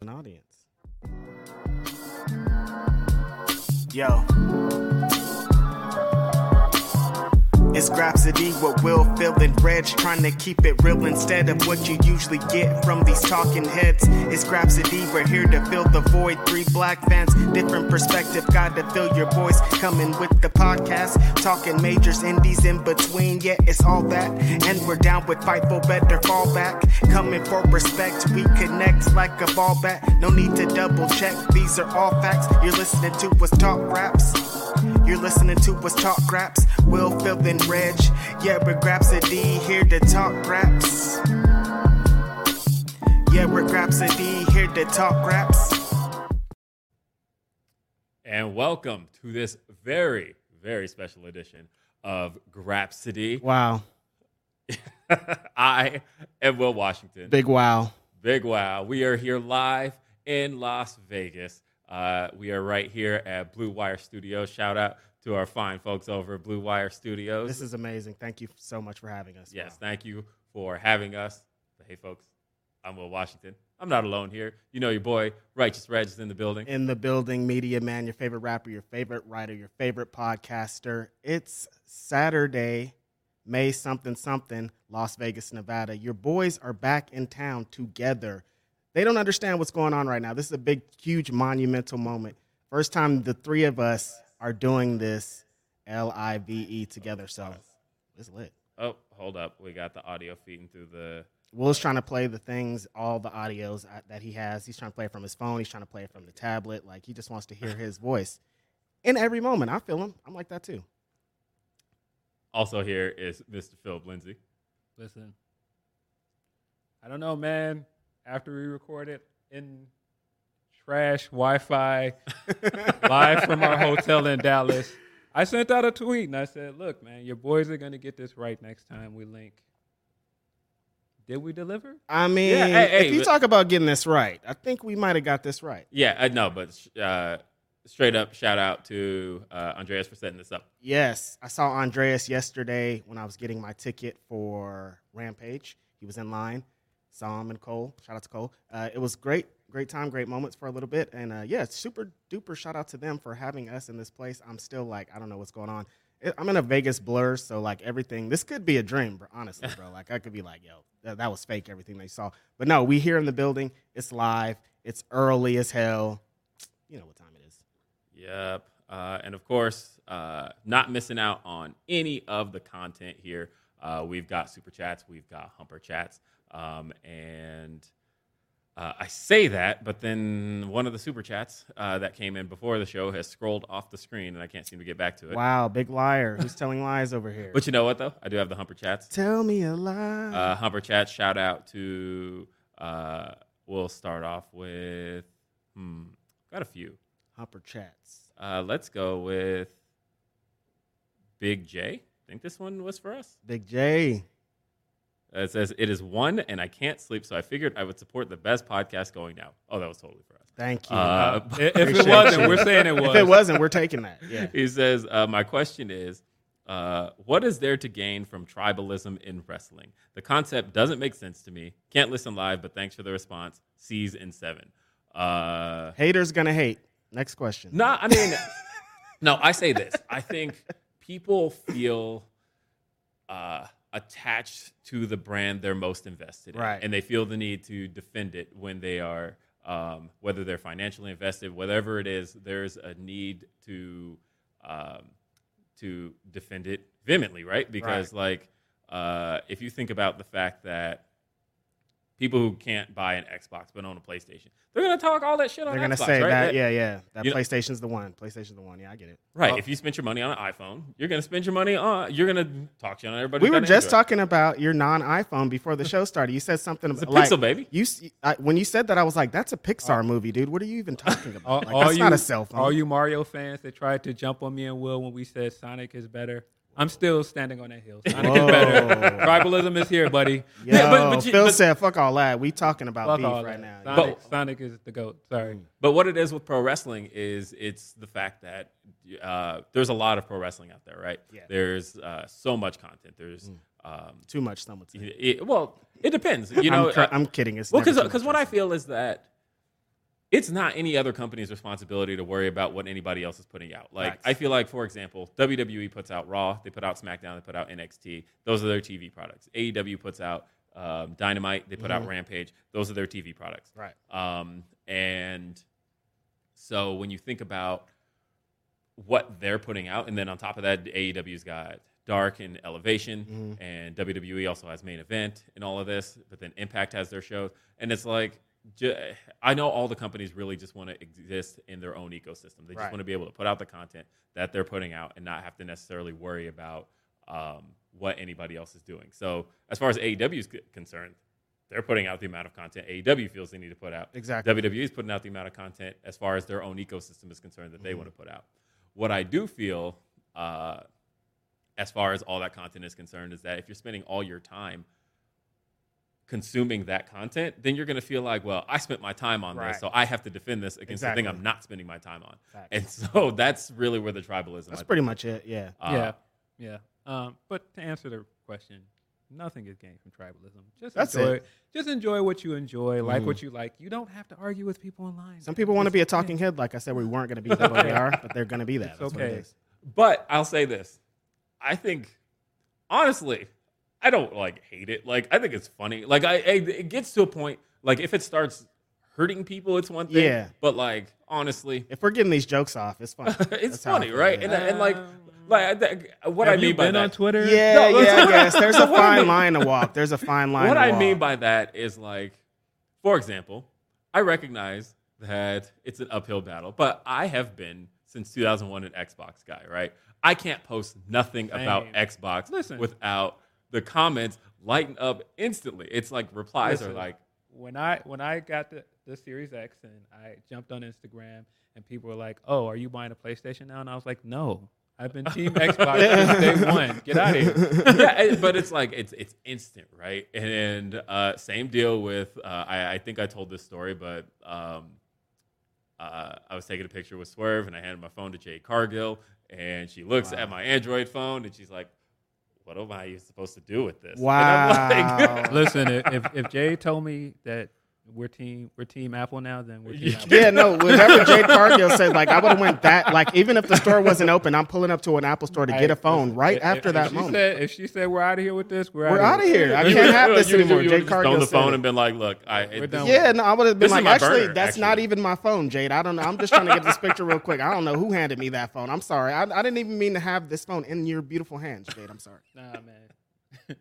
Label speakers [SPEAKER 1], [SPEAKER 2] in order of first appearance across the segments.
[SPEAKER 1] an audience.
[SPEAKER 2] Yo. It's Grapsody with Will, Phil, and Reg trying to keep it real instead of what you usually get from these talking heads. It's Grapsody, we're here to fill the void. Three black fans, different perspective, gotta fill your voice. Coming with the podcast, talking majors, indies in between. Yeah, it's all that. And we're down with Fightful, better fall back. Coming for respect, we connect like a ball bat. No need to double check, these are all facts. You're listening to what's Talk Raps. You're listening to us talk raps. Will, Phil, and Reg. Yeah, we're Grapsody here to talk raps. Yeah, we're Grapsody here to talk raps.
[SPEAKER 3] And welcome to this very, very special edition of Grapsody.
[SPEAKER 1] Wow.
[SPEAKER 3] I am Will Washington.
[SPEAKER 1] Big wow.
[SPEAKER 3] Big wow. We are here live in Las Vegas. Uh, we are right here at Blue Wire Studios. Shout out to our fine folks over at Blue Wire Studios.
[SPEAKER 1] This is amazing. Thank you so much for having us.
[SPEAKER 3] Yes, thank you for having us. Hey, folks, I'm Will Washington. I'm not alone here. You know your boy, Righteous Reg, is in the building.
[SPEAKER 1] In the building, media man, your favorite rapper, your favorite writer, your favorite podcaster. It's Saturday, May something something, Las Vegas, Nevada. Your boys are back in town together. They don't understand what's going on right now. This is a big, huge, monumental moment. First time the three of us are doing this L I V E together. So it's lit.
[SPEAKER 3] Oh, hold up. We got the audio feeding through the.
[SPEAKER 1] Will's trying to play the things, all the audios uh, that he has. He's trying to play it from his phone. He's trying to play it from the tablet. Like he just wants to hear his voice in every moment. I feel him. I'm like that too.
[SPEAKER 3] Also, here is Mr. Phil Lindsay.
[SPEAKER 4] Listen, I don't know, man. After we record it in trash Wi Fi live from our hotel in Dallas, I sent out a tweet and I said, Look, man, your boys are going to get this right next time we link. Did we deliver?
[SPEAKER 1] I mean,
[SPEAKER 3] Yeah, hey,
[SPEAKER 1] if
[SPEAKER 3] hey,
[SPEAKER 1] you
[SPEAKER 3] but-
[SPEAKER 1] talk about getting this right, I think we might have got this right.
[SPEAKER 3] Yeah, I know, but uh, straight up shout out to uh, Andreas for setting this up.
[SPEAKER 1] Yes, I saw Andreas yesterday when I was getting my ticket for Rampage. He was in line. Saw him and Cole. Shout out to Cole. Uh, it was great, great time, great moments for a little bit. And uh, yeah, super duper shout out to them for having us in this place. I'm still like, I don't know what's going on. It- I'm in a Vegas blur, so like everything, this could be a dream, bro. Honestly, bro, like I could be like, yo, that, that was fake, everything they saw. But no, we here in the building. It's live. It's early as hell. You know what time it is.
[SPEAKER 3] Yep. Uh, and of course, uh, not missing out on any of the content here. Uh, we've got super chats, we've got humper chats. Um, and uh, I say that, but then one of the super chats uh, that came in before the show has scrolled off the screen and I can't seem to get back to it.
[SPEAKER 1] Wow, big liar. Who's telling lies over here?
[SPEAKER 3] But you know what, though? I do have the humper chats.
[SPEAKER 1] Tell me a lie.
[SPEAKER 2] Mm-hmm.
[SPEAKER 3] Uh, Humper Chat, shout out to. Uh, we'll start off with. Hmm, got a few.
[SPEAKER 1] Hopper chats.
[SPEAKER 3] Uh, let's go with Big J. I think this one was for us.
[SPEAKER 1] Big J.
[SPEAKER 3] Uh, It says, It is one and I can't sleep, so I figured I would support the best podcast going now. Oh, that was totally for us.
[SPEAKER 1] Thank you.
[SPEAKER 3] Uh,
[SPEAKER 4] I- if
[SPEAKER 1] appreciate
[SPEAKER 4] it wasn't,
[SPEAKER 1] you.
[SPEAKER 4] we're saying it was.
[SPEAKER 1] if it wasn't, we're taking that. Yeah.
[SPEAKER 3] He says, uh, My question is, uh, what is there to gain from tribalism in wrestling? The concept doesn't make sense to me. Can't listen live, but thanks for the response. C's in seven. Uh,
[SPEAKER 1] Haters gonna hate. Next question.
[SPEAKER 3] no, I mean, no, I say this. I think people feel uh, attached to the brand they're most invested in,
[SPEAKER 1] Right.
[SPEAKER 3] and they feel the need to defend it when they are, um, whether they're financially invested, whatever it is. There's a need to um, to defend it vehemently, right? Because like, uh, if you think about the fact that people who can't buy an Xbox but own a PlayStation, they're gonna talk all that shit on
[SPEAKER 1] They're gonna
[SPEAKER 3] Xbox,
[SPEAKER 1] say
[SPEAKER 3] right?
[SPEAKER 1] that,
[SPEAKER 3] That-
[SPEAKER 1] yeah, yeah. That
[SPEAKER 3] You know-
[SPEAKER 1] PlayStation's the one. PlayStation's the one. Yeah, I get it.
[SPEAKER 3] Right.
[SPEAKER 4] Oh.
[SPEAKER 3] if you spent your money on an iPhone, you're gonna spend your money on. You're gonna talk shit on everybody.
[SPEAKER 1] We were
[SPEAKER 3] that
[SPEAKER 1] just
[SPEAKER 3] into it.
[SPEAKER 1] talking about your non-iPhone before the show started. You said something
[SPEAKER 3] It's a
[SPEAKER 1] about like,
[SPEAKER 3] pixel, baby.
[SPEAKER 1] You s- I, when you said that, I was like, "That's a Pixar movie, dude. What are you even talking about?
[SPEAKER 4] All,
[SPEAKER 1] like,
[SPEAKER 4] all
[SPEAKER 1] that's
[SPEAKER 4] you,
[SPEAKER 1] not a cell phone."
[SPEAKER 4] All you Mario fans that tried to jump on me and Will when we said Sonic is better, I'm still standing on that hill. Sonic
[SPEAKER 1] Whoa.
[SPEAKER 4] is better. Tribalism is here, buddy.
[SPEAKER 1] Yo,
[SPEAKER 3] but- but you-
[SPEAKER 1] Phil
[SPEAKER 3] but-
[SPEAKER 1] said, "Fuck all that. We talking about
[SPEAKER 4] Fuck
[SPEAKER 1] beef
[SPEAKER 4] all
[SPEAKER 1] right
[SPEAKER 4] that.
[SPEAKER 1] now." Hmm.
[SPEAKER 4] Sonic, Sonic is the goat. Sorry.
[SPEAKER 3] But what it is with pro wrestling is it's the fact that uh, there's a lot of pro wrestling out there, right?
[SPEAKER 1] Yeah. Mm.
[SPEAKER 3] There's uh, so much content. There's um,
[SPEAKER 1] Too much. Someone said.
[SPEAKER 3] it, it- well, it depends. You know,
[SPEAKER 1] I'm, cur-
[SPEAKER 3] uh,
[SPEAKER 1] I'm kidding. It's
[SPEAKER 3] well,
[SPEAKER 1] never
[SPEAKER 3] because
[SPEAKER 1] too much.
[SPEAKER 3] what I feel is that it's not any other company's responsibility to worry about what anybody else is putting out. Like
[SPEAKER 1] Facts.
[SPEAKER 3] I feel like, for example, WWE puts out Raw, they put out SmackDown, they put out NXT. Those are their TV products. AEW puts out um, Dynamite, they put out Rampage. Those are their TV products.
[SPEAKER 1] Mm-hmm. Right.
[SPEAKER 3] Um, and so when you think about what they're putting out, and then on top of that, AEW's got Dark and Elevation,
[SPEAKER 1] Mm-hmm.
[SPEAKER 3] and WWE also has Main Event and all of this, but then Impact has their shows, and it's like. ju- I know all the companies really just want to exist in their own ecosystem. They just
[SPEAKER 1] Right.
[SPEAKER 3] want to be able to put out the content that they're putting out and not have to necessarily worry about um, what anybody else is doing. So, as far as AEW is c- concerned, they're putting out the amount of content AEW feels they need to put out.
[SPEAKER 1] Exactly.
[SPEAKER 3] WWE E is putting out the amount of content as far as their own ecosystem is concerned that they
[SPEAKER 1] Mm-hmm.
[SPEAKER 3] want to put out. What I do feel, uh, as far as all that content is concerned, is that if you're spending all your time consuming that content, then you're going to feel like, well, I spent my time on
[SPEAKER 1] Right.
[SPEAKER 3] this, so I have to defend this against the thing
[SPEAKER 1] Exactly.
[SPEAKER 3] I'm not spending my time on.
[SPEAKER 1] Facts.
[SPEAKER 3] And so that's really where the tribalism. I
[SPEAKER 1] That's
[SPEAKER 3] think,
[SPEAKER 1] pretty much it. Yeah.
[SPEAKER 3] uh,
[SPEAKER 4] yeah, yeah. Um, but to answer the question, nothing is gained from tribalism. Just
[SPEAKER 1] That's
[SPEAKER 4] enjoy,
[SPEAKER 1] it.
[SPEAKER 4] Just enjoy what you enjoy, like what you like. You don't have to argue with people online.
[SPEAKER 1] Some people want to
[SPEAKER 4] It's
[SPEAKER 1] be a talking head. Like I said, we weren't going to be that way we are, but they're going to be that.
[SPEAKER 4] It's
[SPEAKER 1] That's what
[SPEAKER 4] okay.
[SPEAKER 1] it is.
[SPEAKER 3] But I'll say this. I think honestly, I don't like hate it. Like I think it's funny. Like I, I it gets to a point like if it starts hurting people it's one thing.
[SPEAKER 1] Yeah.
[SPEAKER 3] But like honestly,
[SPEAKER 1] If we're getting these jokes off, it's funny.
[SPEAKER 3] it's
[SPEAKER 1] That's how I
[SPEAKER 3] funny,
[SPEAKER 1] feel,
[SPEAKER 3] right?
[SPEAKER 1] yeah.
[SPEAKER 3] And, and like
[SPEAKER 4] Um,
[SPEAKER 3] like I think- what
[SPEAKER 4] Have
[SPEAKER 3] I
[SPEAKER 4] you
[SPEAKER 3] mean by
[SPEAKER 4] been
[SPEAKER 3] that
[SPEAKER 4] on Twitter?
[SPEAKER 1] Yeah, yeah,
[SPEAKER 3] No,
[SPEAKER 1] I
[SPEAKER 3] that's-
[SPEAKER 1] guess. There's a
[SPEAKER 3] What I
[SPEAKER 1] fine
[SPEAKER 3] mean-
[SPEAKER 1] line to walk. There's a fine line
[SPEAKER 3] what
[SPEAKER 1] to
[SPEAKER 3] I
[SPEAKER 1] walk.
[SPEAKER 3] mean by that is like, for example, I recognize that it's an uphill battle, but I have been since 2001 an Xbox guy, right? I can't post nothing about
[SPEAKER 4] Same.
[SPEAKER 3] Xbox
[SPEAKER 4] Listen.
[SPEAKER 3] without the comments lighting up instantly. It's like replies are
[SPEAKER 4] Listen,
[SPEAKER 3] like,
[SPEAKER 4] when I when I got the, the Series X and I jumped on Instagram and people were like, "Oh, are you buying a PlayStation now?" And I was like, "No, I've been Team Xbox since day one. Get out of here."
[SPEAKER 3] yeah, it- but it's like it's it's instant, right? And, uh, same deal with uh, I, I think I told this story, but um, uh, I was taking a picture with Swerve, and I handed my phone to Jay Cargill, and she looks at my Android phone, and she's like, "What am I supposed to do with this?" And I'm like-
[SPEAKER 1] Wow.
[SPEAKER 4] Listen, i- if if Jay told me that we're team we're Team Apple now, then we're Team Apple.
[SPEAKER 1] Yeah, no. Whatever Jade Cargill said, like I would have went that. Like even if the store wasn't open, I'm pulling up to an Apple store to get a phone right
[SPEAKER 4] If-
[SPEAKER 1] after
[SPEAKER 4] if
[SPEAKER 1] that
[SPEAKER 4] she
[SPEAKER 1] moment.
[SPEAKER 4] Said, if she said we're out of here with this, we're,
[SPEAKER 1] We're
[SPEAKER 4] out
[SPEAKER 1] outta
[SPEAKER 4] of
[SPEAKER 1] here. I
[SPEAKER 3] You
[SPEAKER 1] can't
[SPEAKER 3] would've-
[SPEAKER 1] have this
[SPEAKER 3] you would've-
[SPEAKER 1] anymore.
[SPEAKER 3] you
[SPEAKER 1] Jay
[SPEAKER 3] would've just thrown
[SPEAKER 1] Cargill
[SPEAKER 3] the
[SPEAKER 1] said
[SPEAKER 3] phone
[SPEAKER 1] it.
[SPEAKER 3] and been like, "Look, I it-
[SPEAKER 4] We're done with
[SPEAKER 1] yeah, no, I would have been
[SPEAKER 3] This is
[SPEAKER 1] like,
[SPEAKER 3] my
[SPEAKER 1] actually,
[SPEAKER 3] burner,
[SPEAKER 1] that's
[SPEAKER 3] actually.
[SPEAKER 1] not even my phone, Jade. I don't know. I'm just trying to get this picture real quick. I don't know who handed me that phone. I'm sorry. I, I didn't even mean to have this phone in your beautiful hands, Jade. I'm sorry.
[SPEAKER 4] Nah, man.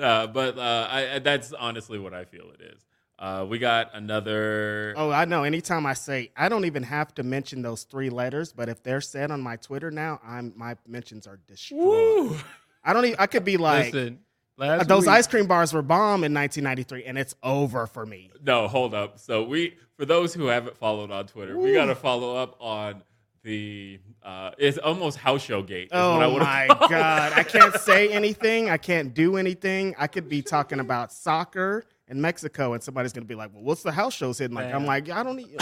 [SPEAKER 3] uh, but uh, I, I- that's honestly what I feel it is. Uh, we got another.
[SPEAKER 1] Oh, I know. Anytime I say, I don't even have to mention those three letters, but if they're said on my Twitter now, I'm my mentions are destroyed.
[SPEAKER 3] Woo!
[SPEAKER 1] I don't. Even, I could be like, uh,
[SPEAKER 4] Listen, last
[SPEAKER 1] those
[SPEAKER 4] week-
[SPEAKER 1] ice cream bars were bomb in 1993, and it's over for me.
[SPEAKER 3] No, hold up. So we, for those who haven't followed on Twitter, we got to follow up on the. Uh, it's almost house show gate. Is what I
[SPEAKER 1] Oh
[SPEAKER 3] wanna
[SPEAKER 1] my
[SPEAKER 3] call it.
[SPEAKER 1] god! I can't say anything. I can't do anything. I could be talking about soccer in Mexico, and somebody's gonna be like, "Well, what's the house shows hitting like?" I'm
[SPEAKER 4] Man.
[SPEAKER 1] like, "I don't." Need,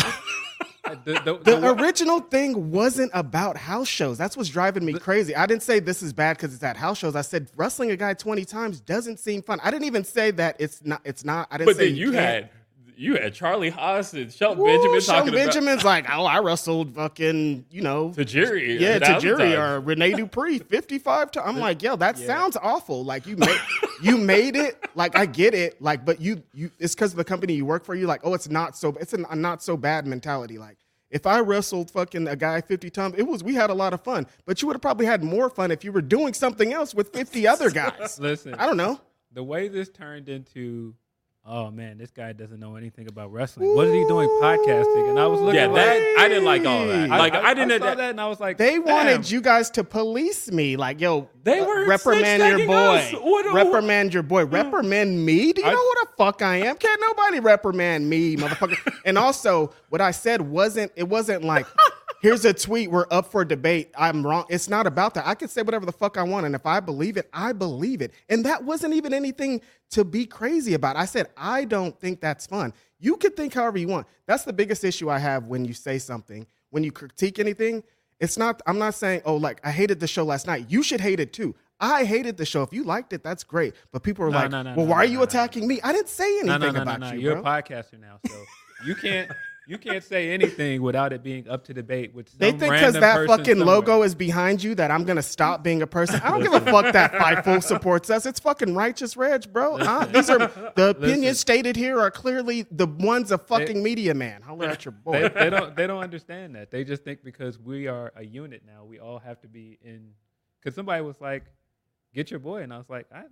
[SPEAKER 4] the, the, the,
[SPEAKER 1] the original thing wasn't about house shows. That's what's driving me crazy. I didn't say this is bad because it's at house shows. I said wrestling a guy 20 times doesn't seem fun. I didn't even say that it's not. It's not. I didn't.
[SPEAKER 3] But
[SPEAKER 1] say
[SPEAKER 3] then you
[SPEAKER 1] can't.
[SPEAKER 3] had you had Charlie Haas and Shelton
[SPEAKER 1] Woo,
[SPEAKER 3] Benjamin
[SPEAKER 1] Shelton
[SPEAKER 3] talking
[SPEAKER 1] Benjamin's like, oh, I wrestled fucking, you know,
[SPEAKER 3] about Tajiri.
[SPEAKER 1] yeah,
[SPEAKER 3] a thousand
[SPEAKER 1] Tajiri
[SPEAKER 3] times.
[SPEAKER 1] or Rene Dupree, fifty-five times. I'm like, yo, that sounds awful. Like you made, you made it. Like I get it. Like, but you, you, it's because of the company you work for. You like, oh, it's not so. It's a not so bad mentality. Like, if I wrestled fucking a guy fifty times, it was we had a lot of fun. But you would have probably had more fun if you were doing something else with fifty other guys.
[SPEAKER 4] listen,
[SPEAKER 1] I don't know.
[SPEAKER 4] the way this turned into, oh man, this guy doesn't know anything about wrestling. What is he doing podcasting? And I was looking
[SPEAKER 3] Yeah,
[SPEAKER 4] like,
[SPEAKER 3] that I didn't like all that.
[SPEAKER 1] I-
[SPEAKER 3] Like I, didn't.
[SPEAKER 4] saw that and I was like,
[SPEAKER 1] They
[SPEAKER 4] damn.
[SPEAKER 1] wanted you guys to police me. Like, yo,
[SPEAKER 3] They
[SPEAKER 1] uh,
[SPEAKER 3] were
[SPEAKER 1] reprimand your
[SPEAKER 3] snitch-tagging
[SPEAKER 1] boy.
[SPEAKER 3] us. What-
[SPEAKER 1] reprimand your boy. Reprimand me? Do you
[SPEAKER 3] I-
[SPEAKER 1] know who the fuck I am? Can't nobody reprimand me, motherfucker. and also, what I said wasn't it wasn't like here's a tweet, we're up for debate. I'm wrong. It's not about that. I can say whatever the fuck I want. And if I believe it, I believe it. And that wasn't even anything to be crazy about. I said, I don't think that's fun. You could think however you want. That's the biggest issue I have when you say something, when you critique anything. It's not, I'm not saying, oh, like, I hated the show last night. You should hate it too. I hated the show. If you liked it, that's great. But people are
[SPEAKER 4] No,
[SPEAKER 1] like,
[SPEAKER 4] no, no,
[SPEAKER 1] well,
[SPEAKER 4] no,
[SPEAKER 1] why
[SPEAKER 4] no,
[SPEAKER 1] are you
[SPEAKER 4] no, no,
[SPEAKER 1] attacking me? I didn't say anything
[SPEAKER 4] No, no, no, no,
[SPEAKER 1] about
[SPEAKER 4] no.
[SPEAKER 1] you,
[SPEAKER 4] You're
[SPEAKER 1] bro.
[SPEAKER 4] a podcaster now, so you can't You can't say anything without it being up to debate with some
[SPEAKER 1] They think because
[SPEAKER 4] because
[SPEAKER 1] that fucking logo is behind you that I'm gonna stop being a person. I don't give a fuck that FIFO supports us. It's fucking righteous reg, bro. Uh, these are the opinions
[SPEAKER 4] Listen.
[SPEAKER 1] stated here are clearly the ones of fucking media man. Holler at your boy.
[SPEAKER 4] they, they don't they don't understand that. They just think because we are a unit now, we all have to be in. Because somebody was like, "Get your boy," and I was like, "I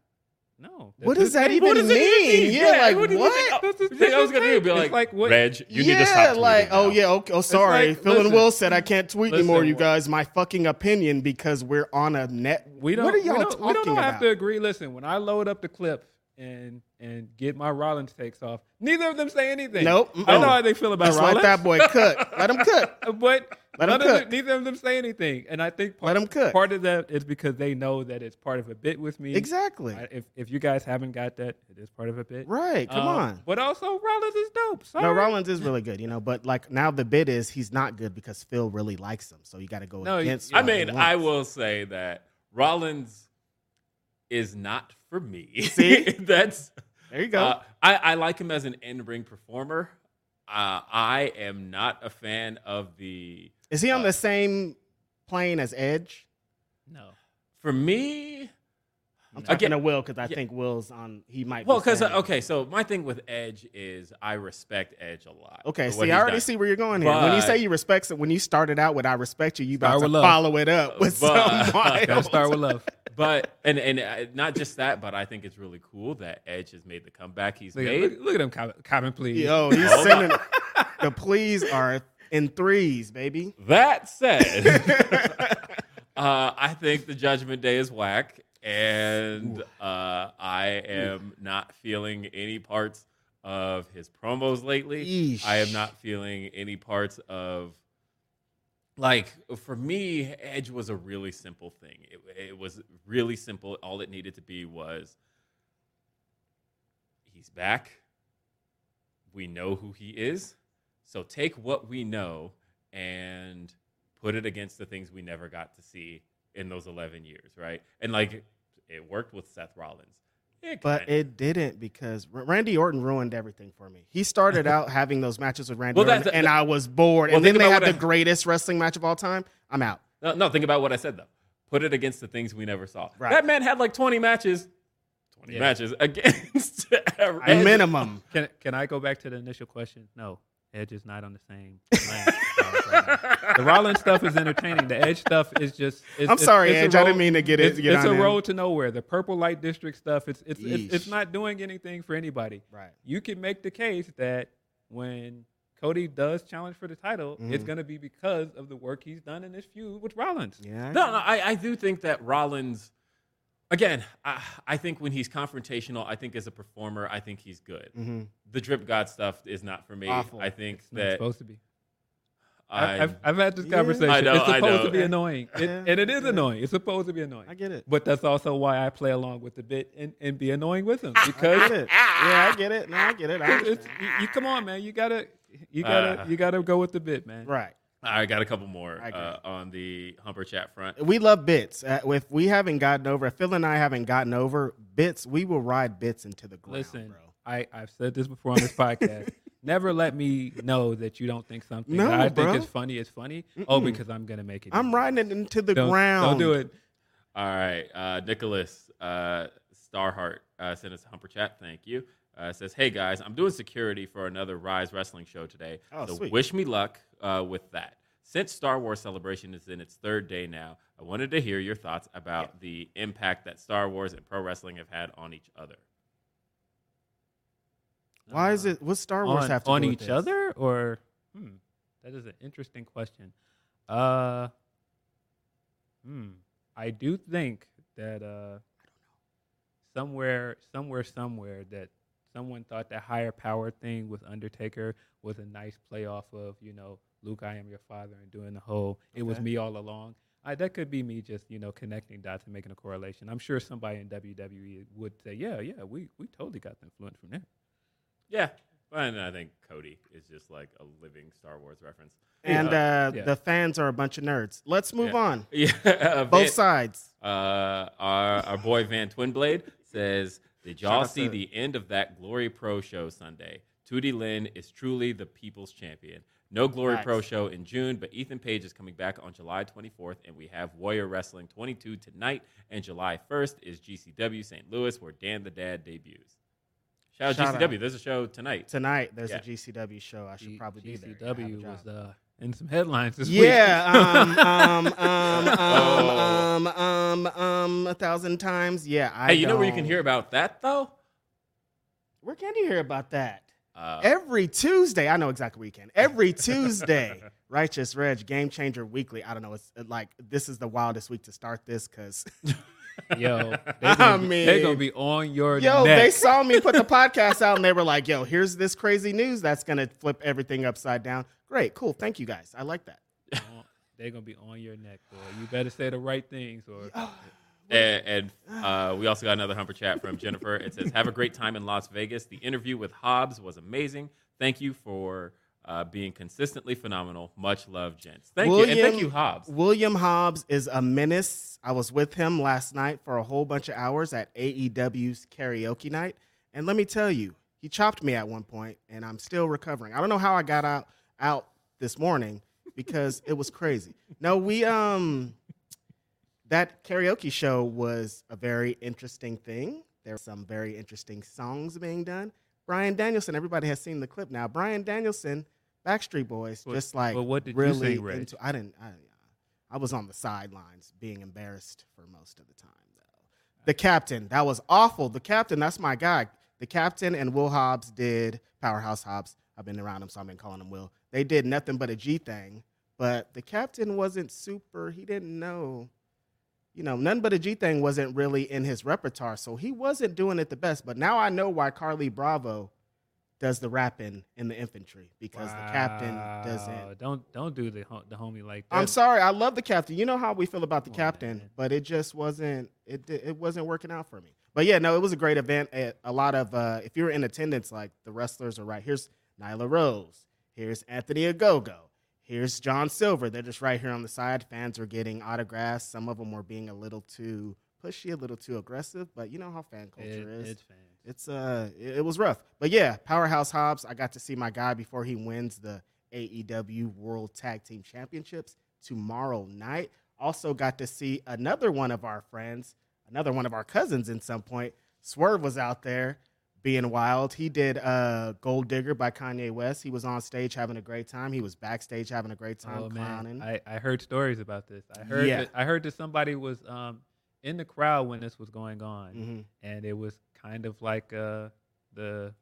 [SPEAKER 4] no."
[SPEAKER 1] What does that even
[SPEAKER 3] does
[SPEAKER 1] mean?
[SPEAKER 3] it even mean?
[SPEAKER 1] Yeah,
[SPEAKER 3] Yeah,
[SPEAKER 1] like what?
[SPEAKER 3] what do you think?
[SPEAKER 4] That's his-
[SPEAKER 3] I was
[SPEAKER 4] that's
[SPEAKER 3] gonna
[SPEAKER 4] his
[SPEAKER 3] be
[SPEAKER 4] thing.
[SPEAKER 3] like,
[SPEAKER 4] It's like, what-
[SPEAKER 3] Reg, you
[SPEAKER 1] yeah,
[SPEAKER 3] need to stop.
[SPEAKER 1] like
[SPEAKER 3] tweeting
[SPEAKER 1] oh
[SPEAKER 3] now.
[SPEAKER 1] yeah, okay, oh sorry.
[SPEAKER 4] like,
[SPEAKER 1] Phil and
[SPEAKER 4] listen.
[SPEAKER 1] Will said I can't tweet
[SPEAKER 4] Listen,
[SPEAKER 1] anymore. You
[SPEAKER 4] wh-
[SPEAKER 1] guys, my fucking opinion because we're on a net.
[SPEAKER 4] We don't.
[SPEAKER 1] What are y'all
[SPEAKER 4] we don't,
[SPEAKER 1] talking
[SPEAKER 4] we don't all
[SPEAKER 1] about?
[SPEAKER 4] have to agree. Listen, when I load up the clip and and get my Rollins takes off, neither of them say anything.
[SPEAKER 1] Nope,
[SPEAKER 4] I know
[SPEAKER 1] mm-mm.
[SPEAKER 4] how they feel about
[SPEAKER 1] Just
[SPEAKER 4] Rollins.
[SPEAKER 1] let that boy cook. Let him cook.
[SPEAKER 4] but
[SPEAKER 1] Let 'em
[SPEAKER 4] none of them-
[SPEAKER 1] cook.
[SPEAKER 4] neither of them say anything. And I think part,
[SPEAKER 1] Let 'em cook.
[SPEAKER 4] Part of that is because they know that it's part of a bit with me.
[SPEAKER 1] Exactly.
[SPEAKER 4] I- if if you guys haven't got that, it is part of a bit.
[SPEAKER 1] Right. Come
[SPEAKER 4] Um,
[SPEAKER 1] on.
[SPEAKER 4] But also, Rollins is dope. Sorry.
[SPEAKER 1] No, Rollins is really good, you know, but like now the bid is he's not good because Phil really likes him, so you got to go
[SPEAKER 4] No, you-
[SPEAKER 1] against.
[SPEAKER 3] I
[SPEAKER 1] what he
[SPEAKER 3] mean, I
[SPEAKER 1] wants.
[SPEAKER 3] will say that Rollins is not for me.
[SPEAKER 1] See?
[SPEAKER 3] that's
[SPEAKER 1] There you go.
[SPEAKER 3] uh, I, I like him as an in-ring performer. Uh, I am not a fan of the.
[SPEAKER 1] is he on
[SPEAKER 3] uh,
[SPEAKER 1] the same plane as Edge?
[SPEAKER 4] No.
[SPEAKER 3] For me,
[SPEAKER 1] I'm
[SPEAKER 3] No.
[SPEAKER 1] talking
[SPEAKER 3] Again-
[SPEAKER 1] to Will because I
[SPEAKER 3] yeah.
[SPEAKER 1] think Will's on. He might.
[SPEAKER 3] well,
[SPEAKER 1] be
[SPEAKER 3] because
[SPEAKER 1] saying-
[SPEAKER 3] okay, so my thing with Edge is I respect Edge a lot.
[SPEAKER 1] Okay,
[SPEAKER 3] for what
[SPEAKER 1] see, I
[SPEAKER 3] he's
[SPEAKER 1] already
[SPEAKER 3] done.
[SPEAKER 1] see where you're going here. when you
[SPEAKER 3] But-
[SPEAKER 1] say you respect, some- when you started out with "I respect you," you about
[SPEAKER 4] Start
[SPEAKER 1] to
[SPEAKER 4] with love.
[SPEAKER 1] follow it up with
[SPEAKER 3] But-
[SPEAKER 1] some wild-
[SPEAKER 4] Gotta start with love.
[SPEAKER 3] But and and uh, not just that, but I think it's really cool that Edge has made the comeback he's
[SPEAKER 4] Look, at-
[SPEAKER 3] made.
[SPEAKER 4] look, look at them comment, comment please.
[SPEAKER 1] Yo, he's sending the pleas are in threes, baby.
[SPEAKER 3] That said, uh, I think the Judgment Day is whack, and uh, I am not feeling any parts of his promos lately.
[SPEAKER 1] Yeesh.
[SPEAKER 3] I am not feeling any parts of. Like for me, Edge was a really simple thing. It, it was really simple. All it needed to be was he's back. We know who he is. So take what we know and put it against the things we never got to see in those 11 years, right? And like it worked with Seth Rollins. It
[SPEAKER 1] But
[SPEAKER 3] kinda-
[SPEAKER 1] it didn't because R- Randy Orton ruined everything for me. He started out having those matches with Randy
[SPEAKER 3] Well,
[SPEAKER 1] Orton,
[SPEAKER 3] that's-
[SPEAKER 1] and I was bored.
[SPEAKER 3] Well,
[SPEAKER 1] and then
[SPEAKER 3] think
[SPEAKER 1] they
[SPEAKER 3] about
[SPEAKER 1] had
[SPEAKER 3] what
[SPEAKER 1] the
[SPEAKER 3] I-
[SPEAKER 1] greatest wrestling match of all time. I'm out.
[SPEAKER 3] no, no, think about what I said though. Put it against the things we never saw.
[SPEAKER 1] Right.
[SPEAKER 3] That man had like 20 matches, 20
[SPEAKER 4] Yeah.
[SPEAKER 3] matches against
[SPEAKER 1] A
[SPEAKER 3] Edge.
[SPEAKER 1] minimum.
[SPEAKER 4] Can can I go back to the initial question? No, Edge is not on the same. lane as Rollins right now. the Rollins stuff is entertaining. The Edge stuff is just. It's,
[SPEAKER 1] I'm
[SPEAKER 4] it's-
[SPEAKER 1] sorry,
[SPEAKER 4] it's a
[SPEAKER 1] Edge. I
[SPEAKER 4] road-
[SPEAKER 1] didn't mean to get it.
[SPEAKER 4] It's,
[SPEAKER 1] get
[SPEAKER 4] it's
[SPEAKER 1] on
[SPEAKER 4] a
[SPEAKER 1] in.
[SPEAKER 4] road to nowhere. The purple light district stuff. It's it's it's, it's
[SPEAKER 1] Yeesh.
[SPEAKER 4] not doing anything for anybody.
[SPEAKER 1] Right.
[SPEAKER 4] You can make the case that when Cody does challenge for the title,
[SPEAKER 1] Mm-hmm.
[SPEAKER 4] it's going to be because of the work he's done in this feud with Rollins.
[SPEAKER 1] Yeah.
[SPEAKER 3] No, no, I, I do think that Rollins, again, I, I think when he's confrontational, I think as a performer, I think he's good.
[SPEAKER 1] Mhm.
[SPEAKER 3] The drip god stuff is not for me.
[SPEAKER 1] Awful.
[SPEAKER 3] I think
[SPEAKER 4] It's not
[SPEAKER 3] that
[SPEAKER 4] supposed to be. I,
[SPEAKER 3] I,
[SPEAKER 4] have I've had this
[SPEAKER 1] Yeah.
[SPEAKER 4] conversation.
[SPEAKER 3] I know,
[SPEAKER 4] it's
[SPEAKER 3] I know.
[SPEAKER 4] supposed to be annoying, It-
[SPEAKER 1] Yeah.
[SPEAKER 4] and it is
[SPEAKER 1] Yeah.
[SPEAKER 4] annoying. It's supposed to be annoying.
[SPEAKER 1] I get it.
[SPEAKER 4] But that's also why I play along with the bit and, and be annoying with him
[SPEAKER 1] I get
[SPEAKER 4] because
[SPEAKER 1] it. Yeah, I get it. No, I get it. I
[SPEAKER 4] it's,
[SPEAKER 1] understand.
[SPEAKER 4] you, you- come on, man, you gotta you gotta
[SPEAKER 3] Uh.
[SPEAKER 4] you gotta go with the bit, man.
[SPEAKER 1] right.
[SPEAKER 3] I got a couple more
[SPEAKER 1] I agree.
[SPEAKER 3] uh, on the Humper chat front.
[SPEAKER 1] We love bits. Uh, if we haven't gotten over, if Phil and I haven't gotten over bits, we will ride bits into the ground,
[SPEAKER 4] Listen,
[SPEAKER 1] bro.
[SPEAKER 4] I I've said this before on this podcast. Never let me know that you don't think something
[SPEAKER 1] No,
[SPEAKER 4] that I
[SPEAKER 1] bro.
[SPEAKER 4] think is funny is funny. Oh, because I'm gonna make it.
[SPEAKER 1] I'm
[SPEAKER 4] easy.
[SPEAKER 1] riding it into the
[SPEAKER 4] Don't-
[SPEAKER 1] ground.
[SPEAKER 4] Don't do it.
[SPEAKER 3] All right, uh, Nicholas uh, Starhart uh, sent us a Humper chat. Thank you. Uh, it says, "Hey guys, I'm doing security for another Rise Wrestling show today,
[SPEAKER 1] Oh,
[SPEAKER 3] so
[SPEAKER 1] sweet.
[SPEAKER 3] wish me luck uh, with that." Since Star Wars Celebration is in its third day now, I wanted to hear your thoughts about the impact that Star Wars and pro wrestling have had on each other.
[SPEAKER 1] Why is it? What's Star Wars
[SPEAKER 4] on,
[SPEAKER 1] have to
[SPEAKER 4] on
[SPEAKER 1] do
[SPEAKER 4] each
[SPEAKER 1] with this?
[SPEAKER 4] other or hmm, that is an interesting question uh hmm i do think that uh somewhere somewhere somewhere that someone thought that higher power thing with undertaker was a nice play off of you know luke i am your father and doing the whole it was
[SPEAKER 1] Okay.
[SPEAKER 4] me all along I, that could be me just you know connecting dots and making a correlation i'm sure somebody in wwe would say yeah yeah we, we totally got the influence from there
[SPEAKER 3] Yeah, and I think Cody is just like a living Star Wars reference.
[SPEAKER 1] And
[SPEAKER 3] uh,
[SPEAKER 1] uh,
[SPEAKER 4] Yeah.
[SPEAKER 1] the fans are a bunch of nerds. Let's move
[SPEAKER 3] Yeah.
[SPEAKER 1] on.
[SPEAKER 3] yeah,
[SPEAKER 1] Both
[SPEAKER 3] Vin-
[SPEAKER 1] sides.
[SPEAKER 3] Uh, our, our boy Van Twinblade says, Did
[SPEAKER 1] Shout
[SPEAKER 3] y'all
[SPEAKER 1] out
[SPEAKER 3] see
[SPEAKER 1] to-
[SPEAKER 3] the end of that Glory Pro show Sunday? Tootie Lynn is truly the people's champion. No Glory Pro
[SPEAKER 1] Facts.
[SPEAKER 3] show in June, but Ethan Page is coming back on July 24th, and we have Warrior Wrestling 22 tonight, and July 1st is GCW St. Louis, where Dan the Dad debuts. Shout out
[SPEAKER 1] Shout
[SPEAKER 3] GCW.
[SPEAKER 1] out.
[SPEAKER 3] There's a show tonight.
[SPEAKER 1] Tonight there's
[SPEAKER 3] Yeah.
[SPEAKER 1] a GCW show. I should probably be there. I have a
[SPEAKER 4] GCW
[SPEAKER 1] job.
[SPEAKER 4] was uh, in some headlines this week.
[SPEAKER 1] Yeah, um, um, um,
[SPEAKER 3] Oh.
[SPEAKER 1] um, um, um, um, a thousand times. Yeah, I.
[SPEAKER 3] hey, you know where you can
[SPEAKER 1] don't-
[SPEAKER 3] hear about that, though?
[SPEAKER 1] Where can you hear about that?
[SPEAKER 3] Uh,
[SPEAKER 1] Every Tuesday, I know exactly where you can. Every Tuesday, Righteous Reg Game Changer Weekly. I don't know. It's uh, like this is the wildest week to start this because um,
[SPEAKER 4] Yo,
[SPEAKER 1] I
[SPEAKER 4] they're gonna, be, they
[SPEAKER 1] mean-
[SPEAKER 4] gonna be on your
[SPEAKER 1] yo,
[SPEAKER 4] neck.
[SPEAKER 1] they saw me put the podcast out and they were like, "Yo, here's this crazy news that's gonna flip everything upside down." Great, cool, thank you guys. I like that.
[SPEAKER 4] On- they gonna be on your neck, boy. You better say the right things, or
[SPEAKER 3] And, and uh, we also got another Humper chat from Jennifer. It says, "Have a great time in Las Vegas. The interview with Hobbs was amazing. Thank you for uh, being consistently phenomenal. Much love, gents. Thank you, and thank
[SPEAKER 1] William-
[SPEAKER 3] you, Hobbs.
[SPEAKER 1] William Hobbs is a menace. I was with him last night for a whole bunch of hours at AEW's karaoke night. And let me tell you, he chopped me at one point, and I'm still recovering. I don't know how I got out out this morning because it was crazy. No, we um that karaoke show was a very interesting thing. There were some very interesting songs being done. Brian Danielson, everybody has seen the clip now. Brian Danielson, Backstreet Boys,
[SPEAKER 4] But-
[SPEAKER 1] just like
[SPEAKER 4] but what did you
[SPEAKER 1] really
[SPEAKER 4] sing, Reg?
[SPEAKER 1] into- I didn't. I, I was on the sidelines being embarrassed for most of the time. Though the captain, that was awful. The captain, that's my guy. The captain and Will Hobbs did Powerhouse Hobbs. I've been around him, so I've been calling him Will. They did nothing but a G thing, but the captain wasn't super. He didn't know you know, none but a G thing wasn't really in his repertoire, so he wasn't doing it the best. But now I know why Carly Bravo does the rapping in the infantry because the captain
[SPEAKER 4] Wow.
[SPEAKER 1] doesn't.
[SPEAKER 4] Don't don't do the ho- the homie like that.
[SPEAKER 1] I'm sorry, I love the captain. You know how we feel about the
[SPEAKER 4] Come on,
[SPEAKER 1] captain,
[SPEAKER 4] man.
[SPEAKER 1] but it just wasn't it di- it wasn't working out for me. But yeah, no, it was a great event. A a lot of uh, if you're in attendance, like the wrestlers are right. Here's Nyla Rose. Here's Anthony Agogo. Here's John Silver. They're just right here on the side. Fans are getting autographs. Some of them were being a little too pushy, a little too aggressive. But you know how fan
[SPEAKER 4] It-
[SPEAKER 1] culture is.
[SPEAKER 4] It's fans.
[SPEAKER 1] It's uh, it, it was rough, but yeah, powerhouse Hobbs. I got to see my guy before he wins the AEW World Tag Team Championships tomorrow night. Also got to see another one of our friends, another one of our cousins. In some point, Swerve was out there being wild. He did uh, Gold Digger by Kanye West. He was on stage having a great time. He was backstage having a great time
[SPEAKER 4] oh
[SPEAKER 1] clowning.
[SPEAKER 4] man, I, I heard stories about this. I heard
[SPEAKER 1] Yeah.
[SPEAKER 4] that, I heard that somebody was um in the crowd when this was going on,
[SPEAKER 1] Mhm.
[SPEAKER 4] and it was kind of like uh the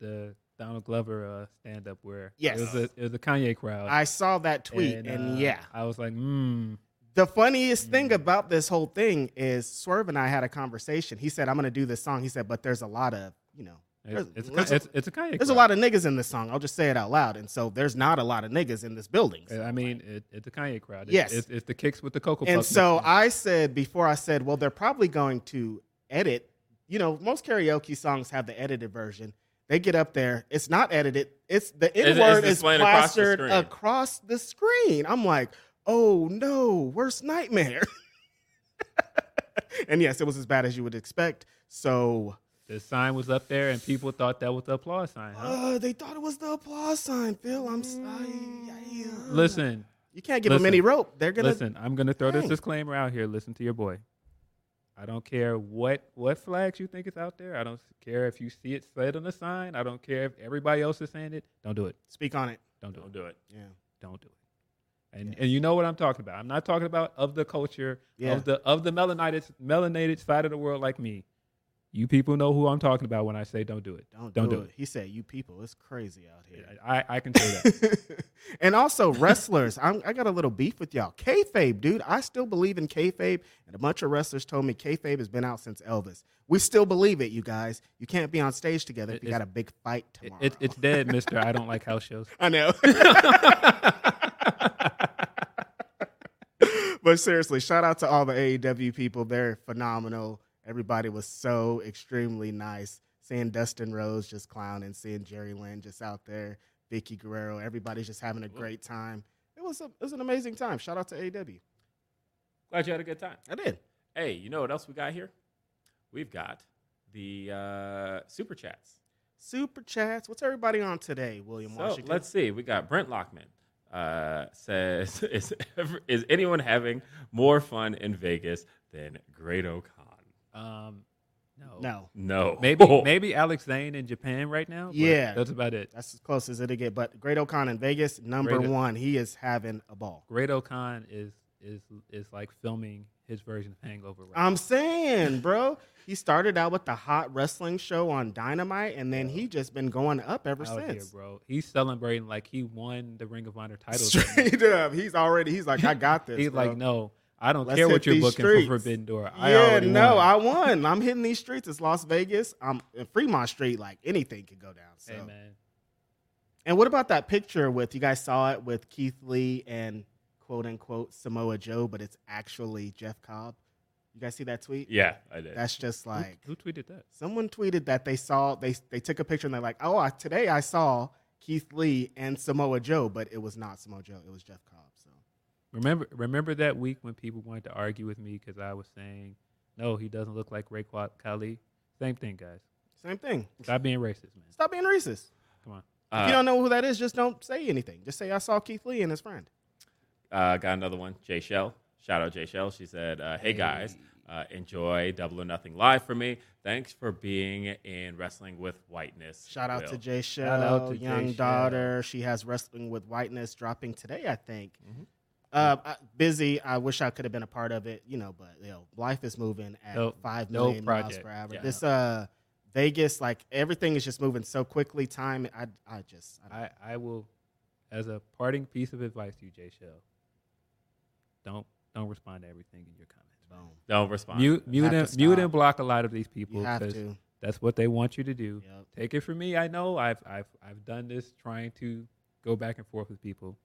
[SPEAKER 4] the Donald Glover uh, stand up where
[SPEAKER 1] Yes.
[SPEAKER 4] it was a it was a Kanye crowd.
[SPEAKER 1] I saw that tweet, and,
[SPEAKER 4] uh,
[SPEAKER 1] yeah,
[SPEAKER 4] I was like, hmm.
[SPEAKER 1] The funniest thing
[SPEAKER 4] Mm.
[SPEAKER 1] about this whole thing is Swerve and I had a conversation. He said, I'm going to do this song. He said, but there's a lot of, you know,
[SPEAKER 4] It's, it's,
[SPEAKER 1] There's-
[SPEAKER 4] it's, it's a Kanye.
[SPEAKER 1] there's a lot of niggas in this song. I'll just say it out loud. And so there's not a lot of niggas in this building. So,
[SPEAKER 4] Eh, I
[SPEAKER 1] like-
[SPEAKER 4] mean, it, it's a Kanye crowd. It's,
[SPEAKER 1] Yes.
[SPEAKER 4] it's, it's the kicks with the cocoa.
[SPEAKER 1] and
[SPEAKER 4] puffs
[SPEAKER 1] so
[SPEAKER 4] mixed in.
[SPEAKER 1] I said before I said, well, they're probably going to edit. You know, most karaoke songs have the edited version. They get up there, it's not edited. It's the N
[SPEAKER 3] it's
[SPEAKER 1] word is
[SPEAKER 3] displayed across the
[SPEAKER 1] plastered
[SPEAKER 3] screen.
[SPEAKER 1] across the screen. I'm like, oh no, worst nightmare. and yes, it was as bad as you would expect. So
[SPEAKER 4] the sign was up there, and people thought that was the applause sign. Huh?
[SPEAKER 1] uh, they thought it was the applause sign, Phil. I'm sorry.
[SPEAKER 4] listen,
[SPEAKER 1] You can't give
[SPEAKER 4] Listen.
[SPEAKER 1] them any rope. They're gonna
[SPEAKER 4] listen. I'm gonna throw this
[SPEAKER 1] Dang.
[SPEAKER 4] disclaimer out here. Listen to your boy. I don't care what what flags you think is out there. I don't care if you see it said on the sign. I don't care if everybody else is saying it. Don't do it.
[SPEAKER 1] speak on it.
[SPEAKER 4] Don't do it.
[SPEAKER 3] Don't do it.
[SPEAKER 1] Yeah.
[SPEAKER 4] don't do it. And and you know what I'm talking about. I'm not talking about of the culture
[SPEAKER 1] Yeah.
[SPEAKER 4] of the of the melanated melanated side of the world like me. You people know who I'm talking about when I say don't do it.
[SPEAKER 1] Don't,
[SPEAKER 4] Don't
[SPEAKER 1] do,
[SPEAKER 4] do
[SPEAKER 1] it. He said, "You people, it's crazy out here."
[SPEAKER 4] I, I can say that.
[SPEAKER 1] and also wrestlers. I'm, I got a little beef with y'all. Kayfabe, dude. I still believe in kayfabe, and a bunch of wrestlers told me kayfabe has been out since Elvis. We still believe it, you guys. You can't be on stage together if you
[SPEAKER 4] It's-
[SPEAKER 1] got a big fight
[SPEAKER 4] it,
[SPEAKER 1] tomorrow.
[SPEAKER 4] it- it's dead, Mister. I don't like house shows.
[SPEAKER 1] I know. but seriously, shout out to all the AEW people. They're phenomenal. Everybody was so extremely nice. Seeing Dustin Rose just clowning, seeing Jerry Lynn just out there, Vicky Guerrero, everybody's just having a great time. It was, a, it was an amazing time. Shout out to E AEW.
[SPEAKER 3] Glad you had a good time.
[SPEAKER 1] I did.
[SPEAKER 3] Hey, you know what else we got here? We've got the uh, super chats.
[SPEAKER 1] Super chats. What's everybody on today, William
[SPEAKER 3] So
[SPEAKER 1] Washington?
[SPEAKER 3] let's see. We got Brent Lockman uh, says, is, ever, is anyone having more fun in Vegas than Great O'Con?
[SPEAKER 4] Um, no.
[SPEAKER 1] no.
[SPEAKER 3] No.
[SPEAKER 4] Maybe maybe Alex Zane in Japan right now. but
[SPEAKER 1] Yeah.
[SPEAKER 4] That's about it.
[SPEAKER 1] That's as close as it'll get. But Great O'Con in Vegas, number
[SPEAKER 4] Great O-
[SPEAKER 1] one. He is having a ball.
[SPEAKER 4] Great O'Con is is is like filming his version of Hangover. Right
[SPEAKER 1] I'm saying, bro. He started out with the hot wrestling show on Dynamite, and then he just been going up ever
[SPEAKER 4] now. Out here,
[SPEAKER 1] since.
[SPEAKER 4] bro. He's celebrating like he won the Ring of Honor title.
[SPEAKER 1] Straight up, he's already. He's like, I got this.
[SPEAKER 4] He's
[SPEAKER 1] bro.
[SPEAKER 4] like, no, I don't
[SPEAKER 1] Let's
[SPEAKER 4] care
[SPEAKER 1] hit
[SPEAKER 4] what you're
[SPEAKER 1] these
[SPEAKER 4] booking
[SPEAKER 1] streets."
[SPEAKER 4] for Forbidden Door. I
[SPEAKER 1] yeah,
[SPEAKER 4] already
[SPEAKER 1] no,
[SPEAKER 4] won.
[SPEAKER 1] I won. I'm hitting these streets. It's Las Vegas. I'm in Fremont Street. Like anything could go down. So.
[SPEAKER 4] Hey man,
[SPEAKER 1] And what about that picture with you guys saw it with Keith Lee and quote unquote Samoa Joe, but it's actually Jeff Cobb. You guys see that tweet?
[SPEAKER 3] Yeah, I did.
[SPEAKER 1] That's just
[SPEAKER 4] Who-
[SPEAKER 1] like
[SPEAKER 4] who, tweeted that?
[SPEAKER 1] someone tweeted that they saw they they took a picture and they're like, oh, I, today I saw Keith Lee and Samoa Joe, but it was not Samoa Joe. It was Jeff Cobb. So
[SPEAKER 4] Remember remember that week when people wanted to argue with me because I was saying, no, he doesn't look like Raekwon Kali. Same thing, guys.
[SPEAKER 1] same thing.
[SPEAKER 4] Stop being racist, man.
[SPEAKER 1] Stop being racist.
[SPEAKER 4] Come on.
[SPEAKER 1] if
[SPEAKER 3] Uh,
[SPEAKER 1] you don't know who that is, just don't say anything. Just say I saw Keith Lee and his friend.
[SPEAKER 3] uh, got another one. Jay Shell. Shout out Jay Shell. She said, uh, "Hey guys, uh, enjoy Double or Nothing live for me. Thanks for being in Wrestling with Whiteness."
[SPEAKER 1] Shout out to
[SPEAKER 3] Will."
[SPEAKER 1] Jay
[SPEAKER 4] Shout out
[SPEAKER 1] Shell,
[SPEAKER 4] to Jay
[SPEAKER 1] young
[SPEAKER 4] Shell.
[SPEAKER 1] daughter. She has wrestling with whiteness dropping today, I think.
[SPEAKER 4] Mm-hmm.
[SPEAKER 1] Uh, I- busy. I wish I could have been a part of it, you know. But you know, life is moving at
[SPEAKER 4] No-
[SPEAKER 1] five
[SPEAKER 4] no
[SPEAKER 1] million miles
[SPEAKER 4] project.
[SPEAKER 1] per hour.
[SPEAKER 3] Yeah.
[SPEAKER 1] This uh, Vegas, like everything is just moving so quickly. Time, I, I just, I,
[SPEAKER 4] I, I will, as a parting piece of advice to you, Jay Shell, don't don't respond to everything in your comments.
[SPEAKER 1] boom.
[SPEAKER 3] Don't respond.
[SPEAKER 4] Mute, mute,
[SPEAKER 1] have
[SPEAKER 4] and,
[SPEAKER 1] to
[SPEAKER 4] mute
[SPEAKER 1] stop.
[SPEAKER 4] and block a lot of these people
[SPEAKER 1] You have
[SPEAKER 4] because
[SPEAKER 1] to.
[SPEAKER 4] that's what they want you to do.
[SPEAKER 1] Yep.
[SPEAKER 4] Take it from me. I know I've, I've, I've done this trying to go back and forth with people.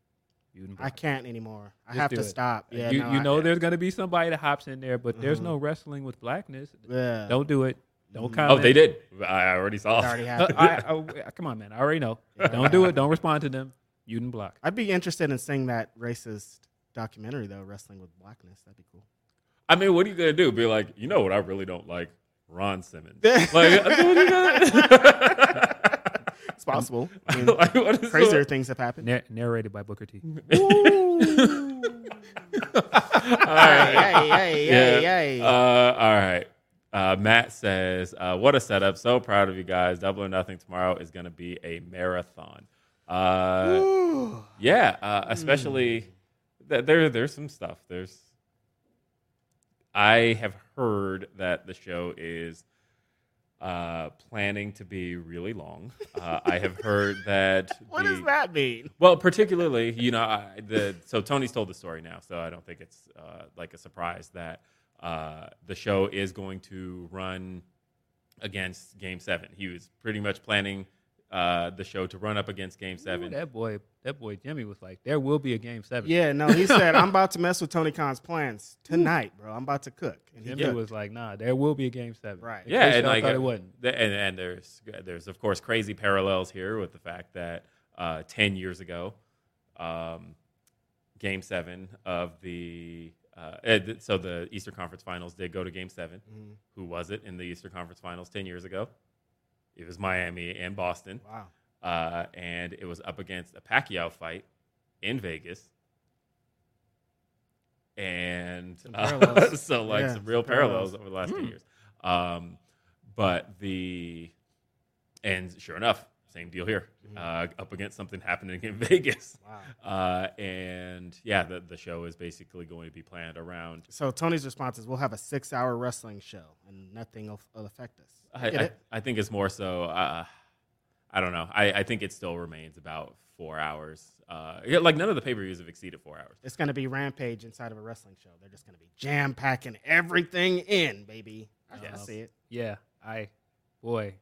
[SPEAKER 4] Mute and
[SPEAKER 1] I
[SPEAKER 4] block.
[SPEAKER 1] can't anymore. I
[SPEAKER 4] Just
[SPEAKER 1] have
[SPEAKER 4] do
[SPEAKER 1] to
[SPEAKER 4] it.
[SPEAKER 1] stop. Yeah,
[SPEAKER 4] you,
[SPEAKER 1] no,
[SPEAKER 4] you
[SPEAKER 1] I-
[SPEAKER 4] know there's going to be somebody that hops in there, but there's
[SPEAKER 1] Mhm.
[SPEAKER 4] no wrestling with blackness.
[SPEAKER 1] yeah.
[SPEAKER 4] Don't do it. Don't
[SPEAKER 1] Mhm.
[SPEAKER 4] comment.
[SPEAKER 3] Oh, they did. I already saw.
[SPEAKER 1] It already
[SPEAKER 4] Uh,
[SPEAKER 1] happened.
[SPEAKER 4] I, I- come on, man. I already know. Don't do it. Don't respond to them. Mute and block.
[SPEAKER 1] I'd be interested in seeing that racist documentary though, wrestling with blackness. That'd be cool.
[SPEAKER 3] I mean, what are you gonna do? Be like, you know what? I really don't like Ron Simmons. like, dude, you gotta-
[SPEAKER 1] It's possible. I mean,
[SPEAKER 3] Like, what is
[SPEAKER 1] crazier
[SPEAKER 3] the-
[SPEAKER 1] things have happened.
[SPEAKER 4] Nar- narrated by Booker T.
[SPEAKER 3] All right.
[SPEAKER 1] hey, hey, hey,
[SPEAKER 3] Yeah.
[SPEAKER 1] hey.
[SPEAKER 3] Uh, all right. Uh, Matt says, uh, "What a setup! So proud of you guys. Double or nothing tomorrow is going to be a marathon. Uh,
[SPEAKER 1] Ooh.
[SPEAKER 3] yeah, uh, especially th- there. There's some stuff. There's. I have heard that the show is uh, planning to be really long. Uh, I have heard that.
[SPEAKER 1] What
[SPEAKER 3] the-
[SPEAKER 1] does that mean?
[SPEAKER 3] well, particularly, you know, I, the so Tony's told the story now, so I don't think it's uh, like a surprise that uh, the show is going to run against Game Seven. He was pretty much planning uh, the show to run up against Game
[SPEAKER 4] Ooh,
[SPEAKER 3] Seven.
[SPEAKER 4] that boy, that boy Jimmy was like, there will be a game seven.
[SPEAKER 1] Yeah, no, he said, I'm about to mess with Tony Khan's plans tonight, bro. I'm about to cook. And he
[SPEAKER 4] Jimmy
[SPEAKER 1] cooked.
[SPEAKER 4] was like, nah, there will be a game seven.
[SPEAKER 1] Right.
[SPEAKER 4] In
[SPEAKER 3] yeah,
[SPEAKER 4] case
[SPEAKER 3] and
[SPEAKER 4] y'all
[SPEAKER 3] like, uh,
[SPEAKER 4] thought it wasn't.
[SPEAKER 3] th- and, and there's there's of course crazy parallels here with the fact that uh, ten years ago, um, Game Seven of the uh, eh, th- so the Eastern Conference Finals did go to Game 7
[SPEAKER 1] Mm-hmm.
[SPEAKER 3] Who was it in the Eastern Conference Finals ten years ago? It was Miami and Boston,
[SPEAKER 1] Wow.
[SPEAKER 3] uh, and it was up against a Pacquiao fight in Vegas. And
[SPEAKER 4] Some
[SPEAKER 3] uh,
[SPEAKER 4] parallels.
[SPEAKER 3] so like
[SPEAKER 1] Yeah,
[SPEAKER 3] some real
[SPEAKER 1] some parallels.
[SPEAKER 3] parallels over the last few years. Um, but the and sure enough, same deal here. Uh, up against something happening in Vegas.
[SPEAKER 1] Wow.
[SPEAKER 3] Uh, and yeah, the, the show is basically going to be planned around.
[SPEAKER 1] So Tony's response is, we'll have a six hour wrestling show and nothing will, will affect us.
[SPEAKER 3] I,
[SPEAKER 1] get
[SPEAKER 3] I,
[SPEAKER 1] it.
[SPEAKER 3] I think it's more so. Uh, I don't know. I, I think it still remains about four hours. Uh, yeah, like none of the pay per views have exceeded four hours.
[SPEAKER 1] It's going to be Rampage inside of a wrestling show. They're just going to be jam packing everything in, baby. I
[SPEAKER 4] Yeah.
[SPEAKER 1] can see it.
[SPEAKER 4] Yeah, I, boy,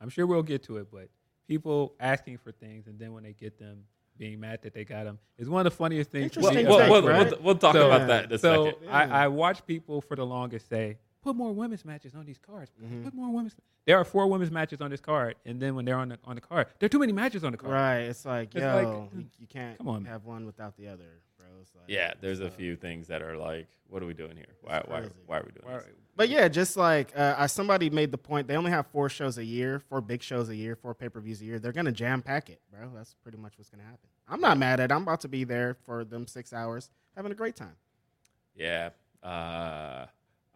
[SPEAKER 4] I'm sure we'll get to it, but people asking for things and then when they get them, being mad that they got them is one of the funniest things. to me
[SPEAKER 1] Interesting
[SPEAKER 3] Well,
[SPEAKER 4] about
[SPEAKER 1] take,
[SPEAKER 3] we'll,
[SPEAKER 1] right?
[SPEAKER 3] we'll, we'll talk
[SPEAKER 4] So-
[SPEAKER 3] about that in a
[SPEAKER 4] so
[SPEAKER 3] second.
[SPEAKER 4] I, I watch people for the longest say, put more women's matches on these cards.
[SPEAKER 1] Mm-hmm.
[SPEAKER 4] Put more women's. There are four women's matches on this card, and then when they're on the on the card, there are too many matches on the card.
[SPEAKER 1] Right. It's like,
[SPEAKER 4] It's
[SPEAKER 1] yo,
[SPEAKER 4] like,
[SPEAKER 1] you, you can't
[SPEAKER 4] come on, man.
[SPEAKER 1] have one without the other, bro. was like,
[SPEAKER 3] Yeah, there's a
[SPEAKER 1] so-
[SPEAKER 3] few things that are like, what are we doing here? Why, why,
[SPEAKER 1] crazy.
[SPEAKER 3] why are we doing
[SPEAKER 4] Why-
[SPEAKER 3] this?
[SPEAKER 1] But yeah, just like uh, I- somebody made the point, they only have four shows a year, four big shows a year, four pay per views a year. They're gonna jam pack it, bro. That's pretty much what's gonna happen. I'm not mad at. it. I'm about to be there for them six hours, having a great time.
[SPEAKER 3] Yeah. Uh,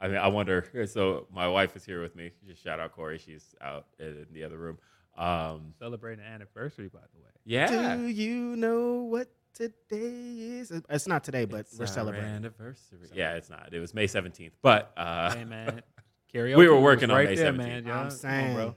[SPEAKER 3] I mean, I wonder. So my wife is here with me. Just shout out Corey. She's out in the other room. Um,
[SPEAKER 4] Celebrating the anniversary, by the way.
[SPEAKER 3] yeah.
[SPEAKER 1] Do you know what today is? It- It's not today, but
[SPEAKER 3] It's uh,
[SPEAKER 1] we're
[SPEAKER 3] our
[SPEAKER 1] celebrating.
[SPEAKER 3] anniversary. Yeah, it's not. It was May 17th, but uh,
[SPEAKER 4] Hey man, karaoke.
[SPEAKER 3] were
[SPEAKER 4] was
[SPEAKER 3] working on
[SPEAKER 4] right
[SPEAKER 3] May
[SPEAKER 4] there,
[SPEAKER 3] 17th.
[SPEAKER 4] man.
[SPEAKER 1] I'm
[SPEAKER 4] y'all.
[SPEAKER 1] saying,
[SPEAKER 4] Come on, bro.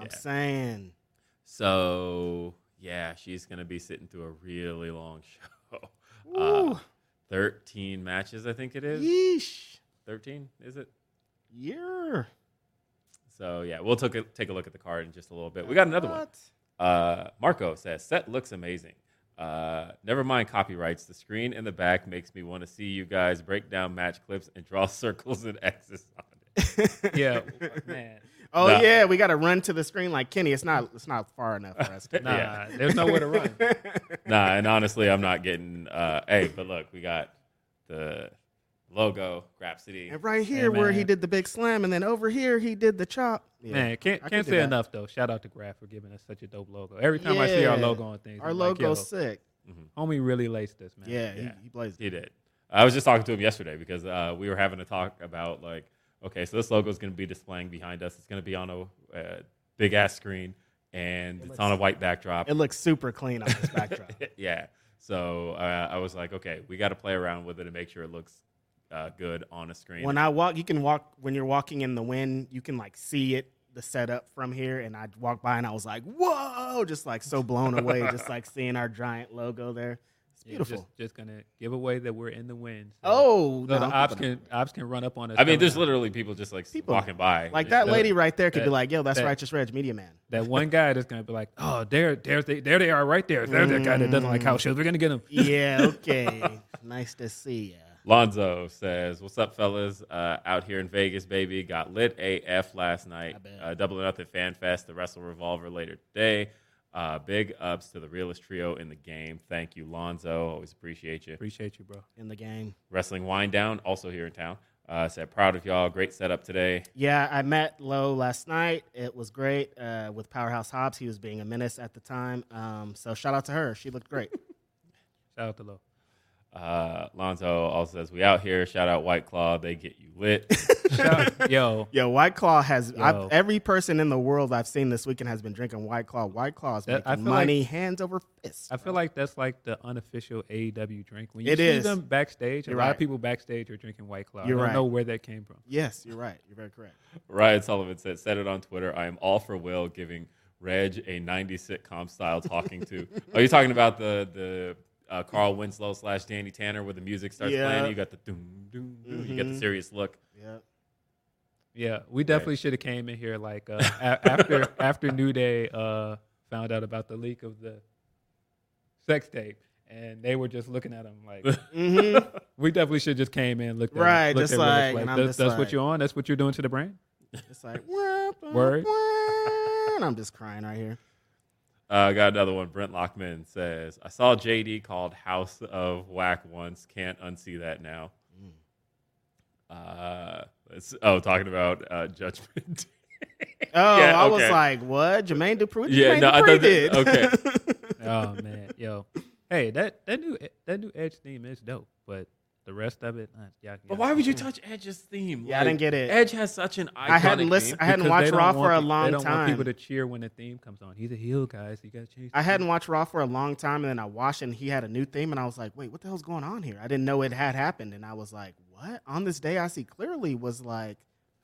[SPEAKER 1] I'm
[SPEAKER 3] Yeah.
[SPEAKER 1] saying.
[SPEAKER 3] so yeah, she's gonna be sitting through a really long show. Uh,
[SPEAKER 1] Ooh.
[SPEAKER 3] 13 matches, I think it is.
[SPEAKER 1] Yeesh.
[SPEAKER 3] 13, is it?
[SPEAKER 1] Yeah.
[SPEAKER 3] So yeah, we'll take a, take a look at the card in just a little bit. We got another one.
[SPEAKER 1] What?
[SPEAKER 3] Uh, Marco says, set looks amazing. Uh, never mind copyrights. The screen in the back makes me want to see you guys break down match clips and draw circles and X's on it.
[SPEAKER 4] Yeah, man.
[SPEAKER 1] Oh
[SPEAKER 3] Nah.
[SPEAKER 1] yeah, we got to run to the screen like Kenny. It's not. It's not far enough for us. to
[SPEAKER 4] Nah,
[SPEAKER 3] Yeah.
[SPEAKER 4] there's nowhere to run.
[SPEAKER 3] Nah, and honestly, I'm not getting. Uh, hey, but look, we got the logo, Rhapsody.
[SPEAKER 1] And right here, where he
[SPEAKER 4] man.
[SPEAKER 1] did the big slam, and then over here he did the chop. Yeah.
[SPEAKER 4] Man,
[SPEAKER 1] I
[SPEAKER 4] can't
[SPEAKER 1] can
[SPEAKER 4] can't
[SPEAKER 1] do
[SPEAKER 4] say
[SPEAKER 1] that.
[SPEAKER 4] enough though. Shout out to Graph for giving us such a dope logo. Every time I see our
[SPEAKER 1] Yeah.
[SPEAKER 4] logo on things,
[SPEAKER 1] our
[SPEAKER 4] I'm like,
[SPEAKER 1] logo's
[SPEAKER 4] "Yo,
[SPEAKER 1] sick.
[SPEAKER 4] homie really laced this, man.
[SPEAKER 1] Yeah,
[SPEAKER 3] Yeah.
[SPEAKER 1] He, he plays.
[SPEAKER 3] He did. I was just talking to him yesterday because uh, we were having a talk about like, okay, so this logo is going to be displaying behind us. It's going to be on a uh, big ass screen, and it's on a white backdrop.
[SPEAKER 1] It looks super clean on this backdrop.
[SPEAKER 3] yeah. So uh, I was like, okay, we got to play around with it and make sure it looks uh, good on a screen.
[SPEAKER 1] When I walk, you can walk. When you're walking in the wind, you can like see it, the setup from here. And I walked by, and I was like, "Whoa!" Just like so blown away, just like seeing our giant logo there. It's
[SPEAKER 4] Yeah, just-
[SPEAKER 1] beautiful.
[SPEAKER 4] Just, gonna give away that we're in the wind. so-
[SPEAKER 1] oh,
[SPEAKER 4] so
[SPEAKER 1] no,
[SPEAKER 4] the
[SPEAKER 1] I'm
[SPEAKER 4] ops
[SPEAKER 1] flipping out.
[SPEAKER 4] can ops can run up on us.
[SPEAKER 3] I mean,
[SPEAKER 4] telling
[SPEAKER 3] there's
[SPEAKER 4] us
[SPEAKER 3] literally people just like s-
[SPEAKER 1] People-
[SPEAKER 3] walking by,
[SPEAKER 1] like
[SPEAKER 3] Just
[SPEAKER 1] that lady right there could be
[SPEAKER 4] that-
[SPEAKER 1] like, "Yo, that's
[SPEAKER 4] that-
[SPEAKER 1] righteous Reg, Media Man."
[SPEAKER 4] that one guy that's gonna be like, oh, there, there, they, there they are, right there. They're that guy that doesn't like house shows. We're gonna get him.
[SPEAKER 1] Mm. Yeah. Okay. nice to see ya.
[SPEAKER 3] Lonzo says, "What's up, fellas? Uh, out here in Vegas, baby. Got lit AF last night.
[SPEAKER 1] bet.
[SPEAKER 3] Uh, doubling up at Fan Fest. The Wrestle Revolver later today. Uh, big ups to the realest trio in the game. Thank you, Lonzo. Always appreciate you.
[SPEAKER 4] Appreciate you, bro.
[SPEAKER 1] In the game.
[SPEAKER 3] Wrestling Wind Down, also here in town. Uh, said proud of y'all. Great setup today.
[SPEAKER 1] Yeah, I met Lowe last night. It was great uh, with Powerhouse Hobbs. He was being a menace at the time. Um, so shout out to her. She looked great.
[SPEAKER 4] Shout out to Lo.
[SPEAKER 3] Uh, Lonzo also says, We out here. Shout out White Claw. They get you lit.
[SPEAKER 4] Shout out, yo,
[SPEAKER 1] Yo, White Claw has
[SPEAKER 4] Yo.
[SPEAKER 1] I've, every person in the world I've seen this weekend has been drinking White Claw. White Claw is
[SPEAKER 4] That- I
[SPEAKER 1] making
[SPEAKER 4] feel like-
[SPEAKER 1] money hands over fist.
[SPEAKER 4] I feel like that's like the unofficial AEW drink. When you
[SPEAKER 1] It
[SPEAKER 4] see
[SPEAKER 1] is.
[SPEAKER 4] them backstage, a
[SPEAKER 1] You're
[SPEAKER 4] lot
[SPEAKER 1] right.
[SPEAKER 4] of people backstage are drinking White Claw.
[SPEAKER 1] You're
[SPEAKER 4] I don't
[SPEAKER 1] right.
[SPEAKER 4] know where that came from.
[SPEAKER 1] yes, you're right. You're very correct.
[SPEAKER 3] Ryan Sullivan said, Said it on Twitter. I am all for Will giving Reg a 90s sitcom style talking to. Are you talking about the the uh, Carl Winslow slash Danny Tanner where the music starts
[SPEAKER 1] Yeah.
[SPEAKER 3] playing? You got the doom, doom, doom. You got the serious look.
[SPEAKER 1] Yeah.
[SPEAKER 4] Yeah, we definitely should have came in here like uh, a- after after New Day uh, found out about the leak of the sex tape, and they were just looking at him like
[SPEAKER 1] Mm-hmm.
[SPEAKER 4] we definitely should just came in looked at 'em-
[SPEAKER 1] Right,
[SPEAKER 4] looked
[SPEAKER 1] just
[SPEAKER 4] at Will
[SPEAKER 1] like,
[SPEAKER 4] Smith,
[SPEAKER 1] and I'm
[SPEAKER 4] that's,
[SPEAKER 1] just
[SPEAKER 4] that's
[SPEAKER 1] like-
[SPEAKER 4] what you're on. That's what you're doing to the brand.
[SPEAKER 1] It's like wah, bah,
[SPEAKER 4] Word.
[SPEAKER 1] wah, and I'm just crying right here.
[SPEAKER 3] Uh, I got another one. Brent Lockman says, I saw JD called House of Whack once. Can't unsee that now. Uh, it's- oh, talking about uh, Judgment
[SPEAKER 1] Oh,
[SPEAKER 3] Yeah,
[SPEAKER 1] I was
[SPEAKER 3] okay.
[SPEAKER 1] like, what? Jermaine Dupri? What
[SPEAKER 3] Yeah,
[SPEAKER 1] Jermaine
[SPEAKER 3] no, I
[SPEAKER 1] Dupri
[SPEAKER 3] thought that-
[SPEAKER 1] did.
[SPEAKER 3] okay.
[SPEAKER 4] Oh man, yo, hey, that that new that new Edge theme is dope, but the rest of it, uh, yeah.
[SPEAKER 3] But why would you touch Edge's theme?
[SPEAKER 1] Yeah, I didn't get it.
[SPEAKER 3] Edge has such an iconic
[SPEAKER 1] I hadn't listened.
[SPEAKER 3] theme.
[SPEAKER 1] I hadn't
[SPEAKER 4] Because they
[SPEAKER 1] watched
[SPEAKER 4] don't
[SPEAKER 1] Raw
[SPEAKER 4] want
[SPEAKER 1] for a
[SPEAKER 4] pe-
[SPEAKER 1] long
[SPEAKER 4] They don't
[SPEAKER 1] time.
[SPEAKER 4] want people to cheer when the theme comes on. He's a heel, guys. You gotta change. the
[SPEAKER 1] I hadn't
[SPEAKER 4] theme.
[SPEAKER 1] watched Raw for a long time, and then I watched, and he had a new theme, and I was like, "Wait, what the hell's going on here?" I didn't know it had happened, and I was like, "What?" On this day, I see clearly was like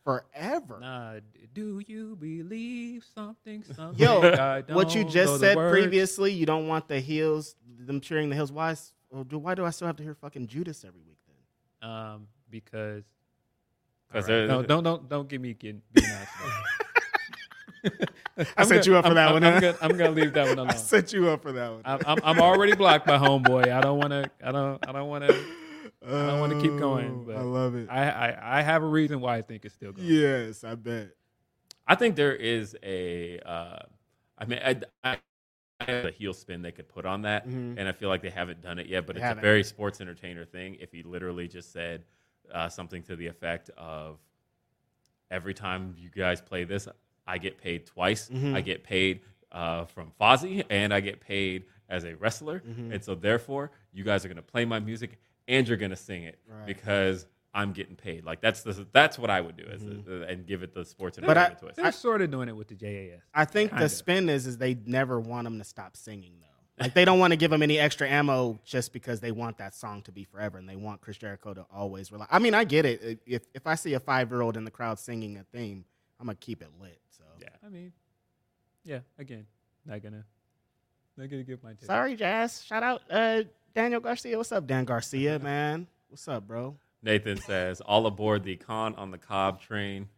[SPEAKER 1] forever.
[SPEAKER 4] Nah, d- do you believe something? something
[SPEAKER 1] Yo,
[SPEAKER 4] I
[SPEAKER 1] what you
[SPEAKER 4] don't know
[SPEAKER 1] just
[SPEAKER 4] the
[SPEAKER 1] said
[SPEAKER 4] words?
[SPEAKER 1] previously, you don't want the heels, them cheering the heels. Why is Well, do, why do I still have to hear fucking Judas every week then?
[SPEAKER 4] Um, because
[SPEAKER 3] 'Cause
[SPEAKER 4] All
[SPEAKER 3] there-
[SPEAKER 4] no, don't don't don't give me getting being honest. about it.
[SPEAKER 1] I
[SPEAKER 4] I'm
[SPEAKER 1] set
[SPEAKER 4] gonna-
[SPEAKER 1] you up for
[SPEAKER 4] I'm-
[SPEAKER 1] that
[SPEAKER 4] I'm-
[SPEAKER 1] one,
[SPEAKER 4] I'm,
[SPEAKER 1] huh?
[SPEAKER 4] gonna, I'm gonna leave that one alone.
[SPEAKER 1] I set you up for that one.
[SPEAKER 4] I'm, I'm, I'm already blocked by homeboy. I don't want to. I don't. I don't want to. I don't wanna keep going,
[SPEAKER 1] Oh,
[SPEAKER 4] but
[SPEAKER 1] I love it.
[SPEAKER 4] I, I I have a reason why I think it's still going.
[SPEAKER 1] yes, I bet.
[SPEAKER 3] I think there is a. Uh, I mean, I, I, I have a heel spin they could put on that,
[SPEAKER 1] Mhm.
[SPEAKER 3] and I feel like they haven't done it yet. But
[SPEAKER 1] They
[SPEAKER 3] it's
[SPEAKER 1] haven't.
[SPEAKER 3] a very sports entertainer thing. If he literally just said uh, something to the effect of, "Every time you guys play this, I get paid twice.
[SPEAKER 1] Mhm.
[SPEAKER 3] I get paid uh, from Fozzy, and I get paid as a wrestler.
[SPEAKER 1] Mhm.
[SPEAKER 3] And so, therefore, you guys are going to play my music and you're going to sing it
[SPEAKER 1] Right.
[SPEAKER 3] because." I'm getting paid. Like that's the that's what I would do, is and give it the sports
[SPEAKER 1] Mm-hmm. But I-
[SPEAKER 3] entertainment twist.
[SPEAKER 4] They're sort of doing it with the JAS.
[SPEAKER 1] I think the
[SPEAKER 3] Kinda.
[SPEAKER 1] spin is is they never want him to stop singing though. Like they don't want to give him any extra ammo just because they want that song to be forever and they want Chris Jericho to always rely. I mean, I get it. If if I see a five year old in the crowd singing a theme, I'm gonna keep it lit. So
[SPEAKER 3] Yeah.
[SPEAKER 4] I mean, yeah. Again, not gonna not gonna give my tip.
[SPEAKER 1] sorry, Jazz. Shout out uh, Daniel Garcia. What's up, Dan Garcia, man? What's up, bro?
[SPEAKER 3] Nathan says, "All aboard the con on the cob train."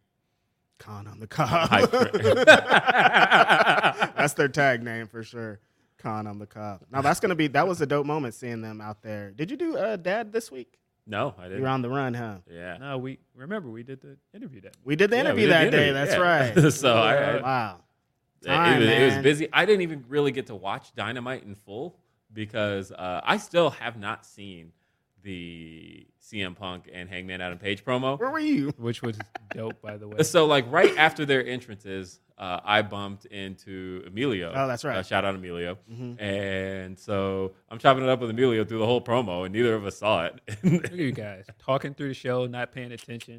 [SPEAKER 1] Con on the
[SPEAKER 3] Hype
[SPEAKER 1] cob.
[SPEAKER 3] train.
[SPEAKER 1] that's their tag name for sure. Con on the cob. Now that's gonna be that was a dope moment seeing them out there. Did you do uh, Dad this week?
[SPEAKER 3] no, I
[SPEAKER 1] You're
[SPEAKER 3] didn't.
[SPEAKER 1] on the run, huh?
[SPEAKER 3] Yeah,
[SPEAKER 4] No, we remember we did the interview that.
[SPEAKER 1] We did the
[SPEAKER 3] Yeah, we
[SPEAKER 1] interview
[SPEAKER 3] did the
[SPEAKER 1] that day.
[SPEAKER 3] interview,
[SPEAKER 1] That's
[SPEAKER 3] yeah.
[SPEAKER 1] right.
[SPEAKER 3] so I, I-
[SPEAKER 1] wow.
[SPEAKER 3] it,
[SPEAKER 1] Time,
[SPEAKER 3] was, it was
[SPEAKER 1] man.
[SPEAKER 3] busy. I didn't even really get to watch Dynamite in full because uh, I still have not seen the CM Punk and Hangman Adam Page promo.
[SPEAKER 1] Where were you?
[SPEAKER 4] which was dope, by the way.
[SPEAKER 3] So like right after their entrances, uh, I bumped into Emilio.
[SPEAKER 1] Oh, that's right.
[SPEAKER 3] Uh, shout out Emilio. And so I'm chopping it up with Emilio through the whole promo, and neither of us saw it.
[SPEAKER 4] Look at you guys talking through the show, not paying attention.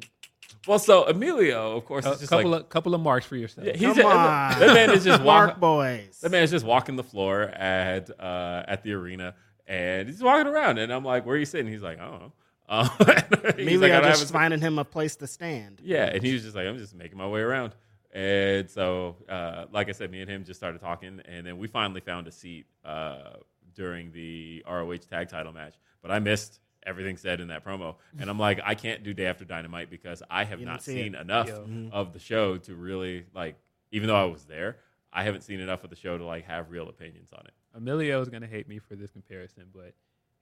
[SPEAKER 3] well, so Emilio, of course,
[SPEAKER 4] A
[SPEAKER 3] is just
[SPEAKER 4] couple
[SPEAKER 3] like
[SPEAKER 4] of couple of marks for yourself.
[SPEAKER 3] Yeah, he's
[SPEAKER 1] Come
[SPEAKER 3] just-
[SPEAKER 1] on.
[SPEAKER 3] that man is just
[SPEAKER 1] Mark
[SPEAKER 3] walking.
[SPEAKER 1] Boys.
[SPEAKER 3] That man is just walking the floor at uh, at the arena, and he's walking around, and I'm like, "Where are you sitting?" He's like, "I don't know." Um, he's
[SPEAKER 1] Emilio
[SPEAKER 3] "I don't have
[SPEAKER 1] just
[SPEAKER 3] a-
[SPEAKER 1] finding him a place to stand.
[SPEAKER 3] Yeah, and he was just like, I'm just making my way around. And so, uh, like I said, me and him just started talking, and then we finally found a seat uh, during the ROH tag title match. But I missed everything said in that promo, and I'm like, I can't do Day After Dynamite because I have
[SPEAKER 1] You
[SPEAKER 3] not
[SPEAKER 1] didn't see
[SPEAKER 3] seen
[SPEAKER 1] it.
[SPEAKER 3] enough
[SPEAKER 4] Yo. Mhm.
[SPEAKER 3] of the show to really like. Even though I was there, I haven't seen enough of the show to like have real opinions on it.
[SPEAKER 4] Emilio is gonna hate me for this comparison, but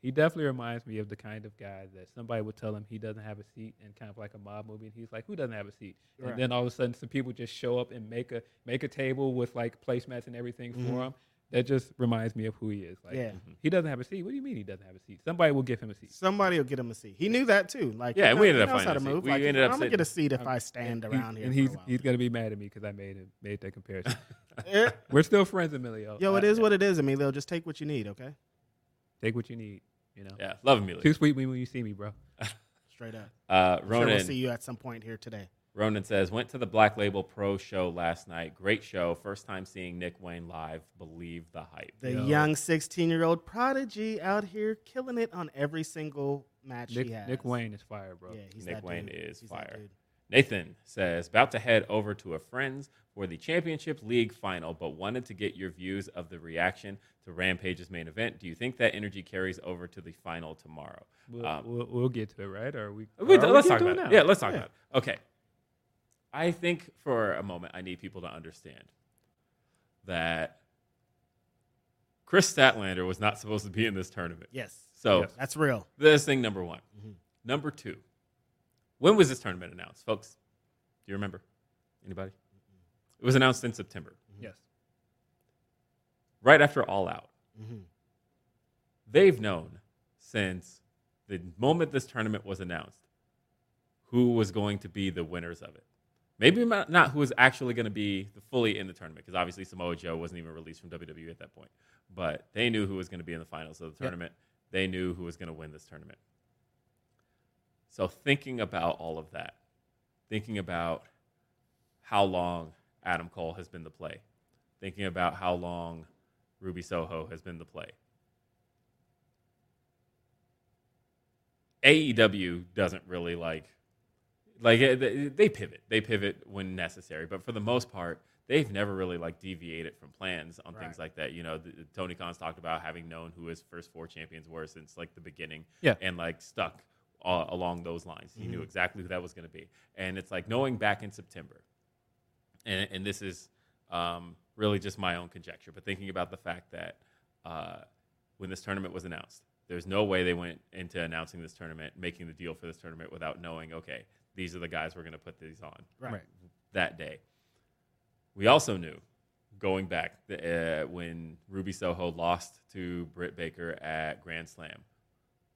[SPEAKER 4] he definitely reminds me of the kind of guy that somebody would tell him he doesn't have a seat in kind of like a mob movie, and he's like, "Who doesn't have a seat?"
[SPEAKER 1] Right.
[SPEAKER 4] And then all of a sudden, some people just show up and make a make a table with like placemats and everything
[SPEAKER 3] Mm-hmm.
[SPEAKER 4] for him. That just reminds me of who he is. Like,
[SPEAKER 1] Yeah.
[SPEAKER 4] he doesn't have a seat. What do you mean he doesn't have a seat? Somebody will give him a seat.
[SPEAKER 1] Somebody will get him a seat. He knew that too. Like
[SPEAKER 3] Yeah,
[SPEAKER 1] he
[SPEAKER 3] and
[SPEAKER 1] know-
[SPEAKER 3] we ended
[SPEAKER 1] he
[SPEAKER 3] up
[SPEAKER 1] knows how to
[SPEAKER 3] finding a seat.
[SPEAKER 1] move.
[SPEAKER 3] We
[SPEAKER 1] Like,
[SPEAKER 3] ended up
[SPEAKER 1] I'm gonna
[SPEAKER 3] sitting-
[SPEAKER 1] get a seat if I stand
[SPEAKER 4] And
[SPEAKER 1] around
[SPEAKER 4] he-
[SPEAKER 1] here.
[SPEAKER 4] and
[SPEAKER 1] for a
[SPEAKER 4] he's
[SPEAKER 1] while.
[SPEAKER 4] he's gonna be mad at me because I made him made that comparison.
[SPEAKER 1] Eh,
[SPEAKER 4] We're still friends, Emilio.
[SPEAKER 1] yo, it
[SPEAKER 4] I-
[SPEAKER 1] is what it is, Emilio. Just take what you need, okay?
[SPEAKER 4] Take what you need. You know,
[SPEAKER 3] Yeah, love Amelia.
[SPEAKER 4] too sweet me when you see me, bro.
[SPEAKER 1] Straight up.
[SPEAKER 3] Uh,
[SPEAKER 1] I'm sure
[SPEAKER 3] Ronan,
[SPEAKER 1] we'll see you at some point here today.
[SPEAKER 3] Ronan says, went to the Black Label Pro show last night. Great show. First time seeing Nick Wayne live. Believe the hype.
[SPEAKER 1] The
[SPEAKER 4] Yo.
[SPEAKER 1] young 16 year old prodigy out here killing it on every single match
[SPEAKER 4] Nick,
[SPEAKER 1] he has.
[SPEAKER 4] Nick Wayne is fire, bro.
[SPEAKER 1] Yeah, he's
[SPEAKER 3] Nick
[SPEAKER 1] that
[SPEAKER 3] Wayne
[SPEAKER 1] dude.
[SPEAKER 3] is
[SPEAKER 1] He's that
[SPEAKER 3] fire.
[SPEAKER 1] dude.
[SPEAKER 3] Nathan says, about to head over to a friend's for the championship league final, but wanted to get your views of the reaction to Rampage's main event. Do you think that energy carries over to the final tomorrow?
[SPEAKER 4] We'll,
[SPEAKER 3] Um,
[SPEAKER 4] we'll, we'll get to it, right? Or we,
[SPEAKER 3] We-
[SPEAKER 4] or we
[SPEAKER 3] let's
[SPEAKER 4] can
[SPEAKER 3] talk
[SPEAKER 4] do
[SPEAKER 3] about it.
[SPEAKER 4] now.
[SPEAKER 3] Yeah, let's talk about it. Okay. I think for a moment, I need people to understand that Chris Statlander was not supposed to be in this tournament.
[SPEAKER 1] Yes.
[SPEAKER 3] So
[SPEAKER 4] Yes.
[SPEAKER 1] That's real.
[SPEAKER 3] that's thing number one. Number two, when was this tournament announced, folks? Do you remember? Anybody? It was announced in September,
[SPEAKER 4] Yes.
[SPEAKER 3] right after All Out.
[SPEAKER 1] Mhm.
[SPEAKER 3] They've known since the moment this tournament was announced who was going to be the winners of it. Maybe not not who was actually going to be the fully in the tournament, because obviously Samoa Joe wasn't even released from WWE at that point. But they knew who was going to be in the finals of the
[SPEAKER 4] Yeah.
[SPEAKER 3] tournament. They knew who was going to win this tournament. So thinking about all of that, thinking about how long Adam Cole has been the play, thinking about how long Ruby Soho has been the play. AEW E doesn't really like like eh, they they pivot. They pivot when necessary, but for the most part, they've never really like deviated from plans on things
[SPEAKER 4] Right.
[SPEAKER 3] like that. You know, the, Tony Khan's talked about having known who his first four champions were since like the beginning,
[SPEAKER 4] Yeah. Mm-hmm.
[SPEAKER 3] and like stuck uh, along those lines. He knew exactly who that was going to be, and it's like knowing back in September, and, and this is um, really just my own conjecture, but thinking about the fact that uh, when this tournament was announced, there's no way they went into announcing this tournament, making the deal for this tournament without knowing, okay, these are the guys we're going to put these on
[SPEAKER 4] Right.
[SPEAKER 3] that day. We also knew, going back, the, uh, when Ruby Soho lost to Britt Baker at Grand Slam,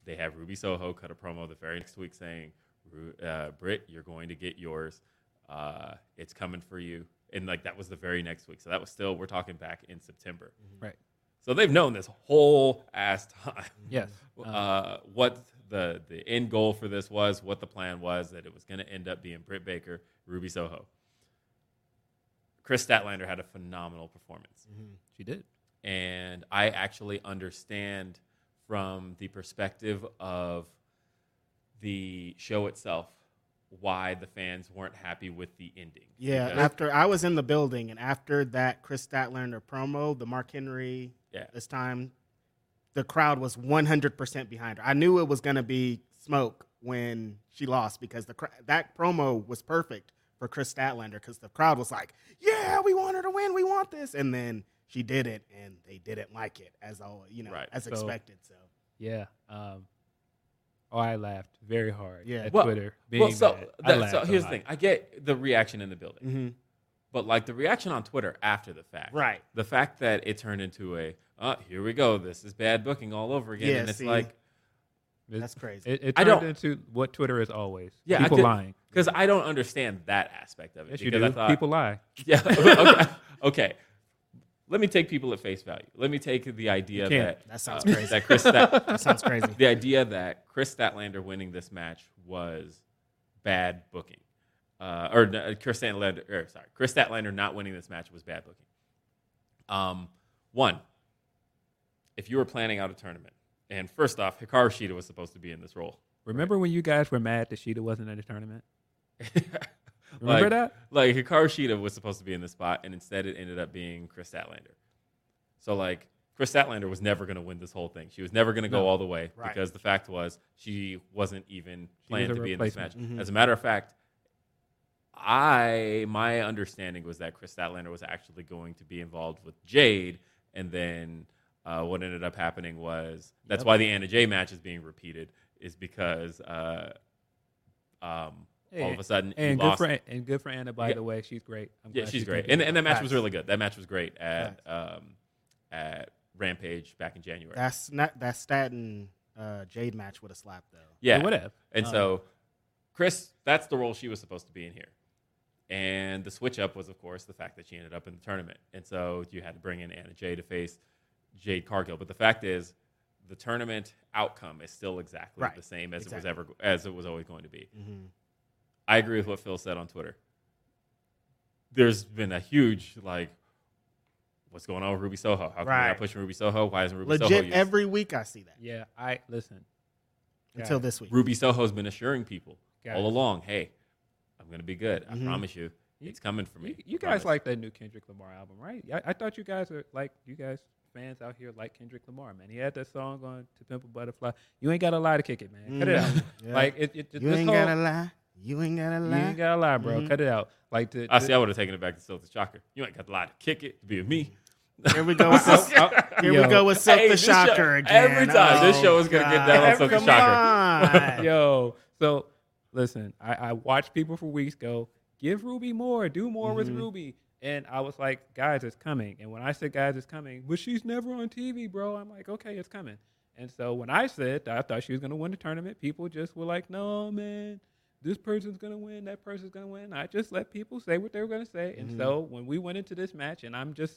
[SPEAKER 3] they have Ruby Soho cut a promo the very next week saying, "Ru- uh, Britt, you're going to get yours. Uh, it's coming for you. And like that was the very next week. So that was still, we're talking back in September.
[SPEAKER 1] Mm-hmm.
[SPEAKER 4] Right.
[SPEAKER 3] So they've known this whole ass time
[SPEAKER 4] Yes.
[SPEAKER 1] Um,
[SPEAKER 3] uh, what the the end goal for this was, what the plan was, that it was going to end up being Britt Baker, Ruby Soho. Chris Statlander had a phenomenal performance,
[SPEAKER 1] Mm-hmm.
[SPEAKER 4] She did.
[SPEAKER 3] and I actually understand from the perspective of the show itself why the fans weren't happy with the ending.
[SPEAKER 1] Yeah,
[SPEAKER 3] Because-
[SPEAKER 1] after I was in the building, and after that Chris Statlander promo, the Mark Henry
[SPEAKER 3] Yeah.
[SPEAKER 1] this time, the crowd was 100% behind her. I knew it was going to be smoke when she lost because the cr- that promo was perfect for Chris Statlander because the crowd was like, "Yeah, we want her to win. We want this." And then she did it, and they didn't like it as all you know
[SPEAKER 3] Right.
[SPEAKER 1] as
[SPEAKER 4] So-
[SPEAKER 1] expected. So
[SPEAKER 4] Yeah. Um, oh, I laughed very hard
[SPEAKER 1] Yeah.
[SPEAKER 4] at
[SPEAKER 3] Well-
[SPEAKER 4] Twitter. Being
[SPEAKER 3] Well, so,
[SPEAKER 4] mad. I
[SPEAKER 3] that,
[SPEAKER 4] laughed
[SPEAKER 3] so
[SPEAKER 4] a
[SPEAKER 3] here's the
[SPEAKER 4] lot.
[SPEAKER 3] thing: I get the reaction in the building.
[SPEAKER 1] Mhm.
[SPEAKER 3] But like the reaction on Twitter after the fact,
[SPEAKER 1] Right.
[SPEAKER 3] The fact that it turned into a, uh, here we go, this is bad booking all over again,
[SPEAKER 1] Yeah,
[SPEAKER 3] and it's
[SPEAKER 1] see.
[SPEAKER 3] like,
[SPEAKER 4] It-
[SPEAKER 1] that's crazy.
[SPEAKER 4] It, it
[SPEAKER 3] I
[SPEAKER 4] turned
[SPEAKER 3] don't-
[SPEAKER 4] into what Twitter is always.
[SPEAKER 3] yeah,
[SPEAKER 4] people lying.
[SPEAKER 3] because I don't understand that aspect of it.
[SPEAKER 4] Yes, you
[SPEAKER 3] because
[SPEAKER 4] do.
[SPEAKER 3] I thought,
[SPEAKER 4] people lie.
[SPEAKER 3] yeah, okay, okay. Let me take people at face value. Let me take the idea
[SPEAKER 4] can't.
[SPEAKER 3] that
[SPEAKER 1] That sounds
[SPEAKER 3] uh,
[SPEAKER 1] crazy.
[SPEAKER 3] that Chris Stat-
[SPEAKER 1] that sounds crazy.
[SPEAKER 3] the idea that Chris Statlander winning this match was bad booking, uh, or uh, Chris Statlander, or, sorry, Chris Statlander not winning this match was bad booking. Um, one, if you were planning out a tournament, and first off, Hikaru Shida was supposed to be in this role.
[SPEAKER 4] Remember when you guys were mad that Sheeta wasn't in the tournament?
[SPEAKER 3] Like-
[SPEAKER 4] Remember that?
[SPEAKER 3] Like Hikaru Shida was supposed to be in this spot, and instead it ended up being Chris Statlander. So like Chris Statlander was never going to win this whole thing. She was never going to go all the way
[SPEAKER 1] Right.
[SPEAKER 3] because the fact was she wasn't even planned
[SPEAKER 4] a
[SPEAKER 3] to be in this match.
[SPEAKER 4] replacement. Mm-hmm.
[SPEAKER 3] As a matter of fact, I my understanding was that Chris Statlander was actually going to be involved with Jade, and then uh, what ended up happening was that's why the Anna Jay match is being repeated is because uh, um, all
[SPEAKER 4] Hey,
[SPEAKER 3] of a sudden you
[SPEAKER 4] And good
[SPEAKER 3] lost
[SPEAKER 4] for and good for Anna. By
[SPEAKER 3] Yeah.
[SPEAKER 4] the way, she's great. I'm
[SPEAKER 3] yeah,
[SPEAKER 4] glad
[SPEAKER 3] she's
[SPEAKER 4] she
[SPEAKER 3] great.
[SPEAKER 4] came
[SPEAKER 3] And,
[SPEAKER 4] back.
[SPEAKER 3] and that match
[SPEAKER 1] Facts.
[SPEAKER 3] was really good. That match was great at um, at Rampage back in January.
[SPEAKER 1] That's not that Statin uh, Jade match would have slapped though.
[SPEAKER 3] yeah.
[SPEAKER 4] It would have.
[SPEAKER 3] And
[SPEAKER 1] Uh.
[SPEAKER 4] Um,
[SPEAKER 3] so Chris, that's the role she was supposed to be in here. And the switch up was, of course, the fact that she ended up in the tournament. And so you had to bring in Anna Jay to face Jade Cargill. But the fact is, the tournament outcome is still exactly
[SPEAKER 1] Right.
[SPEAKER 3] the same as
[SPEAKER 1] Exactly.
[SPEAKER 3] it was ever as it was always going to be.
[SPEAKER 1] Mm-hmm.
[SPEAKER 3] I agree with what Phil said on Twitter. There's been a huge like, what's going on with Ruby Soho? How come we're
[SPEAKER 1] Right.
[SPEAKER 3] not pushing Ruby Soho? Why isn't Ruby Soho?
[SPEAKER 1] Legit,
[SPEAKER 3] used?
[SPEAKER 1] every week I see that
[SPEAKER 4] Yeah, I listen.
[SPEAKER 1] until this week.
[SPEAKER 3] Ruby Soho's been assuring people
[SPEAKER 4] Got
[SPEAKER 3] all
[SPEAKER 4] it.
[SPEAKER 3] along, hey, I'm gonna be good. I
[SPEAKER 1] Mhm.
[SPEAKER 3] promise you, it's coming for me.
[SPEAKER 4] You, you
[SPEAKER 3] I
[SPEAKER 4] guys
[SPEAKER 3] promise."
[SPEAKER 4] like that new Kendrick Lamar album, right? I, I thought you guys are like you guys fans out here like Kendrick Lamar, man. He had that song on "To Pimp a Butterfly." You ain't got to lie to kick it, man. Cut it out.
[SPEAKER 1] Mhm. Yeah.
[SPEAKER 4] Like it, it, it
[SPEAKER 1] You
[SPEAKER 4] this
[SPEAKER 1] ain't
[SPEAKER 4] whole,
[SPEAKER 1] gotta lie. You ain't gotta
[SPEAKER 4] you
[SPEAKER 1] lie.
[SPEAKER 4] ain't got to lie, bro. Cut it out. Like the,
[SPEAKER 3] I see. I would have taken it back to Silk the Shocker. You ain't got the lie to kick it to be with me.
[SPEAKER 1] Here we go with Silk, here we
[SPEAKER 4] Yo.
[SPEAKER 1] go with Silk
[SPEAKER 3] Hey,
[SPEAKER 1] the
[SPEAKER 3] this show-
[SPEAKER 1] Shocker again.
[SPEAKER 3] every time this
[SPEAKER 1] Oh,
[SPEAKER 3] show is gonna
[SPEAKER 1] God.
[SPEAKER 3] get down on Silk the
[SPEAKER 1] Come
[SPEAKER 3] Shocker.
[SPEAKER 1] on.
[SPEAKER 4] yo. So listen, I, I watched people for weeks go, give Ruby more, do more with Ruby. And I was like, guys, it's coming. And when I said, guys, it's coming, but she's never on TV, bro. I'm like, okay, it's coming. And so when I said that I thought she was going to win the tournament, people just were like, no, man, this person's going to win, that person's going to win. I just let people say what they were going to say. And so when we went into this match, and I'm just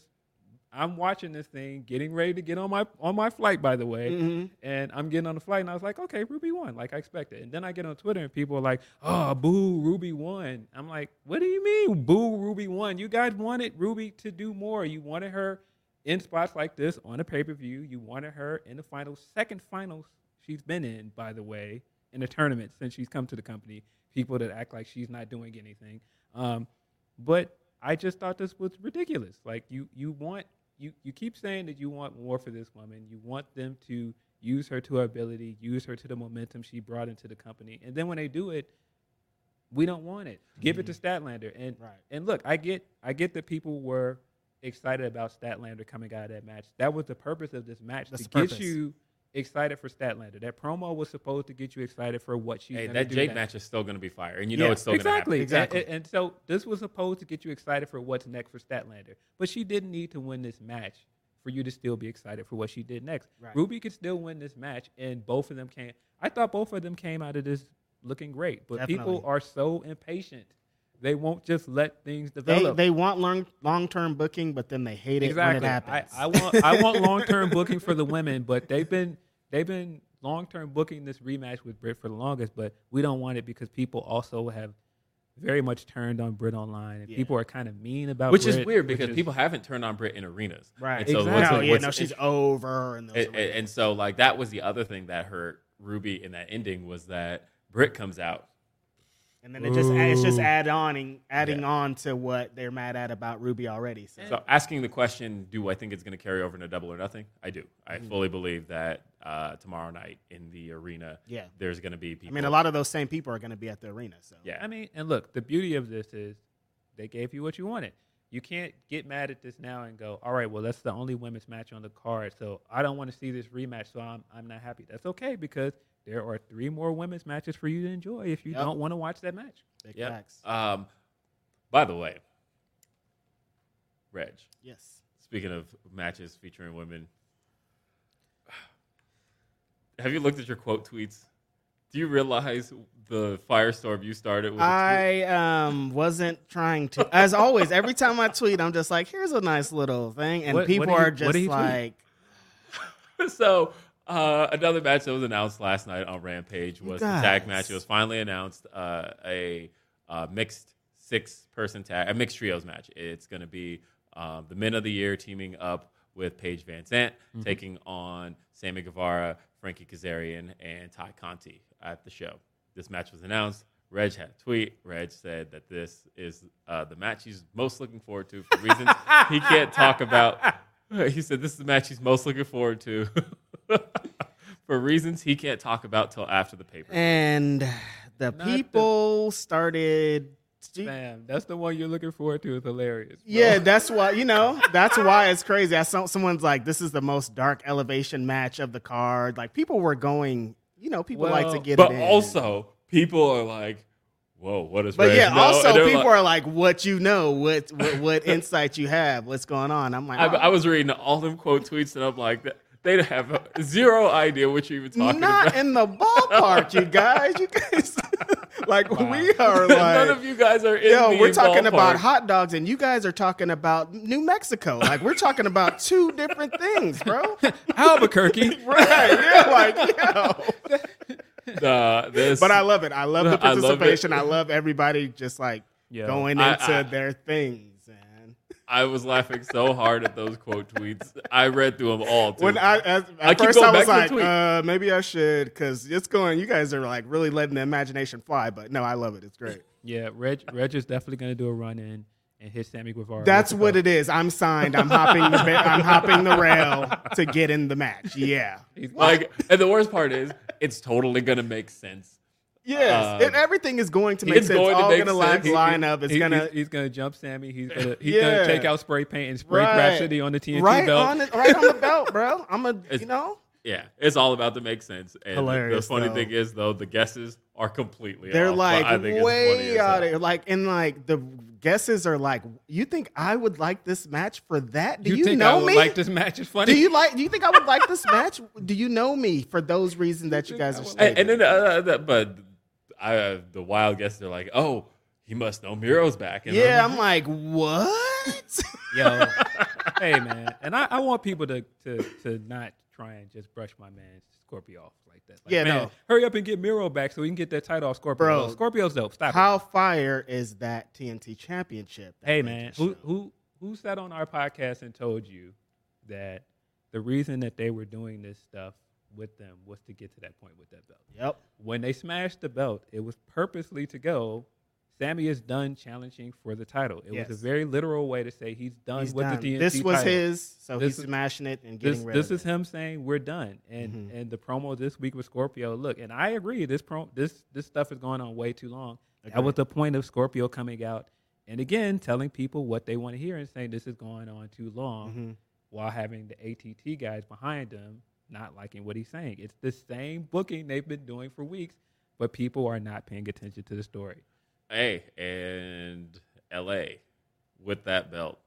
[SPEAKER 4] I'm watching this thing, getting ready to get on my on my flight, by the way.
[SPEAKER 1] Mm-hmm.
[SPEAKER 4] And I'm getting on the flight, and I was like, okay, Ruby won, like I expected. And then I get on Twitter, and people are like, oh, boo, Ruby won. I'm like, what do you mean, boo, Ruby won? You guys wanted Ruby to do more. You wanted her in spots like this on a pay per view. You wanted her in the finals, second finals she's been in, by the way, in a tournament since she's come to the company. People that act like she's not doing anything. Um, but I I just thought this was ridiculous. Like you you want you you keep saying that you want more for this woman. You want them to use her to her ability, use her to the momentum she brought into the company. And then when they do it, we don't want it. Give it to Statlander. And
[SPEAKER 1] Right.
[SPEAKER 4] and look, I get I get that people were excited about Statlander coming out of that match. That was the purpose of this match
[SPEAKER 1] That's
[SPEAKER 4] to
[SPEAKER 1] the
[SPEAKER 4] get
[SPEAKER 1] purpose.
[SPEAKER 4] you excited for Statlander. That promo was supposed to get you excited for what she's
[SPEAKER 3] Hey,
[SPEAKER 4] gonna
[SPEAKER 3] that
[SPEAKER 4] do
[SPEAKER 3] Jade
[SPEAKER 4] now.
[SPEAKER 3] match is still going to be fire, and you
[SPEAKER 1] Yeah,
[SPEAKER 3] know it's still
[SPEAKER 4] exactly.
[SPEAKER 3] going to happen.
[SPEAKER 1] Exactly.
[SPEAKER 4] And, and so this was supposed to get you excited for what's next for Statlander, but she didn't need to win this match for you to still be excited for what she did next.
[SPEAKER 1] Right.
[SPEAKER 4] Ruby could still win this match, and both of them came. I thought both of them came out of this looking great, but people
[SPEAKER 1] Definitely.
[SPEAKER 4] are so impatient; they won't just let things
[SPEAKER 1] They,
[SPEAKER 4] develop.
[SPEAKER 1] they want long long term booking, but then they hate it when it
[SPEAKER 4] exactly. I,
[SPEAKER 1] happens.
[SPEAKER 4] I want I want long term booking for the women, but they've been they've been long term booking this rematch with Britt for the longest, but we don't want it because people also have very much turned on Brit online, and
[SPEAKER 1] Yeah.
[SPEAKER 4] people are kind of mean about
[SPEAKER 3] Which is
[SPEAKER 4] Brit,
[SPEAKER 3] weird
[SPEAKER 4] which
[SPEAKER 3] because
[SPEAKER 4] is-
[SPEAKER 3] people haven't turned on Brit in arenas,
[SPEAKER 1] right.
[SPEAKER 3] And so
[SPEAKER 4] Exactly.
[SPEAKER 3] what's-
[SPEAKER 1] no, yeah,
[SPEAKER 3] what's-
[SPEAKER 1] no, she's over. And, those
[SPEAKER 3] and, and- and so like that was the other thing that hurt Ruby in that ending was that Brit comes out.
[SPEAKER 1] and then it just it's just
[SPEAKER 4] Ooh.
[SPEAKER 1] add on adding
[SPEAKER 3] Yeah.
[SPEAKER 1] on to what they're mad at about Ruby already.
[SPEAKER 4] Eh.
[SPEAKER 1] So,
[SPEAKER 3] So asking the question, do I think it's going to carry over into double or nothing? I do. I
[SPEAKER 4] Mm-hmm.
[SPEAKER 3] fully believe that uh, tomorrow night in the arena,
[SPEAKER 1] Yeah.
[SPEAKER 3] there's going to be
[SPEAKER 1] I
[SPEAKER 3] people.
[SPEAKER 1] mean, a lot of those same people are going to be at the arena. So
[SPEAKER 3] Yeah,
[SPEAKER 4] I mean, and look, the beauty of this is they gave you what you wanted. You can't get mad at this now and go, all right, well, that's the only women's match on the card, so I don't want to see this rematch, so I'm, I'm not happy. That's okay because there are three more women's matches for you to enjoy if you
[SPEAKER 1] Yep.
[SPEAKER 4] don't want to watch that match.
[SPEAKER 1] big
[SPEAKER 3] Yep.
[SPEAKER 1] facts.
[SPEAKER 3] Um, by the way, Reg.
[SPEAKER 1] yes.
[SPEAKER 3] Speaking of matches featuring women, have you looked at your quote tweets? Do you realize the firestorm you started with? a tweet?
[SPEAKER 1] I um, wasn't trying to. As always, every time I tweet, I'm just like, "Here's a nice little thing," and
[SPEAKER 4] What- what
[SPEAKER 1] people
[SPEAKER 4] do you-
[SPEAKER 1] are
[SPEAKER 4] what
[SPEAKER 1] just
[SPEAKER 4] do you tweet?
[SPEAKER 1] like,
[SPEAKER 3] so uh, another match that was announced last night on Rampage was the
[SPEAKER 1] Guys.
[SPEAKER 3] tag match. It was finally announced uh, a uh, mixed six person tag, a mixed trios match. It's going to be um, the men of the year teaming up with Paige Van Zant, taking on Sammy Guevara, Frankie Kazarian, and Ty Conti at the show. This match was announced. Reg had a tweet. Reg said that this is uh, the match he's most looking forward to for reasons he can't talk about. He said this is the match he's most looking forward to for reasons he can't talk about till after the paper.
[SPEAKER 1] and the
[SPEAKER 4] the-
[SPEAKER 1] people started. to-
[SPEAKER 4] Damn, that's the one you're looking forward to. Is hilarious. bro.
[SPEAKER 1] yeah, that's why you know. That's why it's crazy. I saw someone's like, "This is the most dark elevation match of the card." Like people were going, you know, people like to
[SPEAKER 4] Well,
[SPEAKER 1] get.
[SPEAKER 3] but
[SPEAKER 1] it in.
[SPEAKER 3] also, people are like, "Whoa, what is?"
[SPEAKER 1] But
[SPEAKER 3] Reg
[SPEAKER 1] yeah,
[SPEAKER 3] know?"
[SPEAKER 1] also
[SPEAKER 3] And they're
[SPEAKER 1] people
[SPEAKER 3] like-
[SPEAKER 1] are like, "What you know? What what, what insight you have? What's going on?" I'm like,
[SPEAKER 3] I,
[SPEAKER 1] "Oh,
[SPEAKER 3] I was reading all them quote tweets, and I'm like, they have zero idea what you're even talking
[SPEAKER 1] not
[SPEAKER 3] about.
[SPEAKER 1] in the ballpark, you guys. You guys, like we are
[SPEAKER 3] None
[SPEAKER 1] like,
[SPEAKER 3] of you guys are in.
[SPEAKER 1] yo,
[SPEAKER 3] the
[SPEAKER 1] we're talking about
[SPEAKER 3] ballpark.
[SPEAKER 1] hot dogs, and you guys are talking about New Mexico. Like we're talking about two different things, bro. right?
[SPEAKER 4] Albuquerque.
[SPEAKER 1] Yeah, like yo.
[SPEAKER 3] Nah, this,
[SPEAKER 1] But I love it. I love the
[SPEAKER 3] I love it.
[SPEAKER 1] participation. I love, everybody just like
[SPEAKER 4] Yo.
[SPEAKER 1] going
[SPEAKER 3] I-
[SPEAKER 1] into
[SPEAKER 3] I-
[SPEAKER 1] their things, man.
[SPEAKER 3] I was laughing so hard at those quote tweets. I read through them all. Too.
[SPEAKER 1] When I as, at
[SPEAKER 3] I keep
[SPEAKER 1] first
[SPEAKER 3] going
[SPEAKER 1] I was
[SPEAKER 3] back to the
[SPEAKER 1] like,
[SPEAKER 3] tweet.
[SPEAKER 1] uh, maybe I should, because it's going. You guys are like really letting the imagination fly. But no, I love it. It's great.
[SPEAKER 4] yeah, Reg. Reg is definitely gonna do a run in and hit Sammy Guevara.
[SPEAKER 1] That's what it is. I'm signed. I'm hopping. The ba- I'm hopping the rail to get in the match. Yeah.
[SPEAKER 3] like, and the worst part is, it's totally gonna make sense.
[SPEAKER 1] Yes.
[SPEAKER 3] Um,
[SPEAKER 1] and everything is going to make
[SPEAKER 3] it's
[SPEAKER 1] sense.
[SPEAKER 3] going to
[SPEAKER 1] all
[SPEAKER 3] make
[SPEAKER 1] gonna line,
[SPEAKER 3] sense. He-
[SPEAKER 1] line up. It's
[SPEAKER 4] He-
[SPEAKER 1] gonna
[SPEAKER 4] he's, he's gonna jump Sammy. He's gonna he's
[SPEAKER 1] Yeah.
[SPEAKER 4] gonna take out spray paint and spray
[SPEAKER 1] Right.
[SPEAKER 4] Rhapsody on the TNT
[SPEAKER 1] right
[SPEAKER 4] belt.
[SPEAKER 1] on it. Right on the belt, bro. I'm a.
[SPEAKER 3] It's-
[SPEAKER 1] You know.
[SPEAKER 3] Yeah, it's all about to make sense. And the-
[SPEAKER 1] Hilarious,
[SPEAKER 3] The funny
[SPEAKER 1] though.
[SPEAKER 3] thing is, though, the guesses are completely.
[SPEAKER 1] They're
[SPEAKER 3] off, but
[SPEAKER 1] like
[SPEAKER 3] I think it's funny as
[SPEAKER 1] way
[SPEAKER 3] hell.
[SPEAKER 1] out of like and like the guesses are like. You think I would like this match for that? Do you,
[SPEAKER 4] think
[SPEAKER 1] know
[SPEAKER 4] I would
[SPEAKER 1] me?
[SPEAKER 4] like this match is funny?
[SPEAKER 1] do you like? Do you think I would like this match? Do you know me for those reasons that you guys are?
[SPEAKER 3] And,
[SPEAKER 1] stating?
[SPEAKER 3] and then, uh, uh, the- but I, uh, the wild guesses are like, oh, he must know Miro's back. And
[SPEAKER 1] yeah,
[SPEAKER 3] I'm
[SPEAKER 1] I'm like, what?
[SPEAKER 4] Yo, hey man, and I, I want people to, to to not try and just brush my man Scorpio off like that. Like,
[SPEAKER 1] Yeah,
[SPEAKER 4] man,
[SPEAKER 1] no.
[SPEAKER 4] hurry up and get Miro back so we can get that title off Scorpio.
[SPEAKER 1] Bro.
[SPEAKER 4] Scorpio's dope. Stop
[SPEAKER 1] How
[SPEAKER 4] it.
[SPEAKER 1] fire is that TNT championship? that
[SPEAKER 4] Hey
[SPEAKER 1] they
[SPEAKER 4] man,
[SPEAKER 1] just
[SPEAKER 4] who
[SPEAKER 1] showed?
[SPEAKER 4] who who sat on our podcast and told you that the reason that they were doing this stuff with them was to get to that point with that belt?
[SPEAKER 1] Yep.
[SPEAKER 4] When they smashed the belt, it was purposely to go. Sammy is done challenging for the title. It
[SPEAKER 1] Yes.
[SPEAKER 4] was a very literal way to say he's done
[SPEAKER 1] He's
[SPEAKER 4] with
[SPEAKER 1] done.
[SPEAKER 4] Uh, the DNC
[SPEAKER 1] this was
[SPEAKER 4] title.
[SPEAKER 1] his, so
[SPEAKER 4] This
[SPEAKER 1] he's
[SPEAKER 4] is-
[SPEAKER 1] smashing it and getting
[SPEAKER 4] This,
[SPEAKER 1] rid
[SPEAKER 4] this
[SPEAKER 1] of
[SPEAKER 4] is
[SPEAKER 1] it. Mm-hmm.
[SPEAKER 4] him saying we're done, and and the promo this week with Scorpio. Look, and I agree. This pro this this stuff is going on way too long. That was the point of Scorpio coming out and again telling people what they want to hear and saying this is going on too long,
[SPEAKER 1] Mm-hmm.
[SPEAKER 4] while having the ATT guys behind them not liking what he's saying. It's the same booking they've been doing for weeks, but people are not paying attention to the story.
[SPEAKER 3] Hey, and LA with that belt.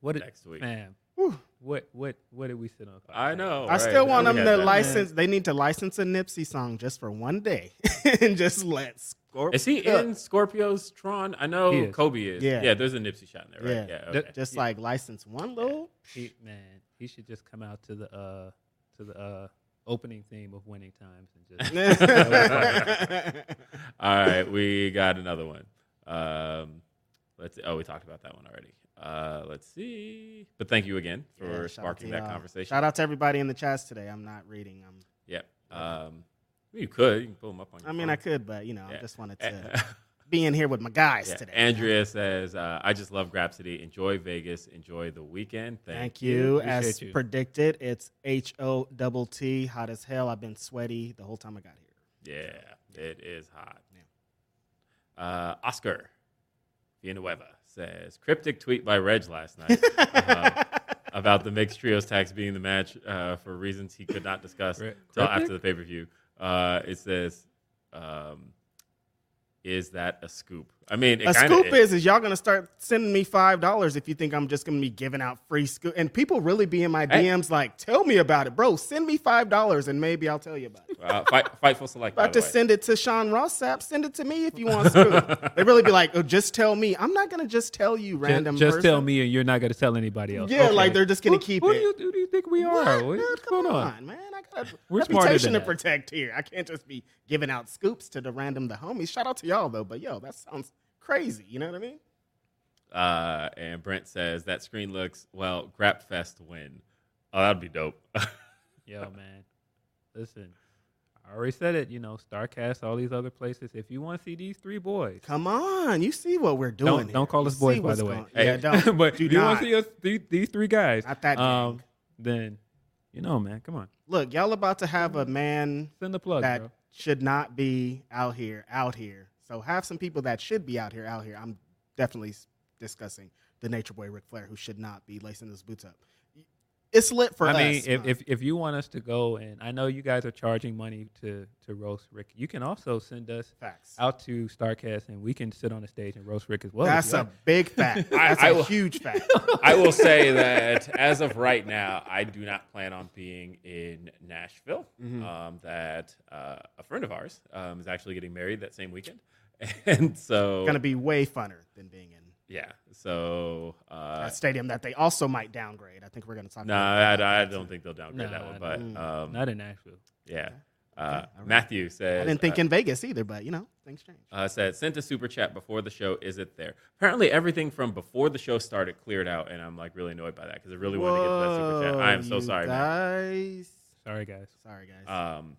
[SPEAKER 4] What did-
[SPEAKER 3] Next week.
[SPEAKER 4] fam?
[SPEAKER 1] Whew.
[SPEAKER 4] What what what did we sit on?
[SPEAKER 3] I know.
[SPEAKER 1] I still
[SPEAKER 3] right?
[SPEAKER 1] want
[SPEAKER 3] We
[SPEAKER 1] them
[SPEAKER 3] had
[SPEAKER 1] to
[SPEAKER 3] that.
[SPEAKER 1] license. They need to license a Nipsey song just for one day, and just let Scorp. uh,
[SPEAKER 3] Is he in Scorpio's Tron? I know
[SPEAKER 4] He is.
[SPEAKER 3] Kobe is.
[SPEAKER 1] Yeah.
[SPEAKER 3] yeah, there's a Nipsey shot in there,
[SPEAKER 1] Yeah,
[SPEAKER 3] right?
[SPEAKER 4] The-
[SPEAKER 3] okay.
[SPEAKER 1] just like license one little.
[SPEAKER 4] He, man, he should just come out to the uh to the uh opening theme of Winning Times and just
[SPEAKER 3] All right, we got another one. Um, let's. Oh, we talked about that one already. Uh, let's see. But thank you again
[SPEAKER 1] Yeah, shout
[SPEAKER 3] for
[SPEAKER 1] out
[SPEAKER 3] sparking
[SPEAKER 1] to
[SPEAKER 3] that
[SPEAKER 1] y'all.
[SPEAKER 3] conversation.
[SPEAKER 1] Shout out to everybody in the chats today. I'm not reading. I'm,
[SPEAKER 3] Yep. Um, you could. You can pull them up on. Your
[SPEAKER 1] I mean,
[SPEAKER 3] phone.
[SPEAKER 1] I could, but you know, I
[SPEAKER 3] Yeah.
[SPEAKER 1] just wanted
[SPEAKER 3] A-
[SPEAKER 1] to be in here with my guys
[SPEAKER 3] yeah.
[SPEAKER 1] today.
[SPEAKER 3] Andrea says, uh, "I just love Grapsody. Enjoy Vegas. Enjoy the weekend. Thank,
[SPEAKER 1] Thank you. As
[SPEAKER 4] Appreciate you.
[SPEAKER 1] predicted, it's H O double T, hot as hell. I've been sweaty the whole time I got here.
[SPEAKER 3] Yeah, it is hot. Uh, Oscar Villanueva says cryptic tweet by Reg last night uh, about the mixed trios tax being the match uh, for reasons he could not discuss
[SPEAKER 4] Right.
[SPEAKER 3] until
[SPEAKER 4] Cryptic?
[SPEAKER 3] after the pay per view. Uh, it says, um, "Is that a scoop?" I mean, it
[SPEAKER 1] a
[SPEAKER 3] kinda
[SPEAKER 1] scoop is, is y'all gonna start sending me five dollars if you think I'm just gonna be giving out free scoop. And people really be in my
[SPEAKER 3] Hey.
[SPEAKER 1] DMs like, "Tell me about it, bro. Send me five dollars and maybe I'll tell you about it."
[SPEAKER 3] Uh, fight, Fightful Select. by
[SPEAKER 1] About
[SPEAKER 3] the
[SPEAKER 1] to
[SPEAKER 3] way.
[SPEAKER 1] send it to Sean Rossap. Send it to me if you want scoop. they really be like, "Oh, just tell me." I'm not gonna just tell you
[SPEAKER 4] Ju-
[SPEAKER 1] random.
[SPEAKER 4] just
[SPEAKER 1] person.
[SPEAKER 4] tell me and you're not gonna tell anybody else.
[SPEAKER 1] Yeah,
[SPEAKER 4] Okay.
[SPEAKER 1] like they're just gonna
[SPEAKER 4] Who-
[SPEAKER 1] keep
[SPEAKER 4] who
[SPEAKER 1] it.
[SPEAKER 4] Do you, who do you think we
[SPEAKER 1] What?
[SPEAKER 4] are? What-
[SPEAKER 1] Man,
[SPEAKER 4] What's
[SPEAKER 1] come
[SPEAKER 4] going on?
[SPEAKER 1] man. I got a
[SPEAKER 4] We're smarter
[SPEAKER 1] reputation to
[SPEAKER 4] than that.
[SPEAKER 1] protect here. I can't just be giving out scoops to the random the homies. Shout out to y'all though, but yo, that sounds crazy. You know what I mean?
[SPEAKER 3] Uh, and Brent says that screen looks well. Grapfest win. Oh, that'd be dope.
[SPEAKER 4] Yo, man, listen. I already said it, you know, Starcast, all these other places. If you want to see these three boys,
[SPEAKER 1] Come on, you see what we're doing.
[SPEAKER 4] don't
[SPEAKER 1] here.
[SPEAKER 4] don't call
[SPEAKER 1] You
[SPEAKER 4] us
[SPEAKER 1] see
[SPEAKER 4] boys, by
[SPEAKER 1] what's
[SPEAKER 4] the way.
[SPEAKER 1] going- yeah, don't.
[SPEAKER 4] but
[SPEAKER 1] do
[SPEAKER 4] if you
[SPEAKER 1] not.
[SPEAKER 4] want to see us these, these three guys?
[SPEAKER 1] Not that
[SPEAKER 4] Um, then you know, man, come on,
[SPEAKER 1] Look, y'all about to have a man
[SPEAKER 4] send the plug,
[SPEAKER 1] that
[SPEAKER 4] bro.
[SPEAKER 1] should not be out here, out here. So have some people that should be out here, out here. I'm definitely s- discussing the Nature Boy Ric Flair, who should not be lacing his boots up. It's lit for
[SPEAKER 4] I
[SPEAKER 1] us.
[SPEAKER 4] mean, if,
[SPEAKER 1] man.
[SPEAKER 4] if if you want us to go, and I know you guys are charging money to to roast Rick, you can also send us
[SPEAKER 1] facts.
[SPEAKER 4] out to Starcast, and we can sit on the stage and roast Rick as well.
[SPEAKER 1] That's a big fact. That's
[SPEAKER 3] I
[SPEAKER 1] a
[SPEAKER 3] will-
[SPEAKER 1] huge fact.
[SPEAKER 3] I will say that as of right now, I do not plan on being in Nashville.
[SPEAKER 1] Mm-hmm.
[SPEAKER 3] Um, that uh, a friend of ours um, is actually getting married that same weekend, and so
[SPEAKER 1] Going to be way funner than being in
[SPEAKER 3] yeah, so uh,
[SPEAKER 1] a stadium that they also might downgrade. I think we're going to talk
[SPEAKER 3] no,
[SPEAKER 1] about that.
[SPEAKER 3] I, I don't think they'll downgrade
[SPEAKER 4] Nah,
[SPEAKER 3] that
[SPEAKER 1] mm.
[SPEAKER 3] one, but um,
[SPEAKER 4] not in Nashville.
[SPEAKER 3] yeah. Uh, Matthew says
[SPEAKER 1] I didn't think
[SPEAKER 3] uh,
[SPEAKER 1] in Vegas either, but you know, things change.
[SPEAKER 3] uh, said sent a super chat before the show. Is it there? Apparently, everything from before the show started cleared out, and I'm like really annoyed by that because I really wanted to get to that super chat. I am so
[SPEAKER 1] you
[SPEAKER 3] sorry, Matt.
[SPEAKER 1] guys.
[SPEAKER 4] Sorry, guys.
[SPEAKER 1] Sorry, guys.
[SPEAKER 3] Um,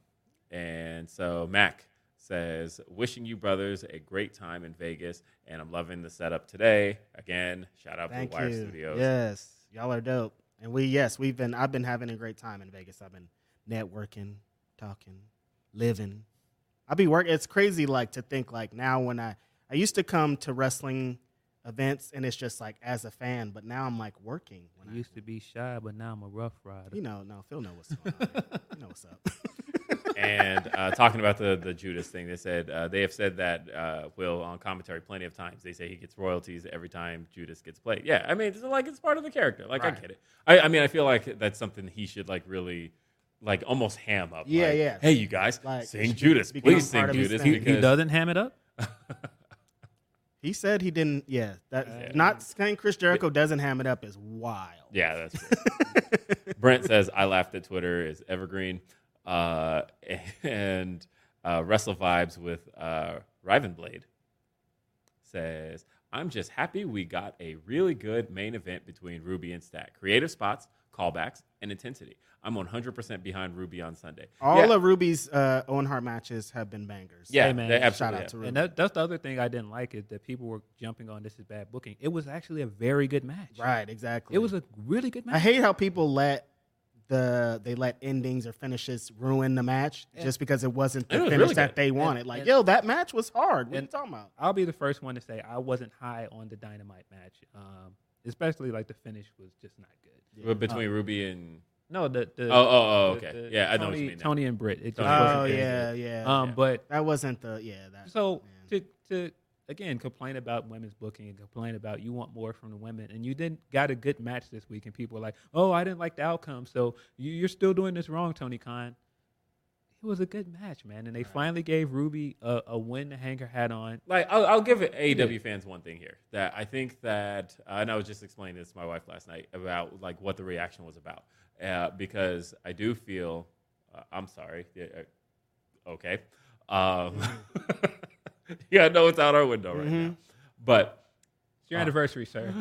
[SPEAKER 3] and so Mac says, wishing you brothers a great time in Vegas, and I'm loving the setup today. Again, shout out
[SPEAKER 1] Thank
[SPEAKER 3] to the Wire
[SPEAKER 1] you.
[SPEAKER 3] Studios.
[SPEAKER 1] Yes, y'all are dope. And we, yes, we've been. I've been having a great time in Vegas. I've been networking, talking, living. I be work. It's crazy, like to think like now when I I used to come to wrestling events and it's just like as a fan, but now I'm like working. When
[SPEAKER 4] I
[SPEAKER 1] I,
[SPEAKER 4] used to be shy, but now I'm a rough rider.
[SPEAKER 1] you know, no, Phil know what's going on. man. you know what's up.
[SPEAKER 3] and uh, talking about the, the Judas thing, they said uh, they have said that uh, Will on commentary plenty of times. They say he gets royalties every time Judas gets played. Yeah, I mean, it's like it's part of the character. Like I
[SPEAKER 1] Right.
[SPEAKER 3] get it. I, I mean, I feel like that's something he should like really. Like almost ham up.
[SPEAKER 1] Yeah,
[SPEAKER 3] like,
[SPEAKER 1] yeah.
[SPEAKER 3] Hey, you guys,
[SPEAKER 1] Like,
[SPEAKER 3] sing Judas,
[SPEAKER 1] become part
[SPEAKER 3] please sing
[SPEAKER 1] of his
[SPEAKER 3] Judas.
[SPEAKER 1] thing.
[SPEAKER 4] he, he
[SPEAKER 3] because-
[SPEAKER 4] doesn't ham it up.
[SPEAKER 1] He said he didn't. Yeah, that not saying Chris Jericho doesn't ham it up is wild.
[SPEAKER 3] Yeah, that's great. Brent says, I laughed at Twitter is evergreen. Uh, and uh, Wrestle Vibes with uh, Ravenblade says, I'm just happy we got a really good main event between Ruby and Stack. Creative spots, callbacks, and intensity. I'm 100% behind Ruby on Sunday.
[SPEAKER 1] All
[SPEAKER 3] yeah,
[SPEAKER 1] of Ruby's uh, Owen Hart matches have been bangers.
[SPEAKER 3] yeah
[SPEAKER 4] Hey, man.
[SPEAKER 3] they
[SPEAKER 4] Shout
[SPEAKER 3] absolutely
[SPEAKER 1] Shout out
[SPEAKER 3] have.
[SPEAKER 1] to Ruby.
[SPEAKER 4] And that, that's the other thing I didn't like is that people were jumping on this is bad booking. It was actually a very good match.
[SPEAKER 1] right, exactly.
[SPEAKER 4] It was a really good match.
[SPEAKER 1] I hate how people let the they let endings or finishes ruin the match just because it wasn't the
[SPEAKER 3] It was
[SPEAKER 1] finish
[SPEAKER 3] really
[SPEAKER 1] that
[SPEAKER 3] good.
[SPEAKER 1] they wanted. like,
[SPEAKER 4] and-
[SPEAKER 1] yo, that match was hard. What are you
[SPEAKER 4] and-
[SPEAKER 1] talking about?
[SPEAKER 4] I'll be the first one to say I wasn't high on the dynamite match. Um, especially like the finish was just not good.
[SPEAKER 3] But between Ruby and
[SPEAKER 4] No, the, Uh, the
[SPEAKER 3] oh oh, oh
[SPEAKER 4] the-
[SPEAKER 3] okay
[SPEAKER 4] the
[SPEAKER 3] yeah I know
[SPEAKER 4] Tony,
[SPEAKER 3] what you mean. now.
[SPEAKER 4] Tony and Britt. It just
[SPEAKER 3] Tony.
[SPEAKER 4] wasn't
[SPEAKER 1] Oh
[SPEAKER 4] good.
[SPEAKER 1] yeah, yeah.
[SPEAKER 4] Um, but
[SPEAKER 1] that wasn't the yeah. That
[SPEAKER 4] so
[SPEAKER 1] man.
[SPEAKER 4] to to again complain about women's booking and complain about you want more from the women and you didn't got a good match this week and people are like oh I didn't like the outcome so you, you're still doing this wrong Tony Khan. It was a good match, man, and they finally gave Ruby a, a win to hang her hat on.
[SPEAKER 3] like I'll, I'll give AEW fans one thing here that I think that uh, and I was just explaining this to my wife last night about like what the reaction was about uh, because I do feel uh, I'm sorry yeah, uh, okay um, yeah I know it's out our window right now but
[SPEAKER 4] It's your anniversary, sir.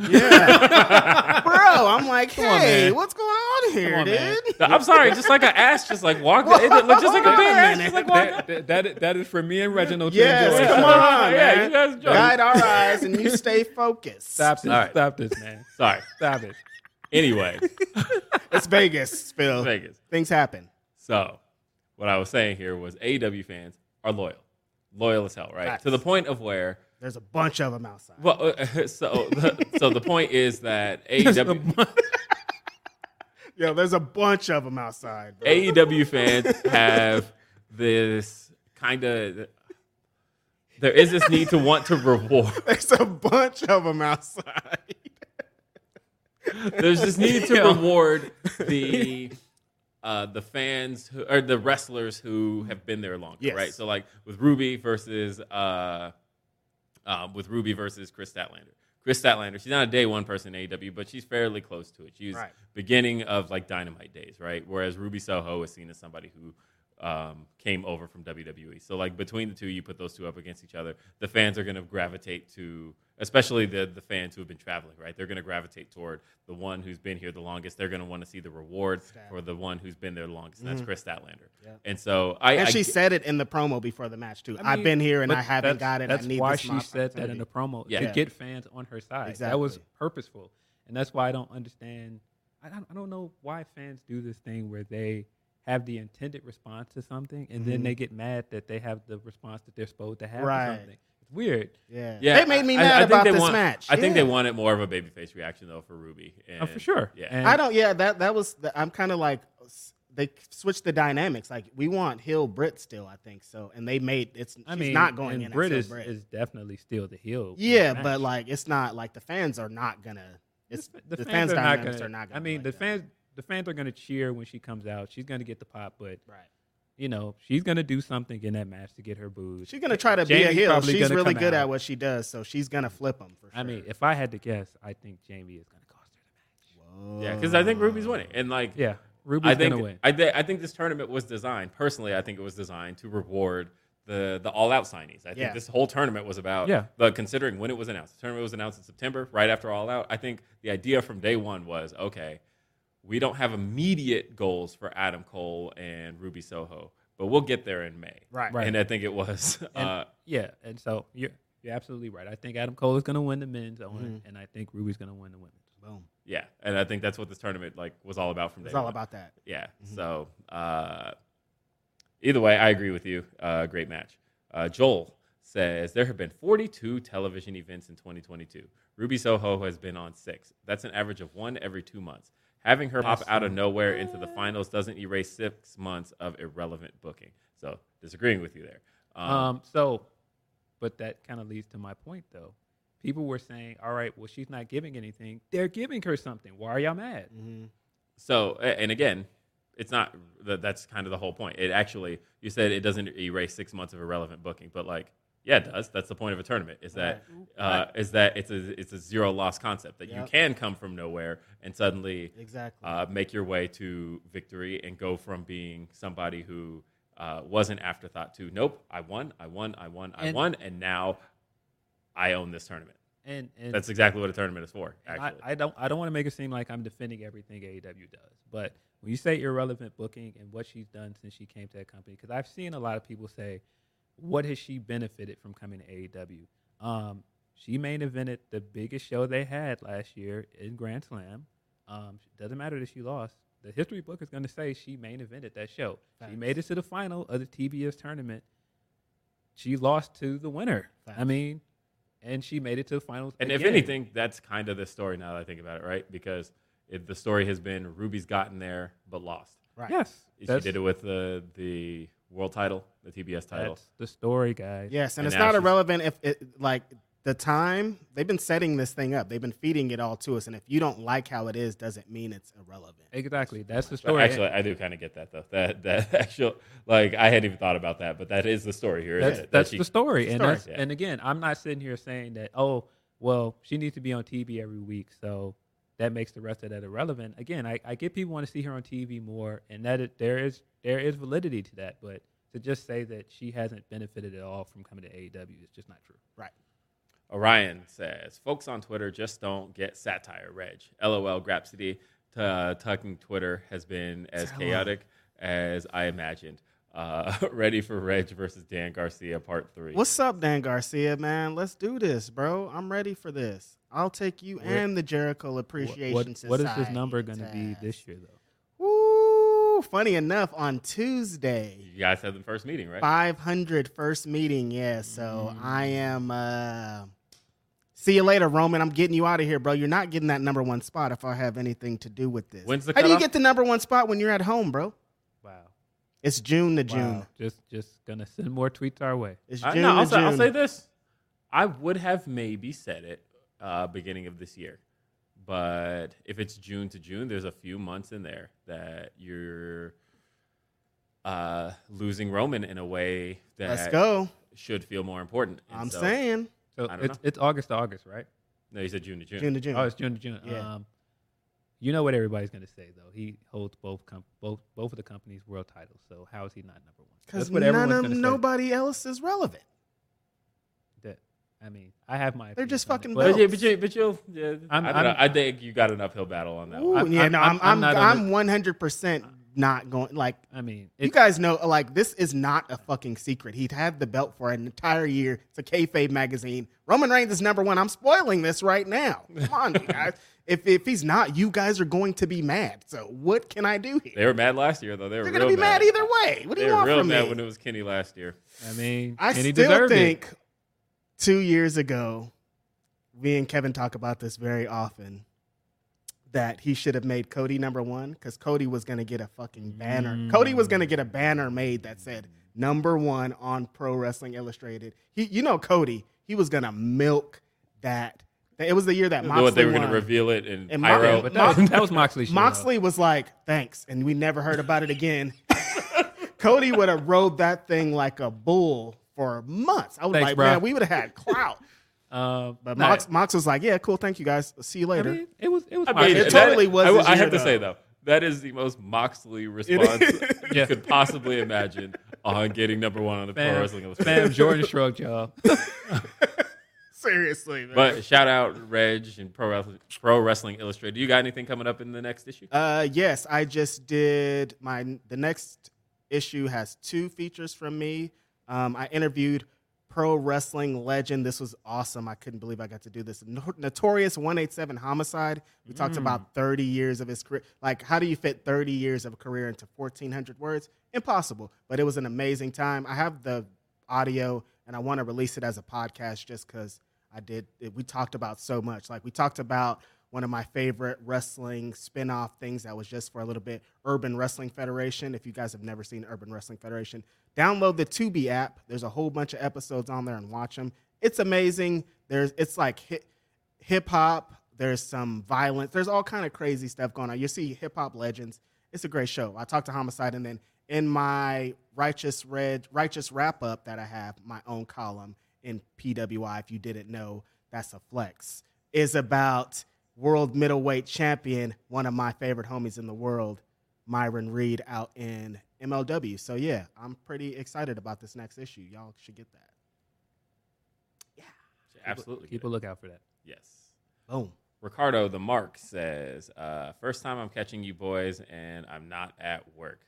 [SPEAKER 1] bro, I'm like, hey,
[SPEAKER 4] man.
[SPEAKER 1] what's going on here,
[SPEAKER 4] on, man.
[SPEAKER 1] dude?
[SPEAKER 3] No, I'm sorry just like an ass just like walked it, it- like, just like a big ass just like walked
[SPEAKER 4] that, that, that is, that is for me and Reginald
[SPEAKER 1] Yes,
[SPEAKER 4] to enjoy.
[SPEAKER 1] come on,
[SPEAKER 3] Yeah,
[SPEAKER 1] man.
[SPEAKER 3] you guys joke.
[SPEAKER 1] Guide our eyes and you stay focused.
[SPEAKER 4] Stop this!
[SPEAKER 3] All right.
[SPEAKER 4] Stop this, man!
[SPEAKER 3] sorry
[SPEAKER 4] Stop it!
[SPEAKER 3] anyway
[SPEAKER 1] It's Vegas, Phil.
[SPEAKER 3] Vegas
[SPEAKER 1] Things happen.
[SPEAKER 3] So, what I was saying here was AEW fans are loyal, loyal as hell, right? To the point of where,
[SPEAKER 1] There's a bunch of them outside.
[SPEAKER 3] well, uh, so the, so the point is that E AEW
[SPEAKER 1] Yo, there's a bunch of them outside. Bro.
[SPEAKER 3] AEW E fans have this kind of there is this need to want to reward.
[SPEAKER 1] There's a bunch of them outside.
[SPEAKER 3] There's this need to reward the. Uh, the fans who, or the wrestlers who have been there longer,
[SPEAKER 1] Yes.
[SPEAKER 3] right? So like with Ruby versus uh, um, with Ruby versus Chris Statlander. Chris Statlander, she's not a day one person in AEW, but she's fairly close to it. She's
[SPEAKER 1] Right.
[SPEAKER 3] beginning of like Dynamite days, right? Whereas Ruby Soho is seen as somebody who um, came over from WWE. So like between the two, you put those two up against each other. The fans are going to gravitate to, especially the the fans who have been traveling, right? They're going to gravitate toward the one who's been here the longest. They're going to want to see the reward for the one who's been there the longest,
[SPEAKER 4] Mm-hmm.
[SPEAKER 3] and that's Chris Statlander. And so I
[SPEAKER 1] And
[SPEAKER 3] I
[SPEAKER 1] she
[SPEAKER 3] get-
[SPEAKER 1] said it in the promo before the match too. I
[SPEAKER 4] mean,
[SPEAKER 1] have been here and
[SPEAKER 4] but
[SPEAKER 1] I haven't
[SPEAKER 4] that's-
[SPEAKER 1] got it.
[SPEAKER 4] That's
[SPEAKER 1] I need
[SPEAKER 4] why
[SPEAKER 1] this
[SPEAKER 4] she
[SPEAKER 1] my
[SPEAKER 4] said that in the
[SPEAKER 1] opportunity.
[SPEAKER 4] promo
[SPEAKER 3] Yeah.
[SPEAKER 4] to get fans on her side. That was
[SPEAKER 1] Exactly.
[SPEAKER 4] purposeful, and that's why I don't understand. I don't, I don't know why fans do this thing where they have the intended response to something, and then they get mad that they have the response that they're supposed to have.
[SPEAKER 1] Mm-hmm. Right.
[SPEAKER 4] To something. It's weird.
[SPEAKER 1] Yeah.
[SPEAKER 3] Yeah,
[SPEAKER 1] they made me
[SPEAKER 3] I- I- I
[SPEAKER 1] mad
[SPEAKER 3] think
[SPEAKER 1] about
[SPEAKER 3] they
[SPEAKER 1] this
[SPEAKER 3] want-
[SPEAKER 1] match.
[SPEAKER 3] I think
[SPEAKER 1] Yeah.
[SPEAKER 3] they wanted more of a babyface reaction though for Ruby. And,
[SPEAKER 4] Oh, for sure.
[SPEAKER 3] Yeah.
[SPEAKER 4] And
[SPEAKER 1] I don't. Yeah, that that was. The, I'm kind of like s- they switched the dynamics. Like we want Hill Brit still. I think so, and they made it's.
[SPEAKER 4] I
[SPEAKER 1] she's
[SPEAKER 4] mean,
[SPEAKER 1] not going
[SPEAKER 4] and
[SPEAKER 1] in. as
[SPEAKER 4] Britt
[SPEAKER 1] Hill
[SPEAKER 4] is, is definitely still the heel. in
[SPEAKER 1] yeah,
[SPEAKER 4] the
[SPEAKER 1] but
[SPEAKER 4] match.
[SPEAKER 1] like it's not like the fans are not gonna. It's the,
[SPEAKER 4] The fans,
[SPEAKER 1] fans,
[SPEAKER 4] are, not
[SPEAKER 1] dynamics
[SPEAKER 4] gonna,
[SPEAKER 1] are not gonna.
[SPEAKER 4] I
[SPEAKER 1] be
[SPEAKER 4] mean,
[SPEAKER 1] like
[SPEAKER 4] the
[SPEAKER 1] that.
[SPEAKER 4] fans. The fans are going to cheer when she comes out. She's going to get the pop, but
[SPEAKER 1] Right.
[SPEAKER 4] you know she's going to do something in that match to get her booed.
[SPEAKER 1] She's gonna try to be a
[SPEAKER 4] Jamie's
[SPEAKER 1] heel.
[SPEAKER 4] probably
[SPEAKER 1] She's
[SPEAKER 4] gonna
[SPEAKER 1] really
[SPEAKER 4] come
[SPEAKER 1] good
[SPEAKER 4] out.
[SPEAKER 1] at what she does, so she's gonna flip them for sure.
[SPEAKER 4] I mean, if I had to guess, I think Jamie is going to cost her the match.
[SPEAKER 3] Yeah, because I think Ruby's winning, and like,
[SPEAKER 4] Yeah,
[SPEAKER 3] I
[SPEAKER 4] Ruby's going
[SPEAKER 3] think
[SPEAKER 4] to win.
[SPEAKER 3] I, thi- I think this tournament was designed. Personally, I think it was designed to reward the the all out signees. I think
[SPEAKER 1] Yeah.
[SPEAKER 3] this whole tournament was about.
[SPEAKER 4] Yeah.
[SPEAKER 3] But considering when it was announced, the tournament was announced in September, right after All Out. I think the idea from day one was okay, we don't have immediate goals for Adam Cole and Ruby Soho, but we'll get there in May.
[SPEAKER 1] Right.
[SPEAKER 4] Right.
[SPEAKER 3] And uh, I think it was.
[SPEAKER 4] And-
[SPEAKER 3] uh,
[SPEAKER 4] yeah, and so you're you're absolutely right. I think Adam Cole is going to win the men's on it,
[SPEAKER 1] Mm-hmm.
[SPEAKER 4] and I think Ruby's going to win the women's.
[SPEAKER 1] boom.
[SPEAKER 3] yeah, and I think that's what this tournament like was all about from day
[SPEAKER 1] It's all
[SPEAKER 3] one.
[SPEAKER 1] about that.
[SPEAKER 3] Yeah. So uh, either way, I agree with you. Uh, great match. Uh, Joel says there have been 42 television events in 2022. Ruby Soho has been on six. That's an average of one every two months. Having her pop out of nowhere into the finals doesn't erase six months of irrelevant booking. So disagreeing with you there. Um,
[SPEAKER 4] Um, so, but that kind of leads to my point though. People were saying, "All right, well, she's not giving anything. They're giving her something. Why are y'all mad?"
[SPEAKER 1] Mm.
[SPEAKER 3] So, a- and again, it's not that that's kind of the whole point. It actually, you said it doesn't erase six months of irrelevant booking, but like, yeah, it does. That's the point of a tournament. Is that uh, is that it's a it's a zero loss concept that you
[SPEAKER 1] Yep.
[SPEAKER 3] can come from nowhere and suddenly
[SPEAKER 1] Exactly.
[SPEAKER 3] uh, make your way to victory and go from being somebody who uh, was an afterthought to nope, I won, I won, I won, I
[SPEAKER 4] And-
[SPEAKER 3] won, and now I own this tournament.
[SPEAKER 4] And, and
[SPEAKER 3] That's exactly what a tournament is for.
[SPEAKER 4] I,
[SPEAKER 3] Actually,
[SPEAKER 4] I don't I don't want to make it seem like I'm defending everything AEW does, but when you say irrelevant booking and what she's done since she came to that company, because I've seen a lot of people say, what has she benefited from coming to AEW? Um, she main evented the biggest show they had last year in Grand Slam. Um, doesn't matter that she lost. The history book is going to say she main evented that show. She made it to the final of the TBS tournament. She lost to the winner. I
[SPEAKER 1] Facts.
[SPEAKER 4] mean, and she made it to the finals.
[SPEAKER 3] and if
[SPEAKER 4] again.
[SPEAKER 3] anything, that's kind of the story now that I think about it, right? Because if the story has been Ruby's gotten there but lost.
[SPEAKER 1] Right.
[SPEAKER 4] yes,
[SPEAKER 3] She
[SPEAKER 4] that's-
[SPEAKER 3] did it with the the world title, the TBS title.
[SPEAKER 4] That's the story, guys.
[SPEAKER 1] Yes, and,
[SPEAKER 3] And
[SPEAKER 1] it's
[SPEAKER 3] now
[SPEAKER 1] not
[SPEAKER 3] she's-
[SPEAKER 1] irrelevant if it like the time they've been setting this thing up. They've been feeding it all to us, and if you don't like how it is, doesn't mean it's irrelevant.
[SPEAKER 4] Exactly. That's the
[SPEAKER 3] But
[SPEAKER 4] story.
[SPEAKER 3] actually, I do kind of get that though. That that actual like I hadn't even thought about that, but that is the story here.
[SPEAKER 4] that's
[SPEAKER 3] isn't it? That
[SPEAKER 4] that's
[SPEAKER 3] she-
[SPEAKER 4] the story. And
[SPEAKER 1] Story.
[SPEAKER 4] that's,
[SPEAKER 3] Yeah.
[SPEAKER 4] and again, I'm not sitting here saying that, oh, well, she needs to be on TV every week, so that makes the rest of that irrelevant. Again, I, I get people want to see her on TV more and that it, there is there is validity to that, but to just say that she hasn't benefited at all from coming to AEW is just not true.
[SPEAKER 1] Right.
[SPEAKER 3] Orion says, folks on Twitter just don't get satire, Reg. LOL, Grapsody. T- uh, tucking Twitter has been as chaotic as I imagined. Uh, ready for Reg versus Dan Garcia, part three.
[SPEAKER 1] What's up, Dan Garcia, man? Let's do this, bro. I'm ready for this. I'll take you and the Jericho
[SPEAKER 4] What-
[SPEAKER 1] Appreciation
[SPEAKER 4] what- what is this
[SPEAKER 1] Society
[SPEAKER 4] number going to be
[SPEAKER 1] test.
[SPEAKER 4] this year, though?
[SPEAKER 1] Woo! Funny enough, on Tuesday,
[SPEAKER 3] you guys had the first meeting, right?
[SPEAKER 1] 500 first meeting. Yeah, so I am. Uh, see you later, Roman. I'm getting you out of here, bro. You're not getting that number one spot if I have anything to do with this.
[SPEAKER 3] When's the
[SPEAKER 1] How do you
[SPEAKER 3] cutoff?
[SPEAKER 1] get the number one spot when you're at home, bro?
[SPEAKER 4] Wow.
[SPEAKER 1] It's June to June.
[SPEAKER 4] Wow. Just just gonna send more tweets our way.
[SPEAKER 1] It's June
[SPEAKER 3] I, Uh, no,
[SPEAKER 1] to
[SPEAKER 3] I'll, say,
[SPEAKER 1] June.
[SPEAKER 3] I'll say this. I would have maybe said it uh, beginning of this year. But if it's June to June, there's a few months in there that you're uh, losing Roman in a way that
[SPEAKER 1] Let's go.
[SPEAKER 3] should feel more important. And
[SPEAKER 1] I'm
[SPEAKER 3] so-
[SPEAKER 1] saying
[SPEAKER 4] So
[SPEAKER 3] I don't
[SPEAKER 4] it's it's August to August, right?
[SPEAKER 3] No, you said June to June.
[SPEAKER 1] June to June.
[SPEAKER 4] Oh, it's June to June.
[SPEAKER 1] Yeah.
[SPEAKER 4] Um, you know what everybody's going to say though. He holds both com- both both of the company's world titles. So how is he not number one?
[SPEAKER 1] Because
[SPEAKER 4] what
[SPEAKER 1] none
[SPEAKER 4] everyone's
[SPEAKER 1] of
[SPEAKER 4] gonna say.
[SPEAKER 1] nobody else is relevant.
[SPEAKER 4] That, I mean, I have my.
[SPEAKER 1] They're
[SPEAKER 4] opinions
[SPEAKER 1] just
[SPEAKER 4] on it,
[SPEAKER 1] fucking
[SPEAKER 4] but-
[SPEAKER 3] But, you, but, you, but you, yeah, I'm,
[SPEAKER 4] I'm-
[SPEAKER 3] I, do not know.
[SPEAKER 4] I'm-
[SPEAKER 3] I think you got an uphill battle on that
[SPEAKER 1] Ooh,
[SPEAKER 3] one.
[SPEAKER 4] I'm-
[SPEAKER 1] yeah,
[SPEAKER 4] I'm-
[SPEAKER 1] no, I'm
[SPEAKER 4] I'm- I'm
[SPEAKER 1] I'm
[SPEAKER 4] not on
[SPEAKER 1] I'm 100 percent not going. Like
[SPEAKER 4] I mean,
[SPEAKER 1] you
[SPEAKER 4] it's,
[SPEAKER 1] guys know, like this is not a fucking secret. He'd had the belt for an entire year. It's a kayfabe magazine. Roman Reigns is number one. I'm spoiling this right now. Come on, you guys. If if he's not, you guys are going to be mad. So what can I do here?
[SPEAKER 3] They were mad last year, though. They were
[SPEAKER 1] They're
[SPEAKER 3] real
[SPEAKER 1] gonna be mad either way. What do
[SPEAKER 3] They
[SPEAKER 1] you
[SPEAKER 3] were
[SPEAKER 1] want
[SPEAKER 3] real
[SPEAKER 1] from
[SPEAKER 3] mad
[SPEAKER 1] me?
[SPEAKER 3] when it was Kenny last year.
[SPEAKER 4] I mean,
[SPEAKER 1] I
[SPEAKER 4] and he
[SPEAKER 1] still
[SPEAKER 4] deserved
[SPEAKER 1] think
[SPEAKER 4] it.
[SPEAKER 1] two years ago, me and Kevin talk about this very often. That he should have made Cody number one because Cody was going to get a fucking banner.
[SPEAKER 4] Mm.
[SPEAKER 1] Cody was going to get a banner made that said number one on Pro Wrestling Illustrated. He, you know, Cody, he was going to milk that. It was the year that Moxley
[SPEAKER 3] Though they were
[SPEAKER 1] going
[SPEAKER 3] to reveal it in
[SPEAKER 1] And
[SPEAKER 3] Pyro.
[SPEAKER 1] Moxley-
[SPEAKER 4] Yeah, but that
[SPEAKER 1] Mo-
[SPEAKER 4] was, that was Moxley's show. though.
[SPEAKER 1] Moxley was like, thanks. And we never heard about it again. Cody would have rode that thing like a bull for months. I was
[SPEAKER 4] Thanks,
[SPEAKER 1] like,
[SPEAKER 4] bro.
[SPEAKER 1] man, we would have had clout.
[SPEAKER 4] Um,
[SPEAKER 1] But
[SPEAKER 4] no,
[SPEAKER 1] Mox, Mox was like, yeah, cool. Thank you guys. See you
[SPEAKER 4] I
[SPEAKER 1] later.
[SPEAKER 4] mean, it was it was.
[SPEAKER 3] I mean,
[SPEAKER 4] Moxley's
[SPEAKER 1] it
[SPEAKER 3] that-
[SPEAKER 4] show.
[SPEAKER 1] totally was
[SPEAKER 3] I,
[SPEAKER 1] this
[SPEAKER 3] I have
[SPEAKER 1] year,
[SPEAKER 3] to
[SPEAKER 1] though.
[SPEAKER 3] say though, that is the most Moxley response you
[SPEAKER 4] Yeah.
[SPEAKER 3] could possibly imagine on getting number one on the pro wrestling
[SPEAKER 4] Fam,
[SPEAKER 3] illustration.
[SPEAKER 4] fam, Jordan shrugged, y'all.
[SPEAKER 1] Seriously, man.
[SPEAKER 3] But shout out Reg and pro wrestling, pro wrestling illustrated. You got anything coming up in the next issue?
[SPEAKER 1] Uh, yes, I just did my. The next issue has two features from me. Um, I interviewed pro wrestling legend. This was awesome. I couldn't believe I got to do this. No- Notorious one eight seven homicide. We talked about thirty years of his career. Like, how do you fit thirty years of a career into fourteen hundred words? Impossible. But it was an amazing time. I have the audio, and I want to release it as a podcast just because I did. It, we talked about so much. Like we talked about one of my favorite wrestling spin-off things that was just for a little bit, Urban Wrestling Federation. If you guys have never seen Urban Wrestling Federation, download the Tubi app. There's a whole bunch of episodes on there and watch them. It's amazing. There's it's like hip hip hop. There's some violence. There's all kind of crazy stuff going on. You see hip hop legends. It's a great show. I talked to Homicide, and then in my righteous red righteous wrap up that I have my own column in PWI. If you didn't know, that's a flex. Is about world middleweight champion, one of my favorite homies in the world, Myron Reed, out in MLW. So yeah, I'm pretty excited about this next issue. Y'all should get that.
[SPEAKER 3] Absolutely.
[SPEAKER 4] Keep a lookout for that.
[SPEAKER 3] Yes.
[SPEAKER 1] Boom.
[SPEAKER 3] Ricardo the Mark says, uh, first time I'm catching you boys and I'm not at work.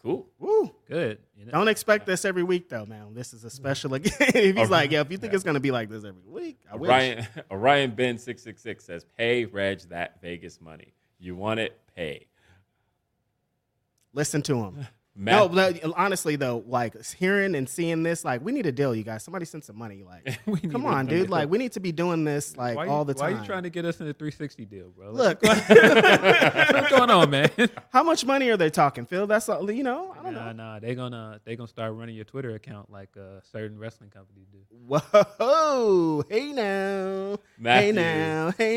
[SPEAKER 3] Cool.
[SPEAKER 1] Woo.
[SPEAKER 4] Good. You know,
[SPEAKER 1] Don't expect this every week though, man. This is a special. if he's like, yeah, if you think it's gonna be like this every week, I wish.
[SPEAKER 3] Orion, Orion Ben six six six says, "Pay Reg that Vegas money. You want it? Pay."
[SPEAKER 1] Listen to him. No,
[SPEAKER 3] Matt,
[SPEAKER 1] but uh, honestly though, like hearing and seeing this, like we need a deal, you guys. Somebody send some money. Like,
[SPEAKER 3] We need
[SPEAKER 1] come
[SPEAKER 3] a
[SPEAKER 1] on, dude.
[SPEAKER 3] deal.
[SPEAKER 1] Like, we need to be doing this like
[SPEAKER 4] why you-
[SPEAKER 1] all the time.
[SPEAKER 4] Why are you trying to get us in a 360 deal, bro?
[SPEAKER 1] look?
[SPEAKER 4] what's going on, man?
[SPEAKER 1] how much money are they talking, Phil? That's all, you know. I don't know.
[SPEAKER 4] Nah, nah, they gonna they gonna start running your Twitter account like uh, certain wrestling companies do.
[SPEAKER 1] Whoa! Hey now.
[SPEAKER 3] Matthew
[SPEAKER 1] hey now. Hey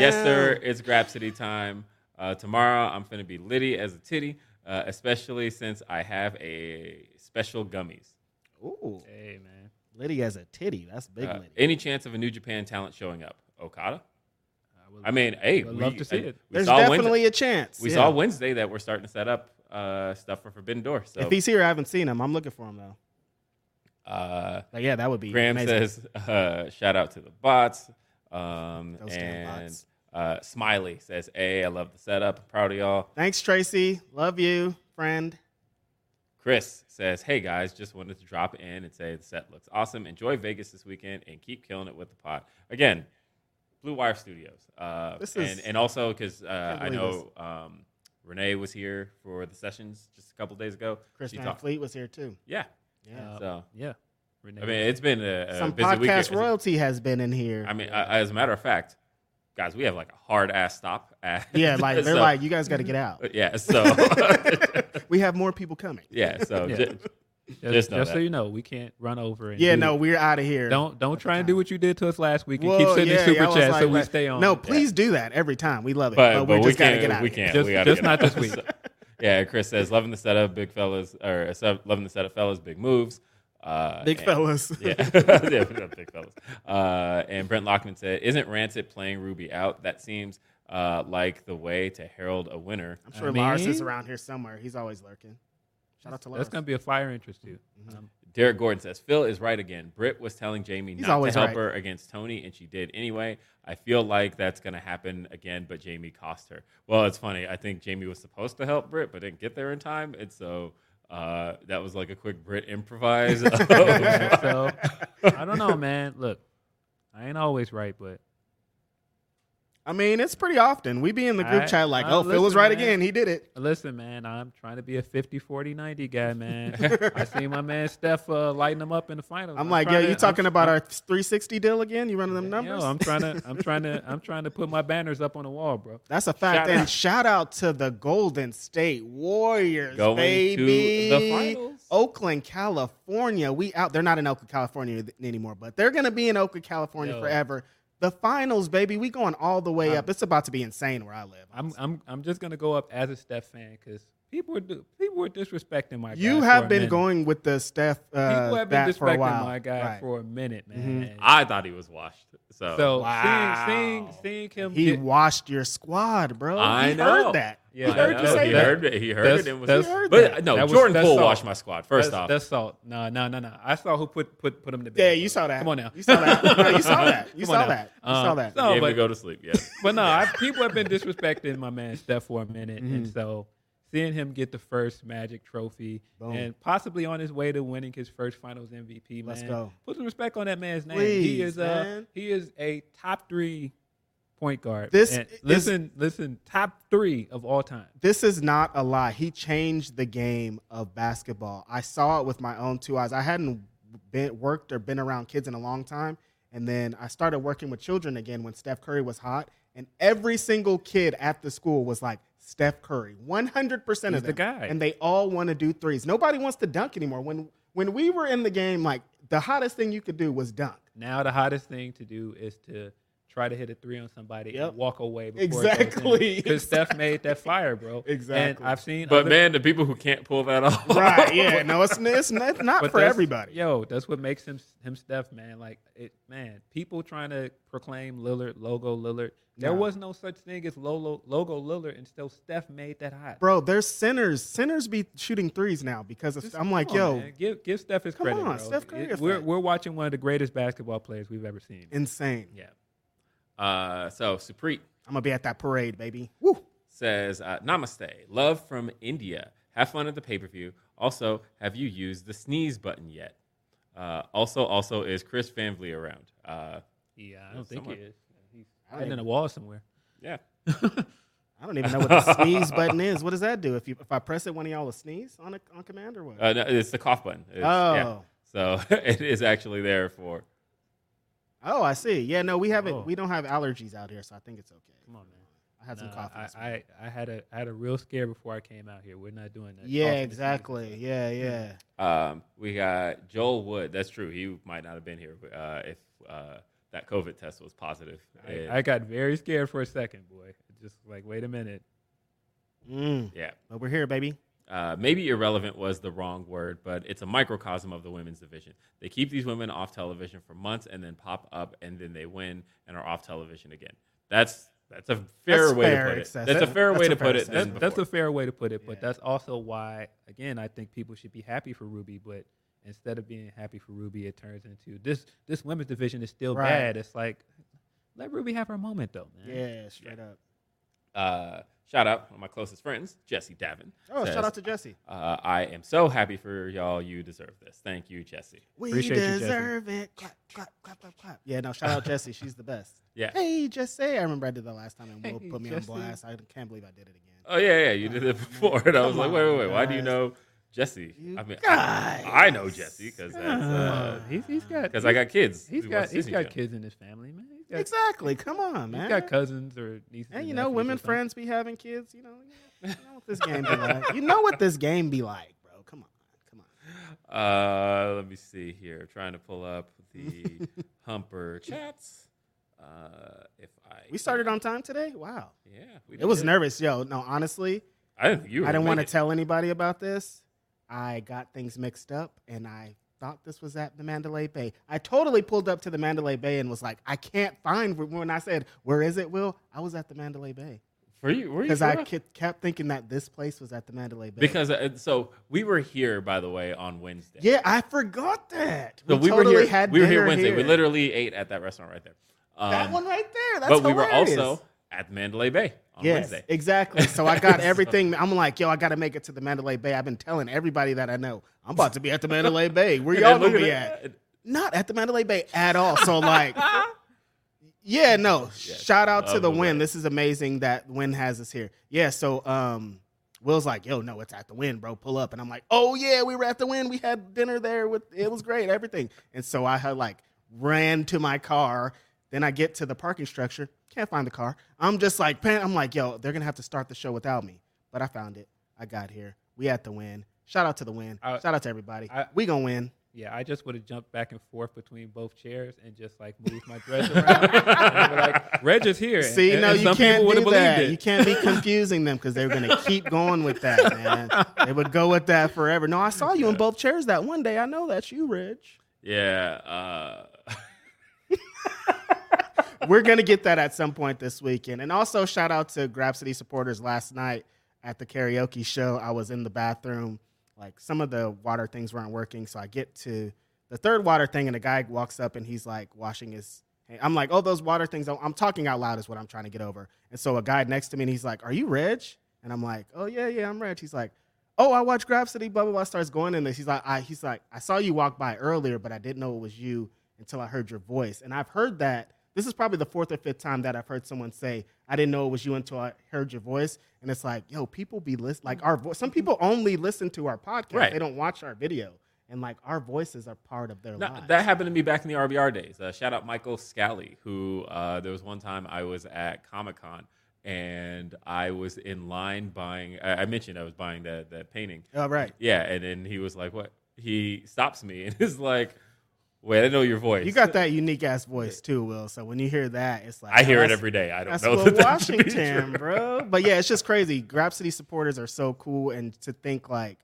[SPEAKER 1] now.
[SPEAKER 3] "Yes, sir. It's Grapsity time. Uh, tomorrow, I'm finna be litty as a titty, uh, especially since I have a special gummies.
[SPEAKER 1] Ooh,
[SPEAKER 4] Hey, man.
[SPEAKER 1] Liddy has a titty. That's big
[SPEAKER 3] Uh,
[SPEAKER 1] Liddy.
[SPEAKER 3] any chance of a New Japan talent showing up? Okada?
[SPEAKER 4] would-
[SPEAKER 3] I mean, hey,
[SPEAKER 4] would
[SPEAKER 3] we,
[SPEAKER 4] love to see
[SPEAKER 3] I-
[SPEAKER 4] it.
[SPEAKER 3] we
[SPEAKER 1] There's
[SPEAKER 3] saw
[SPEAKER 1] definitely
[SPEAKER 3] Wednesday,
[SPEAKER 1] a chance.
[SPEAKER 3] we
[SPEAKER 1] yeah.
[SPEAKER 3] saw Wednesday that we're starting to set up uh, stuff for Forbidden Door. So,
[SPEAKER 1] If he's here, I haven't seen him. I'm looking for him though.
[SPEAKER 3] uh,
[SPEAKER 1] Like, yeah, that would be.
[SPEAKER 3] Graham
[SPEAKER 1] amazing.
[SPEAKER 3] says, uh, shout out to the bots. Um,
[SPEAKER 1] Those damn
[SPEAKER 3] and
[SPEAKER 1] bots.
[SPEAKER 3] uh, Smiley says, hey, I love the setup. Proud of y'all.
[SPEAKER 1] "Thanks, Tracy. Love you, friend."
[SPEAKER 3] Chris says, hey, guys, just wanted to drop in and say the set looks awesome. Enjoy Vegas this weekend and keep killing it with the pot. Again, Blue Wire Studios. Uh,
[SPEAKER 1] This
[SPEAKER 3] and,
[SPEAKER 1] is-
[SPEAKER 3] and also because uh, I,
[SPEAKER 1] believe
[SPEAKER 3] know um, Renee was here for the sessions just a couple days ago.
[SPEAKER 1] Chris
[SPEAKER 3] She
[SPEAKER 1] Van
[SPEAKER 3] talked-
[SPEAKER 1] Fleet was here too.
[SPEAKER 3] Yeah.
[SPEAKER 1] Yeah.
[SPEAKER 4] Uh,
[SPEAKER 3] So,
[SPEAKER 4] Yeah. Renee.
[SPEAKER 3] I mean, it's been a, a
[SPEAKER 1] Some
[SPEAKER 3] busy
[SPEAKER 1] podcast
[SPEAKER 3] weekend.
[SPEAKER 1] royalty has been in here.
[SPEAKER 3] I mean, I, as a matter of fact, guys, we have like a hard ass stop. At,
[SPEAKER 1] yeah, like they're
[SPEAKER 3] so-
[SPEAKER 1] like, "You guys got to get out."
[SPEAKER 3] yeah. So,
[SPEAKER 1] we have more people coming.
[SPEAKER 3] yeah. So,
[SPEAKER 4] Yeah.
[SPEAKER 3] ju-
[SPEAKER 4] just,
[SPEAKER 3] just know
[SPEAKER 4] just so
[SPEAKER 3] that.
[SPEAKER 4] you know, we can't run over. And
[SPEAKER 1] Yeah,
[SPEAKER 4] do-
[SPEAKER 1] no, we're out of here.
[SPEAKER 4] Don't don't try and do what you did to us last week and
[SPEAKER 1] Whoa,
[SPEAKER 4] keep sending
[SPEAKER 1] yeah,
[SPEAKER 4] super
[SPEAKER 1] y'all was
[SPEAKER 4] chats so
[SPEAKER 1] like,
[SPEAKER 4] we
[SPEAKER 1] like-
[SPEAKER 4] stay on.
[SPEAKER 1] No, please do that every time. We love it,
[SPEAKER 3] but,
[SPEAKER 1] but,
[SPEAKER 3] but
[SPEAKER 1] we just gotta
[SPEAKER 3] can't.
[SPEAKER 1] get out.
[SPEAKER 3] we
[SPEAKER 1] of here.
[SPEAKER 3] can't.
[SPEAKER 4] Just-
[SPEAKER 3] we gotta
[SPEAKER 4] just
[SPEAKER 3] get
[SPEAKER 4] not
[SPEAKER 3] out.
[SPEAKER 4] this week.
[SPEAKER 3] So- yeah, Chris says, loving the setup, big fellas, or uh, sub- loving the setup, fellas, big moves. Uh,
[SPEAKER 1] Big
[SPEAKER 3] and-
[SPEAKER 1] fellas.
[SPEAKER 3] Yeah, yeah, big fellas. Uh, and Brent Lockman said, "Isn't Rancid playing Ruby out? That seems uh, like the way to herald a winner."
[SPEAKER 1] I'm sure
[SPEAKER 4] I mean-
[SPEAKER 1] Lars is around here somewhere. He's always lurking. Shout out to Lars.
[SPEAKER 4] That's gonna be a fire interest too.
[SPEAKER 1] Mm-hmm.
[SPEAKER 4] Um,
[SPEAKER 3] Derek Gordon says Phil is right again. Britt was telling Jamie
[SPEAKER 1] He's
[SPEAKER 3] not to
[SPEAKER 1] always
[SPEAKER 3] help
[SPEAKER 1] right.
[SPEAKER 3] her against Tony, and she did anyway. I feel like that's going to happen again, but Jamie cost her. Well, it's funny. I think Jamie was supposed to help Britt, but didn't get there in time, and so uh, that was like a quick Britt improvise.
[SPEAKER 4] so I don't know, man. Look, I ain't always right, but
[SPEAKER 1] I mean, it's pretty often we be in the group
[SPEAKER 4] I-
[SPEAKER 1] chat like,
[SPEAKER 4] I
[SPEAKER 1] "Oh, Phil was
[SPEAKER 4] listen,
[SPEAKER 1] right
[SPEAKER 4] man.
[SPEAKER 1] again. He did it."
[SPEAKER 4] listen, man, I'm trying to be a 50, 40, 90 guy, man. I seen my man Steph uh, lighting him up in the finals.
[SPEAKER 1] I'm like, "Yo,
[SPEAKER 4] trying
[SPEAKER 1] you
[SPEAKER 4] to-
[SPEAKER 1] talking
[SPEAKER 4] I'm-
[SPEAKER 1] about
[SPEAKER 4] I'm-
[SPEAKER 1] our 360 deal again? You running them numbers?"
[SPEAKER 4] Yo, I'm trying to, I'm trying to, I'm trying to put my banners up on the wall, bro.
[SPEAKER 1] That's a fact.
[SPEAKER 3] Shout
[SPEAKER 1] and
[SPEAKER 3] out.
[SPEAKER 1] shout out to the Golden State Warriors,
[SPEAKER 3] Going to
[SPEAKER 1] baby.
[SPEAKER 3] the finals.
[SPEAKER 1] Oakland, California. We out. They're not in Oakland, California th- anymore, but they're gonna be in Oakland, California
[SPEAKER 4] Yo.
[SPEAKER 1] forever. The finals, baby. We going all the way up. It's about to be insane where I live.
[SPEAKER 4] I'm, I'm, I'm just gonna go up as a Steph fan because people are, do- people were disrespecting my. guy
[SPEAKER 1] you
[SPEAKER 4] for
[SPEAKER 1] have
[SPEAKER 4] a
[SPEAKER 1] been
[SPEAKER 4] minute.
[SPEAKER 1] going with the Steph uh,
[SPEAKER 4] People have been
[SPEAKER 1] that for a
[SPEAKER 4] disrespecting
[SPEAKER 1] while.
[SPEAKER 4] my guy
[SPEAKER 1] Right. Mm-hmm.
[SPEAKER 4] for a minute, man.
[SPEAKER 3] I thought he was washed. So,
[SPEAKER 4] So
[SPEAKER 1] Wow.
[SPEAKER 4] seeing, seeing, seeing him,
[SPEAKER 1] he
[SPEAKER 4] get-
[SPEAKER 1] washed your squad, bro.
[SPEAKER 3] I
[SPEAKER 1] he
[SPEAKER 3] know.
[SPEAKER 1] heard that.
[SPEAKER 4] Yeah,
[SPEAKER 1] he heard
[SPEAKER 3] I
[SPEAKER 1] you
[SPEAKER 3] know,
[SPEAKER 1] say
[SPEAKER 3] he
[SPEAKER 1] that.
[SPEAKER 3] Heard it, he heard
[SPEAKER 4] That's-
[SPEAKER 3] it and was.
[SPEAKER 4] that's-
[SPEAKER 1] He heard
[SPEAKER 3] but
[SPEAKER 1] that.
[SPEAKER 3] no,
[SPEAKER 4] That was-
[SPEAKER 3] Jordan
[SPEAKER 4] that's
[SPEAKER 3] Poole
[SPEAKER 4] all.
[SPEAKER 3] washed my squad. First
[SPEAKER 4] that's,
[SPEAKER 3] off,
[SPEAKER 4] that's salt. No, no, no, no. I saw who put put put him to bed.
[SPEAKER 1] Yeah, you
[SPEAKER 4] brother.
[SPEAKER 1] saw that.
[SPEAKER 4] Come on now.
[SPEAKER 1] You saw that. No, you saw that. You
[SPEAKER 4] Come
[SPEAKER 1] saw
[SPEAKER 4] on now.
[SPEAKER 1] that. You saw
[SPEAKER 4] Um,
[SPEAKER 1] that.
[SPEAKER 4] so-
[SPEAKER 3] gave
[SPEAKER 4] no,
[SPEAKER 3] him to
[SPEAKER 4] but-
[SPEAKER 3] go to sleep. Yeah,
[SPEAKER 4] But no, I, people have been disrespecting my man Steph for a minute, and
[SPEAKER 1] Mm-hmm.
[SPEAKER 4] so seeing him get the first Magic trophy
[SPEAKER 1] Boom.
[SPEAKER 4] and possibly on his way to winning his first Finals MVP.
[SPEAKER 1] Let's
[SPEAKER 4] man,
[SPEAKER 1] go.
[SPEAKER 4] Put some respect on that man's name.
[SPEAKER 1] Please,
[SPEAKER 4] he is
[SPEAKER 1] man.
[SPEAKER 4] a he is a top three point guard.
[SPEAKER 1] This
[SPEAKER 4] And
[SPEAKER 1] is-
[SPEAKER 4] listen, listen, top three of all time.
[SPEAKER 1] this is not a lie. He changed the game of basketball. I saw it with my own two eyes. I hadn't been worked or been around kids in a long time, and then I started working with children again when Steph Curry was hot, and every single kid at the school was like Steph Curry, one hundred percent of them,
[SPEAKER 4] He's the guy.
[SPEAKER 1] and they all want to do threes. Nobody wants to dunk anymore. When when we were in the game, like the hottest thing you could do was dunk.
[SPEAKER 4] Now the hottest thing to do is to try to hit a three on somebody
[SPEAKER 1] Yep.
[SPEAKER 4] and walk away.
[SPEAKER 1] Exactly,
[SPEAKER 4] because Steph made that fire, bro.
[SPEAKER 1] Exactly.
[SPEAKER 4] And I've seen,
[SPEAKER 3] but
[SPEAKER 4] other-
[SPEAKER 3] man, the people who can't pull that off.
[SPEAKER 1] Right? Yeah. No, it's it's not, it's not
[SPEAKER 4] but
[SPEAKER 1] for
[SPEAKER 4] that's-
[SPEAKER 1] everybody.
[SPEAKER 4] Yo, that's what makes him him Steph, man. Like it, man. People trying to proclaim Lillard logo Lillard. There
[SPEAKER 1] No.
[SPEAKER 4] was no such thing as logo logo Lillard, and still Steph made that hot.
[SPEAKER 1] Bro, there's centers. Centers be shooting threes now because of,
[SPEAKER 4] Just
[SPEAKER 1] I'm like,
[SPEAKER 4] come on,
[SPEAKER 1] yo,
[SPEAKER 4] man. give give Steph his
[SPEAKER 1] Come
[SPEAKER 4] credit.
[SPEAKER 1] on,
[SPEAKER 4] bro.
[SPEAKER 1] Steph Curry
[SPEAKER 4] It-
[SPEAKER 1] effect.
[SPEAKER 4] we're we're watching one of the greatest basketball players we've ever seen.
[SPEAKER 1] insane.
[SPEAKER 4] yeah.
[SPEAKER 3] Uh, so Supreet
[SPEAKER 1] I'm gonna be at that parade, baby. Woo!
[SPEAKER 3] says, uh, Namaste, love from India. Have fun at the pay per view. Also, have you used the sneeze button yet? Uh, also, also, is Chris Van Vliet around? Uh,
[SPEAKER 4] Yeah, I don't think he
[SPEAKER 3] Somewhere.
[SPEAKER 4] is. He's
[SPEAKER 1] don't
[SPEAKER 4] hiding
[SPEAKER 1] even-
[SPEAKER 4] in a wall somewhere.
[SPEAKER 3] yeah.
[SPEAKER 1] I don't even know what the sneeze button is. What does that do? If you if I press it, one of y'all will sneeze on a, on command or what?
[SPEAKER 3] Uh, no, it's the cough button. It's- yeah.
[SPEAKER 1] Oh.
[SPEAKER 3] So it is actually there for.
[SPEAKER 1] oh, I see. Yeah, no, we haven't.
[SPEAKER 4] Oh.
[SPEAKER 1] We don't have allergies out here, so I think it's okay.
[SPEAKER 4] Come on, man.
[SPEAKER 1] I had some
[SPEAKER 4] Nah,
[SPEAKER 1] coffee. this
[SPEAKER 4] I, I, I had a I had a real scare before I came out here. We're not doing that.
[SPEAKER 1] Yeah,
[SPEAKER 4] Coughing and
[SPEAKER 1] exactly.
[SPEAKER 4] sneezing.
[SPEAKER 1] Yeah, yeah.
[SPEAKER 3] Um, we got Joel Wood. That's true. He might not have been here uh, if uh, that COVID test was positive. And-
[SPEAKER 4] I, I got very scared for a second, boy. Just like, wait a minute.
[SPEAKER 1] Mm.
[SPEAKER 3] yeah.
[SPEAKER 1] But we're here, baby.
[SPEAKER 3] uh, maybe irrelevant was the wrong word, but it's a microcosm of the women's division. They keep these women off television for months and then pop up and then they win and are off television again. That's that's a fair
[SPEAKER 1] That's
[SPEAKER 3] way
[SPEAKER 1] fair
[SPEAKER 3] to put it.
[SPEAKER 1] assessment.
[SPEAKER 3] That's a fair
[SPEAKER 1] That's
[SPEAKER 3] way
[SPEAKER 1] a
[SPEAKER 3] to
[SPEAKER 1] fair
[SPEAKER 3] put it.
[SPEAKER 1] assessment.
[SPEAKER 3] than
[SPEAKER 4] That's a
[SPEAKER 3] before.
[SPEAKER 4] fair way to put it, but
[SPEAKER 1] Yeah.
[SPEAKER 4] that's also why, again, I think people should be happy for Ruby, but instead of being happy for Ruby, it turns into this this women's division is still
[SPEAKER 1] Right.
[SPEAKER 4] bad. It's like let Ruby have her moment though, man.
[SPEAKER 1] Yeah, straight up.
[SPEAKER 3] uh, shout out one of my closest friends, Jesse Davin.
[SPEAKER 1] Oh,
[SPEAKER 3] says,
[SPEAKER 1] shout out to Jesse.
[SPEAKER 3] Uh, I am so happy for y'all. You deserve this. Thank you, Jesse.
[SPEAKER 1] We
[SPEAKER 4] Appreciate you, Jesse.
[SPEAKER 1] deserve it. Clap, clap, clap, clap, clap. Yeah, no, shout out Jesse. She's the best.
[SPEAKER 3] Yeah.
[SPEAKER 1] Hey, Jesse. I remember I did that last time, and Will
[SPEAKER 4] Hey,
[SPEAKER 1] put me
[SPEAKER 4] Jesse.
[SPEAKER 1] on blast. I can't believe I did it again.
[SPEAKER 3] Oh yeah, yeah, you did it before, and I was
[SPEAKER 1] Come
[SPEAKER 3] like, wait, wait,
[SPEAKER 1] on,
[SPEAKER 3] wait. Why do you
[SPEAKER 1] guys.
[SPEAKER 3] know Jesse?
[SPEAKER 1] You
[SPEAKER 3] I mean,
[SPEAKER 1] guys.
[SPEAKER 3] I, I know Jesse because
[SPEAKER 4] Uh,
[SPEAKER 3] that's
[SPEAKER 4] he's, he's got
[SPEAKER 3] because I got kids.
[SPEAKER 4] he's
[SPEAKER 3] who
[SPEAKER 4] got
[SPEAKER 3] watch
[SPEAKER 4] he's
[SPEAKER 3] Disney
[SPEAKER 4] got
[SPEAKER 3] Channel.
[SPEAKER 4] kids in his family, man. He's got,
[SPEAKER 1] Exactly. Come on,
[SPEAKER 4] he's
[SPEAKER 1] man.
[SPEAKER 4] got cousins or nieces.
[SPEAKER 1] And you
[SPEAKER 4] nephews
[SPEAKER 1] know,
[SPEAKER 4] or
[SPEAKER 1] women
[SPEAKER 4] something.
[SPEAKER 1] friends be having kids. You know, you know what this game be like. You know what this game be like, bro. Come on, come on.
[SPEAKER 3] Uh, let me see here. Trying to pull up the Humper chats. Uh, if I
[SPEAKER 1] We started on time today. Wow,
[SPEAKER 3] yeah, we
[SPEAKER 1] it was
[SPEAKER 3] did.
[SPEAKER 1] nervous, yo. No, honestly,
[SPEAKER 3] I didn't think you. Were
[SPEAKER 1] I didn't want
[SPEAKER 3] want
[SPEAKER 1] to tell anybody about this. I got things mixed up, and I thought this was at the Mandalay Bay. I totally pulled up to the Mandalay Bay and was like, I can't find wh- when I said, "Where is it, Will?" I was at the Mandalay Bay
[SPEAKER 3] for you. Were you
[SPEAKER 1] because I
[SPEAKER 3] sure?
[SPEAKER 1] ke- kept thinking that this place was at the Mandalay Bay.
[SPEAKER 3] because uh, so we were here by the way on Wednesday.
[SPEAKER 1] yeah, I forgot that.
[SPEAKER 3] so we, were
[SPEAKER 1] totally
[SPEAKER 3] here. we were here
[SPEAKER 1] dinner
[SPEAKER 3] Wednesday. We
[SPEAKER 1] here.
[SPEAKER 3] literally ate at that restaurant right there. Um,
[SPEAKER 1] that one right there. That's
[SPEAKER 3] but we
[SPEAKER 1] hilarious.
[SPEAKER 3] were also at Mandalay Bay on
[SPEAKER 1] yes,
[SPEAKER 3] Wednesday.
[SPEAKER 1] exactly. So I got everything. I'm like, yo, I got to make it to the Mandalay Bay. I've been telling everybody that I know. I'm about to be at the Mandalay Bay. Where
[SPEAKER 3] And then
[SPEAKER 1] y'all gonna
[SPEAKER 3] look
[SPEAKER 1] be
[SPEAKER 3] at
[SPEAKER 1] at?
[SPEAKER 3] that.
[SPEAKER 1] Not at the Mandalay Bay at all. So like, yeah, no. Shout out to
[SPEAKER 3] love
[SPEAKER 1] the
[SPEAKER 3] the
[SPEAKER 1] win.
[SPEAKER 3] Win.
[SPEAKER 1] This is amazing that win has us here. Yeah. So um, Will's like, yo, no, it's at the win, bro. Pull up, and I'm like, oh yeah, we were at the win. We had dinner there. With it was great, everything. And so I had like ran to my car. Then I get to the parking structure. Can't find the car. I'm just like, pan- I'm like, yo, they're gonna have to start the show without me. But I found it. I got here. We at the win. Shout out to the win.
[SPEAKER 4] I-
[SPEAKER 1] Shout out to everybody.
[SPEAKER 4] I-
[SPEAKER 1] we gonna win.
[SPEAKER 4] Yeah, I just would have jumped back and forth between both chairs and just like moved my dress around. and be like, Reg is here.
[SPEAKER 1] See,
[SPEAKER 4] and,
[SPEAKER 1] no,
[SPEAKER 4] and
[SPEAKER 1] you
[SPEAKER 4] some
[SPEAKER 1] can't
[SPEAKER 4] people would
[SPEAKER 1] do
[SPEAKER 4] have believed
[SPEAKER 1] that.
[SPEAKER 4] it.
[SPEAKER 1] You can't be confusing them because they're going to keep going with that, man. They would go with that forever. No, I saw you in both chairs that one day. I know that's you, Reg.
[SPEAKER 3] Yeah. Uh,
[SPEAKER 1] We're going to get that at some point this weekend. And also, shout out to Grapsity supporters last night at the karaoke show. I was in the bathroom. Like, some of the water things weren't working. So I get to the third water thing, and a guy walks up and he's like washing his. hand. I'm like, oh, those water things. I'm- I'm talking out loud is what I'm trying to get over. And so a guy next to me, and he's like, are you Reg? And I'm like, oh yeah, yeah, I'm Reg. He's like, oh, I watch Grab City. Blah blah blah. Starts going in this. He's like, I, he's like, I saw you walk by earlier, but I didn't know it was you until I heard your voice. And I've heard that. This is probably the fourth or fifth time that I've heard someone say, I didn't know it was you until I heard your voice. And it's like, yo, people be list like our voice. Some people only listen to our podcast.
[SPEAKER 3] Right.
[SPEAKER 1] They don't watch our video. And like our voices are part of their
[SPEAKER 3] No,
[SPEAKER 1] lives.
[SPEAKER 3] that happened to me back in the RBR days. Uh, shout out Michael Scally, who uh, there was one time I was at Comic Con and I was in line buying. I, I mentioned I was buying that that painting.
[SPEAKER 1] oh, right.
[SPEAKER 3] Yeah, and then he was like, "What?" He stops me and is like, "Wait, I know your voice.
[SPEAKER 1] You got that unique ass voice too, Will. So when you hear that, it's like
[SPEAKER 3] I hear it
[SPEAKER 1] that's-
[SPEAKER 3] every day. I don't
[SPEAKER 1] That's
[SPEAKER 3] know
[SPEAKER 1] Will
[SPEAKER 3] that that should be
[SPEAKER 1] Washington,
[SPEAKER 3] true.
[SPEAKER 1] bro. But yeah, it's just crazy. Grapsity supporters are so cool, and to think like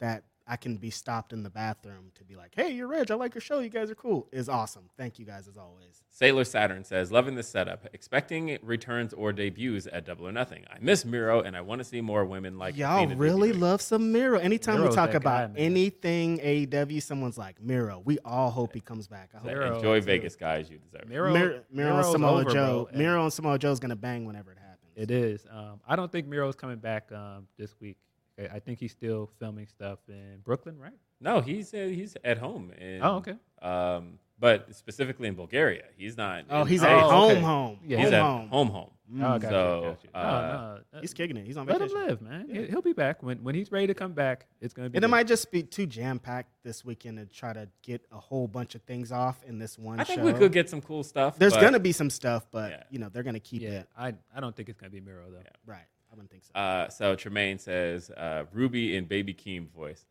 [SPEAKER 1] that I can be stopped in the bathroom to be like, hey, you're Reg. I like your show. You guys are cool. Is awesome. Thank you guys as always.
[SPEAKER 3] Sailor Saturn says, loving this setup, expecting returns or debuts at Double or Nothing. I miss Miro and I want to see more women like
[SPEAKER 1] Y'all
[SPEAKER 3] Athena
[SPEAKER 1] really
[SPEAKER 3] debuting."
[SPEAKER 1] love some Miro. Anytime
[SPEAKER 4] Miro's
[SPEAKER 1] we talk
[SPEAKER 4] that guy,
[SPEAKER 1] about
[SPEAKER 4] man.
[SPEAKER 1] anything AEW, someone's like Miro. We all hope he comes back. I hope
[SPEAKER 4] Miro,
[SPEAKER 3] Enjoy
[SPEAKER 4] too.
[SPEAKER 3] Vegas, guys. You deserve it.
[SPEAKER 4] Miro,
[SPEAKER 1] Miro, Miro and
[SPEAKER 4] Miro's
[SPEAKER 1] Samoa
[SPEAKER 4] over,
[SPEAKER 1] Joe.
[SPEAKER 4] bro, and
[SPEAKER 1] Miro and Samoa Joe's gonna bang whenever it happens.
[SPEAKER 4] It is. Um, I don't think Miro's coming back um, this week. I I think he's still filming stuff in Brooklyn, right?
[SPEAKER 3] No, he's uh, he's at home. In,
[SPEAKER 4] Oh, okay.
[SPEAKER 3] Um, but specifically in Bulgaria, he's not.
[SPEAKER 1] Oh,
[SPEAKER 3] in-
[SPEAKER 1] he's
[SPEAKER 4] Oh,
[SPEAKER 1] at home,
[SPEAKER 4] okay.
[SPEAKER 1] home,
[SPEAKER 4] Yeah,
[SPEAKER 1] home,
[SPEAKER 3] he's at
[SPEAKER 1] home. Mm.
[SPEAKER 3] home, home.
[SPEAKER 4] Oh, gotcha,
[SPEAKER 3] So,
[SPEAKER 4] gotcha. No,
[SPEAKER 3] uh,
[SPEAKER 4] no,
[SPEAKER 1] Mm-hmm. He's kicking it. He's on
[SPEAKER 4] Let him
[SPEAKER 1] vacation.
[SPEAKER 4] live, man.
[SPEAKER 1] Yeah.
[SPEAKER 4] He- He'll be back when when he's ready to come back. It's gonna be.
[SPEAKER 1] And it
[SPEAKER 4] good.
[SPEAKER 1] might just be too jam packed this weekend to try to get a whole bunch of things off in this one
[SPEAKER 3] I think
[SPEAKER 1] show.
[SPEAKER 3] we could get some cool stuff.
[SPEAKER 1] There's
[SPEAKER 3] but,
[SPEAKER 1] gonna be some stuff, but
[SPEAKER 3] Yeah.
[SPEAKER 1] you know they're gonna keep
[SPEAKER 4] Yeah,
[SPEAKER 1] it
[SPEAKER 4] I I don't think it's gonna be Miro though.
[SPEAKER 1] right. I wouldn't think so.
[SPEAKER 3] Uh, so Tremaine says, uh, Ruby in Baby Keem voice.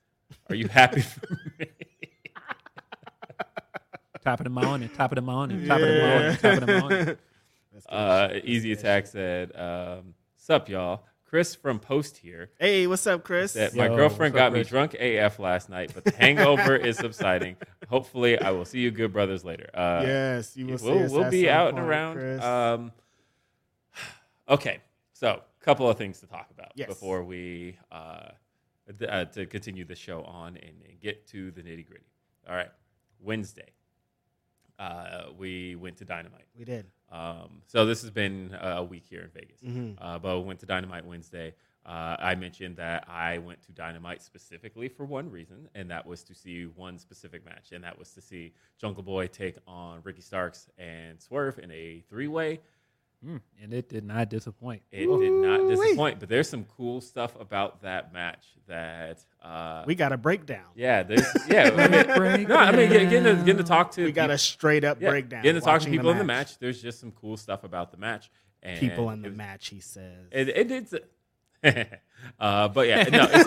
[SPEAKER 3] Are you happy for me?
[SPEAKER 4] Top of the morning, top of the morning, top of the morning, top of the morning.
[SPEAKER 1] That's good
[SPEAKER 3] Uh,
[SPEAKER 1] shit.
[SPEAKER 3] Easy Attack said, um, Sup, y'all. Chris from Post here.
[SPEAKER 1] Hey, what's up, Chris?
[SPEAKER 3] That
[SPEAKER 4] Yo,
[SPEAKER 3] my girlfriend
[SPEAKER 4] what's up,
[SPEAKER 3] got me
[SPEAKER 4] Chris?
[SPEAKER 3] drunk AF last night, but the hangover is subsiding. Hopefully, I will see you good brothers later. Uh,
[SPEAKER 1] yes, you will see
[SPEAKER 3] we'll,
[SPEAKER 1] us
[SPEAKER 3] we'll
[SPEAKER 1] at
[SPEAKER 3] be
[SPEAKER 1] some
[SPEAKER 3] out and
[SPEAKER 1] point,
[SPEAKER 3] around.
[SPEAKER 1] Chris.
[SPEAKER 3] Um, okay, so a couple of things to talk about
[SPEAKER 1] Yes.
[SPEAKER 3] before we uh, th- uh, to continue the show on and, and get to the nitty gritty. All right, Wednesday, uh, we went to Dynamite.
[SPEAKER 1] we did.
[SPEAKER 3] Um, so this has been uh, a week here in Vegas.
[SPEAKER 1] Mhm.
[SPEAKER 3] Uh, but we went to Dynamite Wednesday. Uh, I mentioned that I went to Dynamite specifically for one reason, and that was to see one specific match, and that was to see Jungle Boy take on Ricky Starks and Swerve in a three-way.
[SPEAKER 4] Mm, and it did not disappoint.
[SPEAKER 3] It did not
[SPEAKER 1] Ooh-wee.
[SPEAKER 3] disappoint, but there's some cool stuff about that match that uh,
[SPEAKER 1] We got a breakdown.
[SPEAKER 3] yeah, there's yeah. I mean,
[SPEAKER 4] Break
[SPEAKER 3] no, I mean getting, getting, to,
[SPEAKER 4] down.
[SPEAKER 3] getting to talk to
[SPEAKER 1] We got a straight up
[SPEAKER 3] yeah,
[SPEAKER 1] breakdown.
[SPEAKER 3] getting to talk to
[SPEAKER 1] watching
[SPEAKER 3] people in the match. There's just some cool stuff about the match. And
[SPEAKER 1] People in the
[SPEAKER 3] it was-
[SPEAKER 1] match, he says.
[SPEAKER 3] It, it, it's, a- uh, but yeah, no. It's